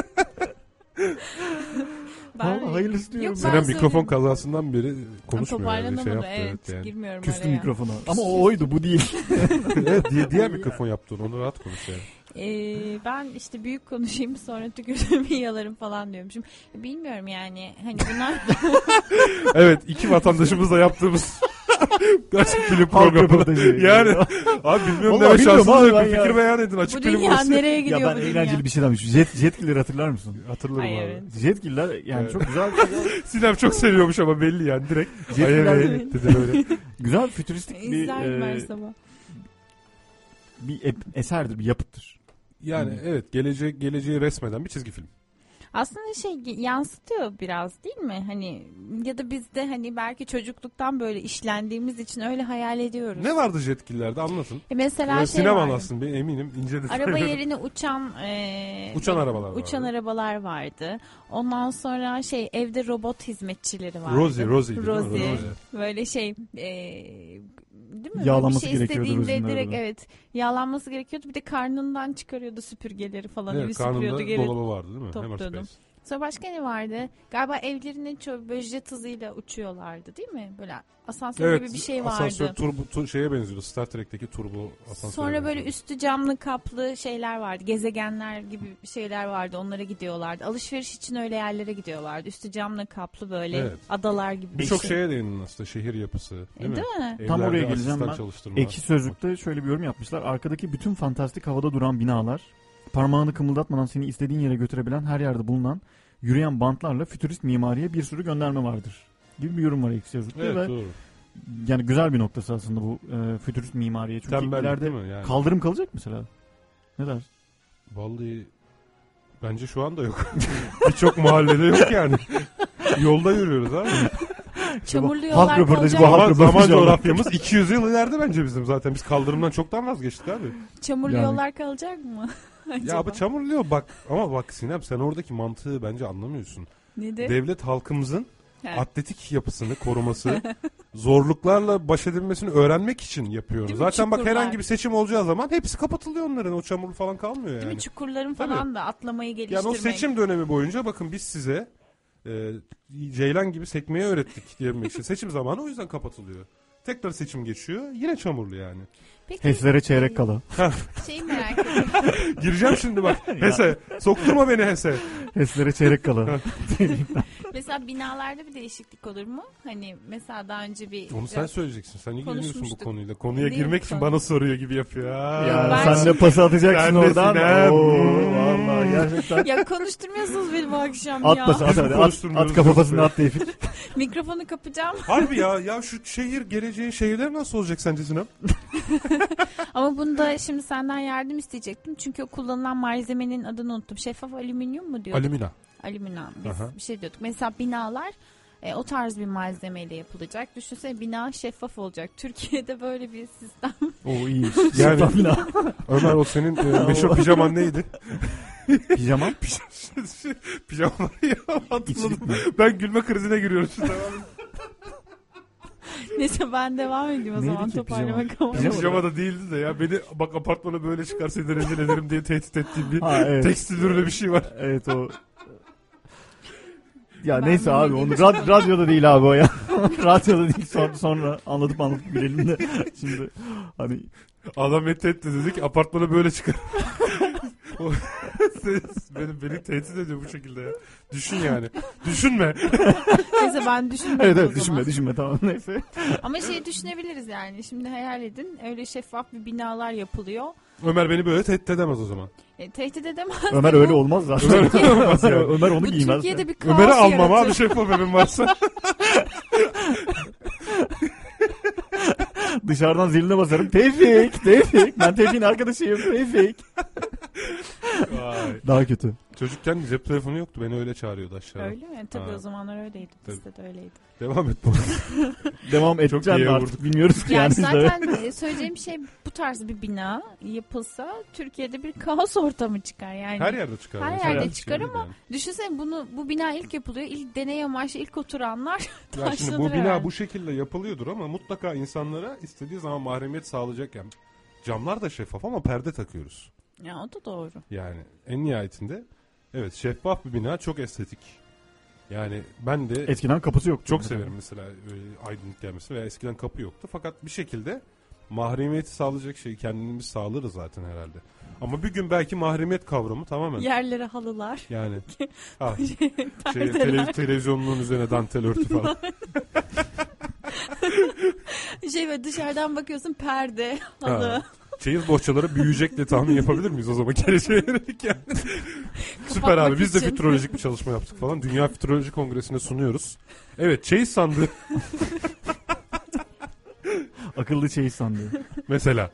B: Vallahi hayırlısı diyorum.
D: Yok, ben
C: Sinan mikrofon
D: söyleyeyim.
C: kazasından beri konuşmuyor. yani, şey
D: Toparlanamadı,
C: yaptı,
D: evet,
C: yani.
D: girmiyorum
B: Küstü
D: araya.
B: mikrofona. Ama o oydu bu
D: <laughs>
B: değil.
C: <laughs> evet, diye, diğer mikrofon yaptın. Onu rahat konuş yani.
D: Ee, ben işte büyük konuşayım sonra tükürüğümü yalarım falan diyormuşum. Bilmiyorum yani hani bunlar
C: Evet iki vatandaşımızla yaptığımız <laughs> Gerçek bilim <laughs> programı.
B: röportajı.
C: yani abi bilmiyorum
B: Vallahi
C: deme şansınız
B: bilmiyorum abi
C: yok.
B: ben
C: Bir
B: ya.
C: fikir beyan edin <laughs> açık
D: Bu
C: bilim
D: dünya
C: burası.
D: nereye gidiyor
B: ya ben
D: bu dünya?
B: eğlenceli bir şey demiştim. Jet, jetgilleri hatırlar mısın?
C: Hatırlarım
D: Ay,
C: abi.
D: evet.
B: Jetgiller yani
C: Evet.
B: çok güzel. şey.
C: Sinem çok seviyormuş ama belli yani direkt.
B: Jetgiller
C: Ay,
D: <laughs>
C: evet, dedi böyle.
B: güzel fütüristik bir,
D: izlerim her
C: e,
B: eee,
D: sabah.
B: bir ep- eserdir, bir yapıttır.
C: Yani evet gelecek geleceği resmeden bir çizgi film.
D: Aslında şey ge- yansıtıyor biraz değil mi? Hani ya da biz de hani belki çocukluktan böyle işlendiğimiz için öyle hayal ediyoruz.
C: Ne vardı Jetgiller'de anlatsın.
D: E mesela
C: Böyle
D: şey
C: Sinem
D: vardı.
C: anlatsın ben eminim inceledim. <laughs>
D: Araba yerine uçan e,
C: Uçan arabalar
D: uçan
C: vardı.
D: arabalar vardı. Ondan sonra şey evde robot hizmetçileri vardı.
C: Rosie, Rosie değil mi?
D: Rosie.
C: Rosie.
D: Böyle şey e, değil mi?
B: Yağlanması
D: bir şey
B: gerekiyordu
D: istediğinde
B: Rosie'nin
D: direkt
B: arada.
D: evet yağlanması gerekiyordu. Bir de karnından çıkarıyordu süpürgeleri falan. evi
C: Evet,
D: süpürüyordu
C: karnında
D: geri
C: dolabı vardı değil mi? Hammer
D: topladım.
C: Space.
D: Sonra başka ne vardı? Galiba evlerinin çoğu böyle jet hızıyla uçuyorlardı değil mi? Böyle asansör gibi bir şey vardı.
C: Asansör turbo tu- şeye benziyordu. Star Trek'teki turbo asansör.
D: Sonra böyle üstü camlı kaplı şeyler vardı. Gezegenler gibi bir şeyler vardı. Onlara gidiyorlardı. Alışveriş için öyle yerlere gidiyorlardı. Üstü camlı kaplı böyle
C: Evet.
D: adalar gibi. bir
C: Birçok
D: şey.
C: şeye değindin aslında şehir yapısı. Değil,
D: E, değil mi?
C: Evlerde
B: Tam oraya geleceğim
C: asistan
B: ben.
C: çalıştırma.
B: Ekşi Sözlük'te şöyle bir yorum yapmışlar. Arkadaki bütün fantastik havada duran binalar, parmağını kımıldatmadan seni istediğin yere götürebilen her yerde bulunan yürüyen bantlarla fütürist mimariye bir sürü gönderme vardır. Gibi bir yorum var Ekşi Sözlük'te
C: Evet,
B: ve
C: doğru.
B: yani güzel bir noktası aslında bu e, fütürist mimariye. Çünkü
C: Tembellik
B: ileride
C: değil mi yani?
B: kaldırım kalacak mesela. Ne dersin?
C: Vallahi bence şu anda yok. <laughs> Birçok mahallede yok yani. Yolda yürüyoruz abi.
D: Çamurlu yollar Halk röportajı kalacak. bu halk
C: Zaman,
B: röportajı
C: zaman
B: oldu.
C: coğrafyamız 200 yıl ileride bence bizim zaten. Biz kaldırımdan çoktan vazgeçtik abi.
D: Çamurlu
C: Yani-
D: yollar kalacak mı? <laughs>
C: Ya
D: Acaba?
C: abi çamurluyor bak ama bak Sinem sen oradaki mantığı bence anlamıyorsun.
D: Nedir?
C: Devlet halkımızın
D: He.
C: atletik yapısını koruması, <laughs> zorluklarla baş edilmesini öğrenmek için yapıyoruz.
D: Değil mi?
C: Zaten bak
D: Çukurlar.
C: herhangi bir seçim olacağı zaman hepsi kapatılıyor onların. O çamur falan kalmıyor yani.
D: Değil mi? Çukurların
C: Tabii.
D: falan da atlamayı geliştirmek.
C: Yani o seçim dönemi boyunca bakın biz size e, ceylan gibi sekmeyi öğrettik diyebilmek için. Seçim zamanı o yüzden kapatılıyor. Tekrar seçim geçiyor. Yine çamurlu yani.
D: Peki-
B: Heslere çeyrek kala.
D: Şeyi merak ediyorum. <laughs>
C: Gireceğim şimdi bak. Hese. Sokturma beni Hese.
B: Heslere çeyrek kala.
D: mesela binalarda bir değişiklik olur mu? Hani mesela daha önce bir...
C: Onu sen söyleyeceksin. Sen ilgileniyorsun bu
D: Konuşmuştuk.
C: konuyla. Konuya
D: Değil mi?
C: girmek için bana soruyor gibi yapıyor. Ha.
B: Ya sen de pası atacaksın
C: Sen de
B: oradan.
C: Sinem.
B: Oo,
C: Hmm.
B: vallahi gerçekten.
D: ya konuşturmuyorsunuz beni bu akşam
B: At
D: ya.
B: pası at
C: Bizim
B: hadi. At,
C: konuşturmuyoruz
B: at kafasını
C: biz.
B: at Tevfik.
D: Mikrofonu kapacağım.
C: Harbi ya ya şu şehir geleceğin şehirler nasıl olacak sence Sinem?
D: Ama bunda şimdi senden yardım isteyecektim. Çünkü o kullanılan malzemenin adını unuttum. Şeffaf alüminyum mu diyorduk?
C: Alümina.
D: Alüminyum. Biz
C: Aha.
D: bir şey diyorduk. Mesela binalar e, o tarz bir malzemeyle yapılacak. Düşünsene bina şeffaf olacak. Türkiye'de böyle bir sistem. <laughs>
B: O <laughs> iyi.
C: Yani
B: Yani,
C: Ömer o senin e, meşhur
B: <laughs>
C: pijaman neydi?
B: Pijama?
C: <laughs> Pijamayı ya hatırladım. Ben gülme krizine giriyorum şu an.
D: Neyse ben devam edeyim o
C: Neydi
D: zaman
C: ki pijama?
D: toparlamak amaçlı.
C: Pijama da değildi de ya beni bak apartmana böyle çıkarsa rezil ederim diye tehdit ettiğim bir
B: <laughs> Ha, evet.
C: tekstil ürünü bir şey var.
B: Evet o. Ya
D: Ben
B: neyse abi onu rad- radyoda değil abi o ya. <laughs> radyoda değil son- sonra anlatıp anlatıp gülelim de. Şimdi hani
C: Adam beni tehdit ediyor. dedi ki apartmana böyle çıkar. <laughs> O- Ses- beni, beni tehdit ediyor bu şekilde ya. Düşün yani. Düşünme.
D: Neyse ben düşünmedim
B: evet
D: o
B: evet
D: zaman.
B: düşünme düşünme tamam neyse.
D: Ama şey düşünebiliriz yani. Şimdi hayal edin. Öyle şeffaf bir binalar yapılıyor.
C: Ömer beni böyle tehdit edemez o zaman.
D: E, tehdit edemez.
B: Ömer öyle olmaz zaten. <laughs>
C: Ömer öyle olmaz yani.
B: Ömer onu
D: Bu
B: giymez.
D: Türkiye'de bir kaos
C: Ömer'i almam
D: yaratır.
C: abi şeffaf evim varsa.
B: Dışarıdan ziline basarım. Tevfik, Tevfik. Ben Tevfik'in arkadaşıyım. Tevfik.
C: Vay.
B: Daha kötü.
C: Çocukken cep telefonu yoktu. Beni öyle çağırıyordu aşağıda.
D: Öyle mi? Tabii
C: Ha.
D: o zamanlar öyleydi.
C: Tabii.
D: Bizde de öyleydi.
C: Devam et bu arada.
B: Devam edeceğim
C: iyi
B: de artık.
C: vurduk.
B: Bilmiyoruz ki
D: Yani,
B: yani.
C: <laughs>
D: zaten e, söyleyeceğim şey bu tarz bir bina yapılsa Türkiye'de bir kaos ortamı çıkar yani.
C: Her yerde çıkar.
D: Her
C: Mesela
D: yerde
C: yani
D: çıkar
C: şey
D: ama
C: değil
D: düşünsene bunu bu bina ilk yapılıyor. İlk deney amaçlı ilk oturanlar <laughs>
C: yani. Ya şimdi bu
D: taşlanır
C: bina
D: herhalde.
C: bu şekilde yapılıyordur ama mutlaka insanlara istediği zaman mahremiyet sağlayacak yani. Camlar da şeffaf ama perde takıyoruz.
D: Ya o da doğru.
C: Yani en nihayetinde evet şeffaf bir bina çok estetik. Yani ben de
B: Eskiden kapısı yoktu.
C: çok severim mesela öyle aydınlık gelmesi veya eskiden kapı yoktu. Fakat bir şekilde mahremiyeti sağlayacak şeyi kendimiz sağlarız zaten herhalde. Ama bir gün belki mahremiyet kavramı tamamen
D: Yerlere halılar. <laughs>
C: yani ha, şey,
D: perdeler.
C: tele- televizyonluğun üzerine dantel örtü
D: <laughs>
C: falan.
D: şey böyle dışarıdan bakıyorsun perde, halı.
C: Ha. Çeyiz bohçaları büyüyecek diye tahmin yapabilir miyiz o zaman geleceğe yönelik
D: <laughs>
C: yani? Süper abi biz de
D: için.
C: fütürolojik bir çalışma yaptık falan. Dünya Fütüroloji Kongresi'ne sunuyoruz. Evet çeyiz
D: <laughs>
C: sandığı
B: Akıllı şey sandığı.
C: mesela.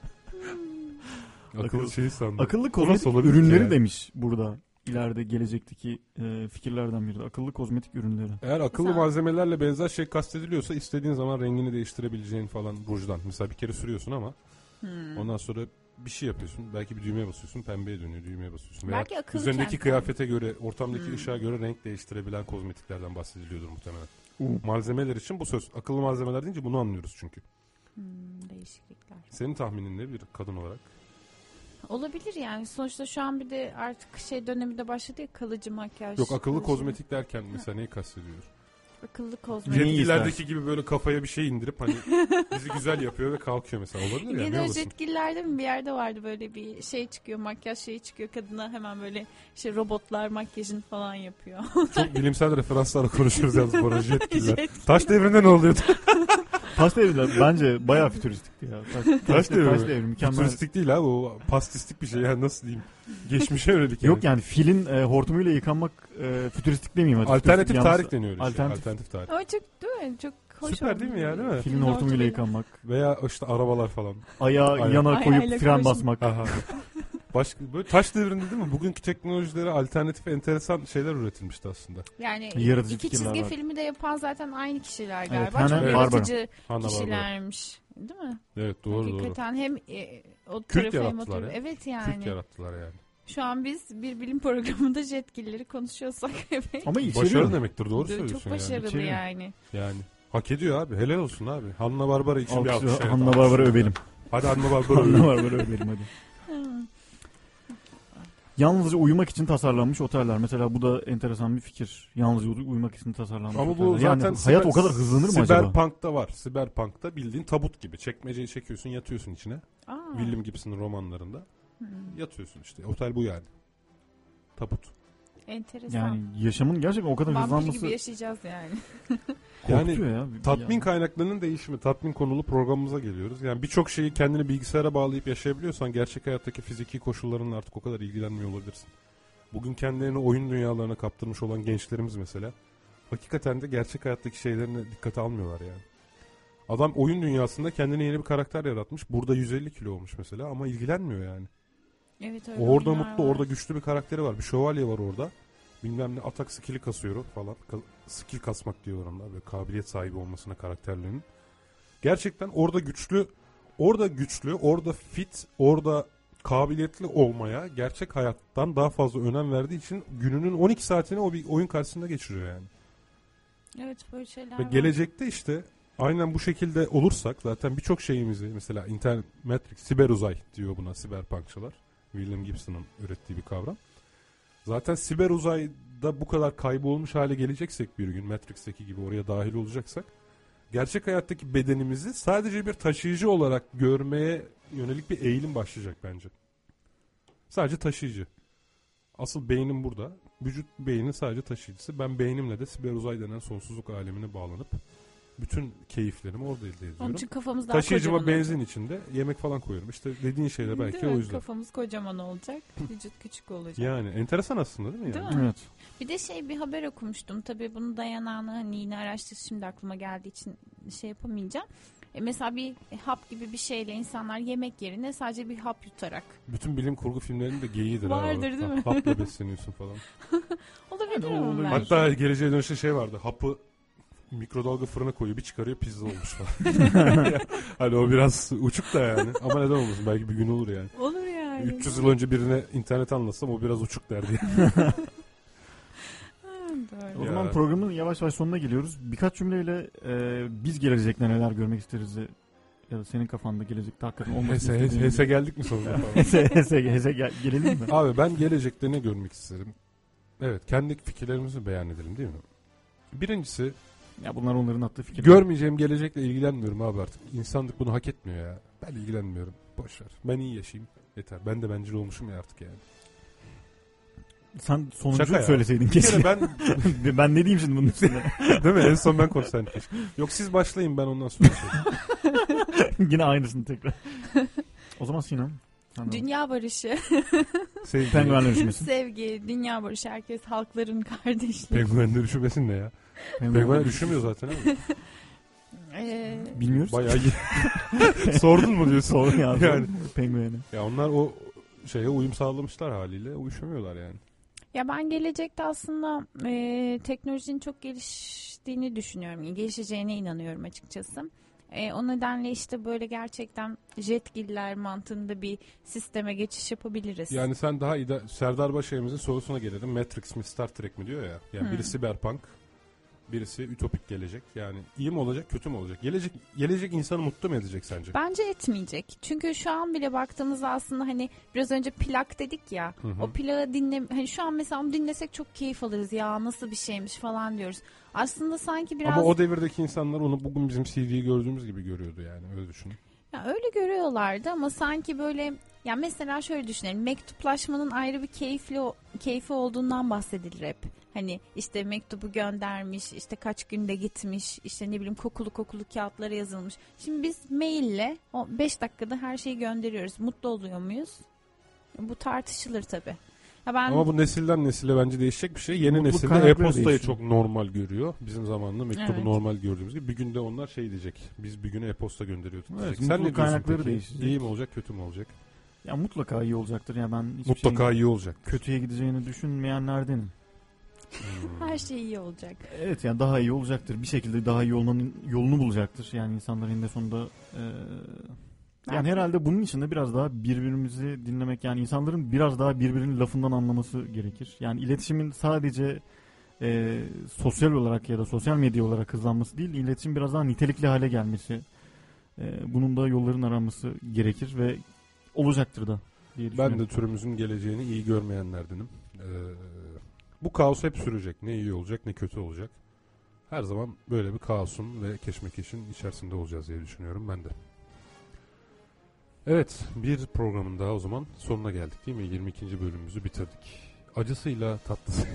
B: Akıllı-
C: Akıllı çeyiz sandığı.
B: Akıllı
C: O
B: kozmetik
C: nasıl olabilir ki
B: ürünleri
C: yani?
B: demiş burada. İleride gelecekteki e, fikirlerden biri de akıllı kozmetik ürünleri.
C: Eğer akıllı
D: Güzel.
C: malzemelerle benzer şey kastediliyorsa istediğin zaman rengini değiştirebileceğin falan rujdan. Mesela bir kere sürüyorsun ama
D: Hmm.
C: ondan sonra bir şey yapıyorsun. Belki bir düğmeye basıyorsun pembeye dönüyor düğmeye basıyorsun. Veya
D: Belki akıllı
C: üzerindeki
D: kent-
C: kıyafete göre ortamdaki
D: Hmm.
C: ışığa göre renk değiştirebilen kozmetiklerden bahsediliyordur muhtemelen.
B: Hmm.
C: Malzemeler için bu söz. Akıllı malzemeler deyince bunu anlıyoruz çünkü.
D: Hmm, değişiklikler.
C: Senin tahminin ne bir kadın olarak?
D: Olabilir yani. Sonuçta şu an bir de artık şey dönemi de başladı ya kalıcı makyaj.
C: Yok akıllı
D: kalıcı-
C: kozmetik derken mesela neyi kastediyoruz?
D: Akıllı kozmetik.
C: Yetkililerdeki gibi böyle kafaya bir şey indirip hani bizi güzel yapıyor ve kalkıyor mesela olabilir ya ne
D: Gene
C: olasın?
D: Jetgiller'de mi bir yerde vardı böyle bir şey çıkıyor makyaj şeyi çıkıyor kadına hemen böyle işte robotlar makyajını falan yapıyor. <laughs>
C: Çok bilimsel referanslarla konuşuyoruz yalnız bu arada yetkililer.
D: Yetkililer.
C: Taş devrinde ne oluyordu? <laughs>
B: Taş devriler bence bayağı fütüristikti ya. Taş,
C: Taş devri.
B: taş devri mükemmel.
C: Futuristik değil abi o pastistik bir şey yani nasıl diyeyim. Geçmişe yönelik
B: Yok yani filin e, hortumuyla yıkanmak e, fütüristik demeyeyim. hadi.
C: Alternatif
B: Fütüristik yalnız-
C: tarih deniyor işte, alternatif tarih.
D: Ama çok değil mi? Çok hoş
C: Süper değil mi ya
D: olmuş.
C: değil mi?
B: Filin hortumuyla yıkanmak.
C: Veya işte arabalar falan.
B: Ayağı yana
D: Ayağıyla koyup fren koşun.
B: <laughs>
D: basmak.
C: Aha. Başka, böyle taş devrinde değil mi? Bugünkü teknolojilere alternatif enteresan şeyler üretilmişti aslında.
D: Yani
C: Yaratıcı
D: iki
C: fikirler
D: çizgi
C: var.
D: filmi de yapan zaten aynı kişiler
C: Evet,
D: galiba.
C: Hanna
D: çok
C: Barbera.
D: yaratıcı
C: Hanna Barbera.
D: kişilermiş. Değil mi?
C: Evet, doğru, doğru.
D: Hakikaten hem e, o
C: Kült
D: tarafı hem o
C: yarattılar
D: tarafı.
C: ya.
D: Evet yani.
C: Kült yarattılar yani.
D: Şu an biz bir bilim programında jetgilleri konuşuyorsak <laughs> evet.
C: Başarı demektir doğru
D: Çok
C: söylüyorsun
D: başarılı
C: yani. şey
D: yani.
C: Yani hak ediyor abi. Helal olsun abi. Hanna Barbara için bir
B: Alkış-
C: alkış. evet,
B: Hanna
C: alkış.
B: Barbara
C: <laughs>
B: övelim.
C: Hadi Hanna Barbara
B: Hanna
C: övelim.
B: Barbara övelim hadi. Yalnızca uyumak için tasarlanmış oteller. Mesela bu da enteresan bir fikir. Yalnızca uyumak için tasarlanmış
C: Ama bu
B: oteller.
C: zaten
B: yani
C: siber-
B: hayat o kadar hızlanır mı acaba?
C: Siberpunk'ta var. Siberpunk'ta bildiğin tabut gibi. Çekmeceyi çekiyorsun yatıyorsun içine.
D: Aa.
C: William Gibson'ın romanlarında.
D: Hmm.
C: Yatıyorsun işte. Otel bu yani. Tabut.
D: Enteresan.
B: Yani yaşamın gerçekten o kadar
D: Vampir
B: hızlanması
D: gibi yaşayacağız yani.
C: Yani
B: Korkutuyor ya. Bir-
C: tatmin kaynaklarının değişimi, tatmin konulu programımıza geliyoruz. Yani birçok şeyi kendini bilgisayara bağlayıp yaşayabiliyorsan gerçek hayattaki fiziki koşullarınla artık o kadar ilgilenmiyor olabilirsin. Bugün kendilerini oyun dünyalarına kaptırmış olan gençlerimiz mesela hakikaten de gerçek hayattaki şeylerini dikkate almıyorlar yani. Adam oyun dünyasında kendine yeni bir karakter yaratmış. Burada 150 kilo olmuş mesela ama ilgilenmiyor yani.
D: Evet öyle
C: Orada
D: oyunlar
C: mutlu,
D: var.
C: orada güçlü bir karakteri var. Bir şövalye var orada. Bilmem ne atak skill'i kasıyor falan. Ka- Skill kasmak diyorlar onlar. Böyle kabiliyet sahibi olmasına karakterlerinin. Gerçekten orada güçlü, orada güçlü, orada fit, orada kabiliyetli olmaya gerçek hayattan daha fazla önem verdiği için gününün 12 saatini o bir oyun karşısında geçiriyor yani.
D: Evet böyle şeyler
C: Ve
D: var.
C: gelecekte işte aynen bu şekilde olursak zaten birçok şeyimizi mesela internet Matrix, siber uzay diyor buna siberpunkçılar. William Gibson'ın ürettiği bir kavram. Zaten siber uzayda bu kadar kaybolmuş hale geleceksek bir gün Matrix'teki gibi oraya dahil olacaksak gerçek hayattaki bedenimizi sadece bir taşıyıcı olarak görmeye yönelik bir eğilim başlayacak bence. Sadece taşıyıcı. Asıl beynim burada. Vücut beynin sadece taşıyıcısı. Ben beynimle de siber uzay denen sonsuzluk alemine bağlanıp bütün keyiflerimi orada elde ediyorum.
D: için kafamız daha
C: Taşıyıcıma
D: kocaman
C: benzin içinde yemek falan koyuyorum. İşte dediğin şeyler belki
D: Değil mi?
C: o yüzden.
D: Kafamız kocaman olacak. Vücut küçük olacak.
C: Yani enteresan aslında değil mi?
D: Değil
C: Yani?
D: mi? Bir de şey bir haber okumuştum. Tabii bunu dayanağını hani yine araştır şimdi aklıma geldiği için şey yapamayacağım. E mesela bir hap gibi bir şeyle insanlar yemek yerine sadece bir hap yutarak.
C: Bütün bilim kurgu filmlerinde geyiğidir.
D: Vardır
C: abi.
D: değil mi? <laughs>
C: Hapla besleniyorsun falan.
D: Olabilir ama belki.
C: Hatta geleceğe dönüşte şey vardı. Hapı mikrodalga fırına koyuyor bir çıkarıyor pizza olmuş falan. hani o biraz uçuk da yani. Ama neden olmasın belki bir gün olur yani.
D: Olur yani.
C: 300 yıl önce birine internet anlatsam o biraz uçuk derdi.
B: O
C: Ya.
B: zaman programın yavaş yavaş sonuna geliyoruz. Birkaç cümleyle e, biz gelecekte neler görmek isteriz de- ya da senin kafanda gelecekte hakikaten olmasını
C: Hese- hese-
B: istediğin-
C: hese geldik mi sonunda?
B: hese, <laughs> hese, hese gel- gelelim
C: <laughs>
B: mi?
C: Abi ben gelecekte ne görmek isterim? Evet kendi fikirlerimizi beyan edelim değil mi? Birincisi
B: ya bunlar onların attığı fikirler.
C: Görmeyeceğim gelecekle ilgilenmiyorum abi artık. İnsanlık bunu hak etmiyor ya. Ben ilgilenmiyorum. Boş ver. Ben iyi yaşayayım. Yeter. Ben de bencil olmuşum ya artık yani.
B: Sen sonucu
C: Şaka ya.
B: söyleseydin
C: Bir kere
B: kesin. <laughs>
C: ben-
B: ben ne diyeyim şimdi bunun üstüne? <laughs>
C: Değil mi? En son ben konuşsaydım keşke. Yok siz başlayın ben ondan <laughs> sonra
B: Yine aynısını tekrar. O zaman Sinan. sen de-
D: Dünya barışı. <laughs>
C: Sevgi.
B: Penguenler üşümesin.
D: Sevgi, dünya barışı, herkes halkların kardeşliği.
C: Penguenler üşümesin ne ya? Penguenler üşümüyor zaten ama.
D: Ee,
B: Bilmiyoruz.
C: Bayağı Sordun mu
B: <laughs>
C: diyorsun?
B: Sordum ya, sordum.
C: Yani.
B: Penguen'e.
C: Ya onlar o şeye uyum sağlamışlar haliyle. Uyuşamıyorlar yani.
D: Ya ben gelecekte aslında e, teknolojinin çok geliştiğini düşünüyorum. Gelişeceğine inanıyorum açıkçası. E, o nedenle işte böyle gerçekten jetgiller mantığında bir sisteme geçiş yapabiliriz.
C: Yani sen daha ida- Serdar Başay'ımızın sorusuna gelelim. Matrix mi Star Trek mi diyor ya. Yani
D: Hmm.
C: biri Cyberpunk, Birisi ütopik gelecek. Yani iyi mi olacak, kötü mü olacak? Gelecek gelecek insanı mutlu mu edecek sence?
D: Bence etmeyecek. Çünkü şu an bile baktığımızda aslında hani biraz önce plak dedik ya.
C: Hı hı.
D: O plağı dinle hani şu an mesela onu dinlesek çok keyif alırız ya nasıl bir şeymiş falan diyoruz. Aslında sanki biraz
C: Ama o devirdeki insanlar onu bugün bizim CD'yi gördüğümüz gibi görüyordu yani öyle düşünün.
D: Ya öyle görüyorlardı ama sanki böyle ya mesela şöyle düşünelim mektuplaşmanın ayrı bir keyifli keyfi olduğundan bahsedilir hep. Hani işte mektubu göndermiş, işte kaç günde gitmiş, işte ne bileyim kokulu kokulu kağıtlara yazılmış. Şimdi biz maille o 5 dakikada her şeyi gönderiyoruz. Mutlu oluyor muyuz? Bu tartışılır tabii. Ya ben
C: Ama bu nesilden nesile bence değişecek bir şey. Yeni
B: Mutluluk
C: nesilde
B: kaynakları
C: e-postayı
B: değişiyor.
C: çok normal görüyor. Bizim zamanında mektubu
D: Evet.
C: normal gördüğümüz gibi. Bir günde onlar şey diyecek. Biz bir güne e-posta gönderiyorduk.
B: Evet,
C: diyecek.
B: mutluluk
C: Sen ne diyorsun
B: kaynakları
C: peki?
B: değişecek.
C: İyi mi olacak kötü mü olacak?
B: Ya mutlaka iyi olacaktır ya ben hiçbir
C: Mutlaka
B: şeyin
C: iyi olacak.
B: Kötüye gideceğini düşünmeyenlerdenim.
D: her şey iyi olacak.
B: Evet yani daha iyi olacaktır. Bir şekilde daha iyi olmanın yolunu bulacaktır. Yani insanlar eninde sonunda e, yani herhalde bunun için de biraz daha birbirimizi dinlemek yani insanların biraz daha birbirinin lafından anlaması gerekir. Yani iletişimin sadece e, sosyal olarak ya da sosyal medya olarak hızlanması değil, iletişim biraz daha nitelikli hale gelmesi. e, bunun da yolların aranması gerekir ve olacaktır da diye
C: Ben
B: düşünüyorum.
C: de türümüzün geleceğini iyi görmeyenlerdenim. Ee, bu kaos hep sürecek. Ne iyi olacak ne kötü olacak. Her zaman böyle bir kaosun ve keşmekeşin içerisinde olacağız diye düşünüyorum ben de. Evet bir programın daha o zaman sonuna geldik değil mi? 22. bölümümüzü bitirdik. Acısıyla
B: <laughs>
C: tatlısı.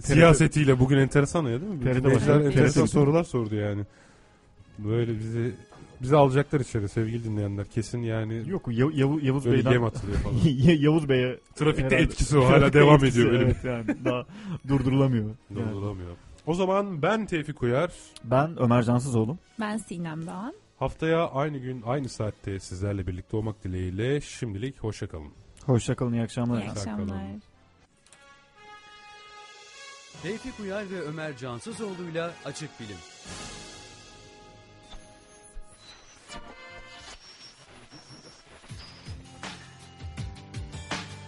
C: Siyasetiyle bugün enteresan ya değil mi?
B: TRT
C: Dinleyiciler
B: başkanı-
C: enteresan
B: TRT.
C: sorular sordu yani. Böyle bizi bizi alacaklar içeri sevgili dinleyenler. Kesin yani
B: Yok Yav- Yav- Yavuz
C: Böyle
B: Bey'den
C: yem atılıyor falan.
B: <laughs> Ya- Yavuz Bey'e
C: <laughs> Trafikte
B: herhalde-
C: etkisi o, hala
B: Trafikte
C: devam
B: etkisi,
C: ediyor <laughs> benim.
B: Evet yani daha durdurulamıyor. Yani.
C: Dolduramıyor. O zaman ben Tevfik Uyar.
B: Ben Ömer Cansızoğlu.
D: Ben Sinem Doğan.
C: Haftaya aynı gün aynı saatte sizlerle birlikte olmak dileğiyle şimdilik hoşça kalın.
B: Hoşçakalın iyi akşamlar.
D: İyi akşamlar.
I: Tevfik Uyar ve Ömer Cansızoğlu'yla Açık Bilim.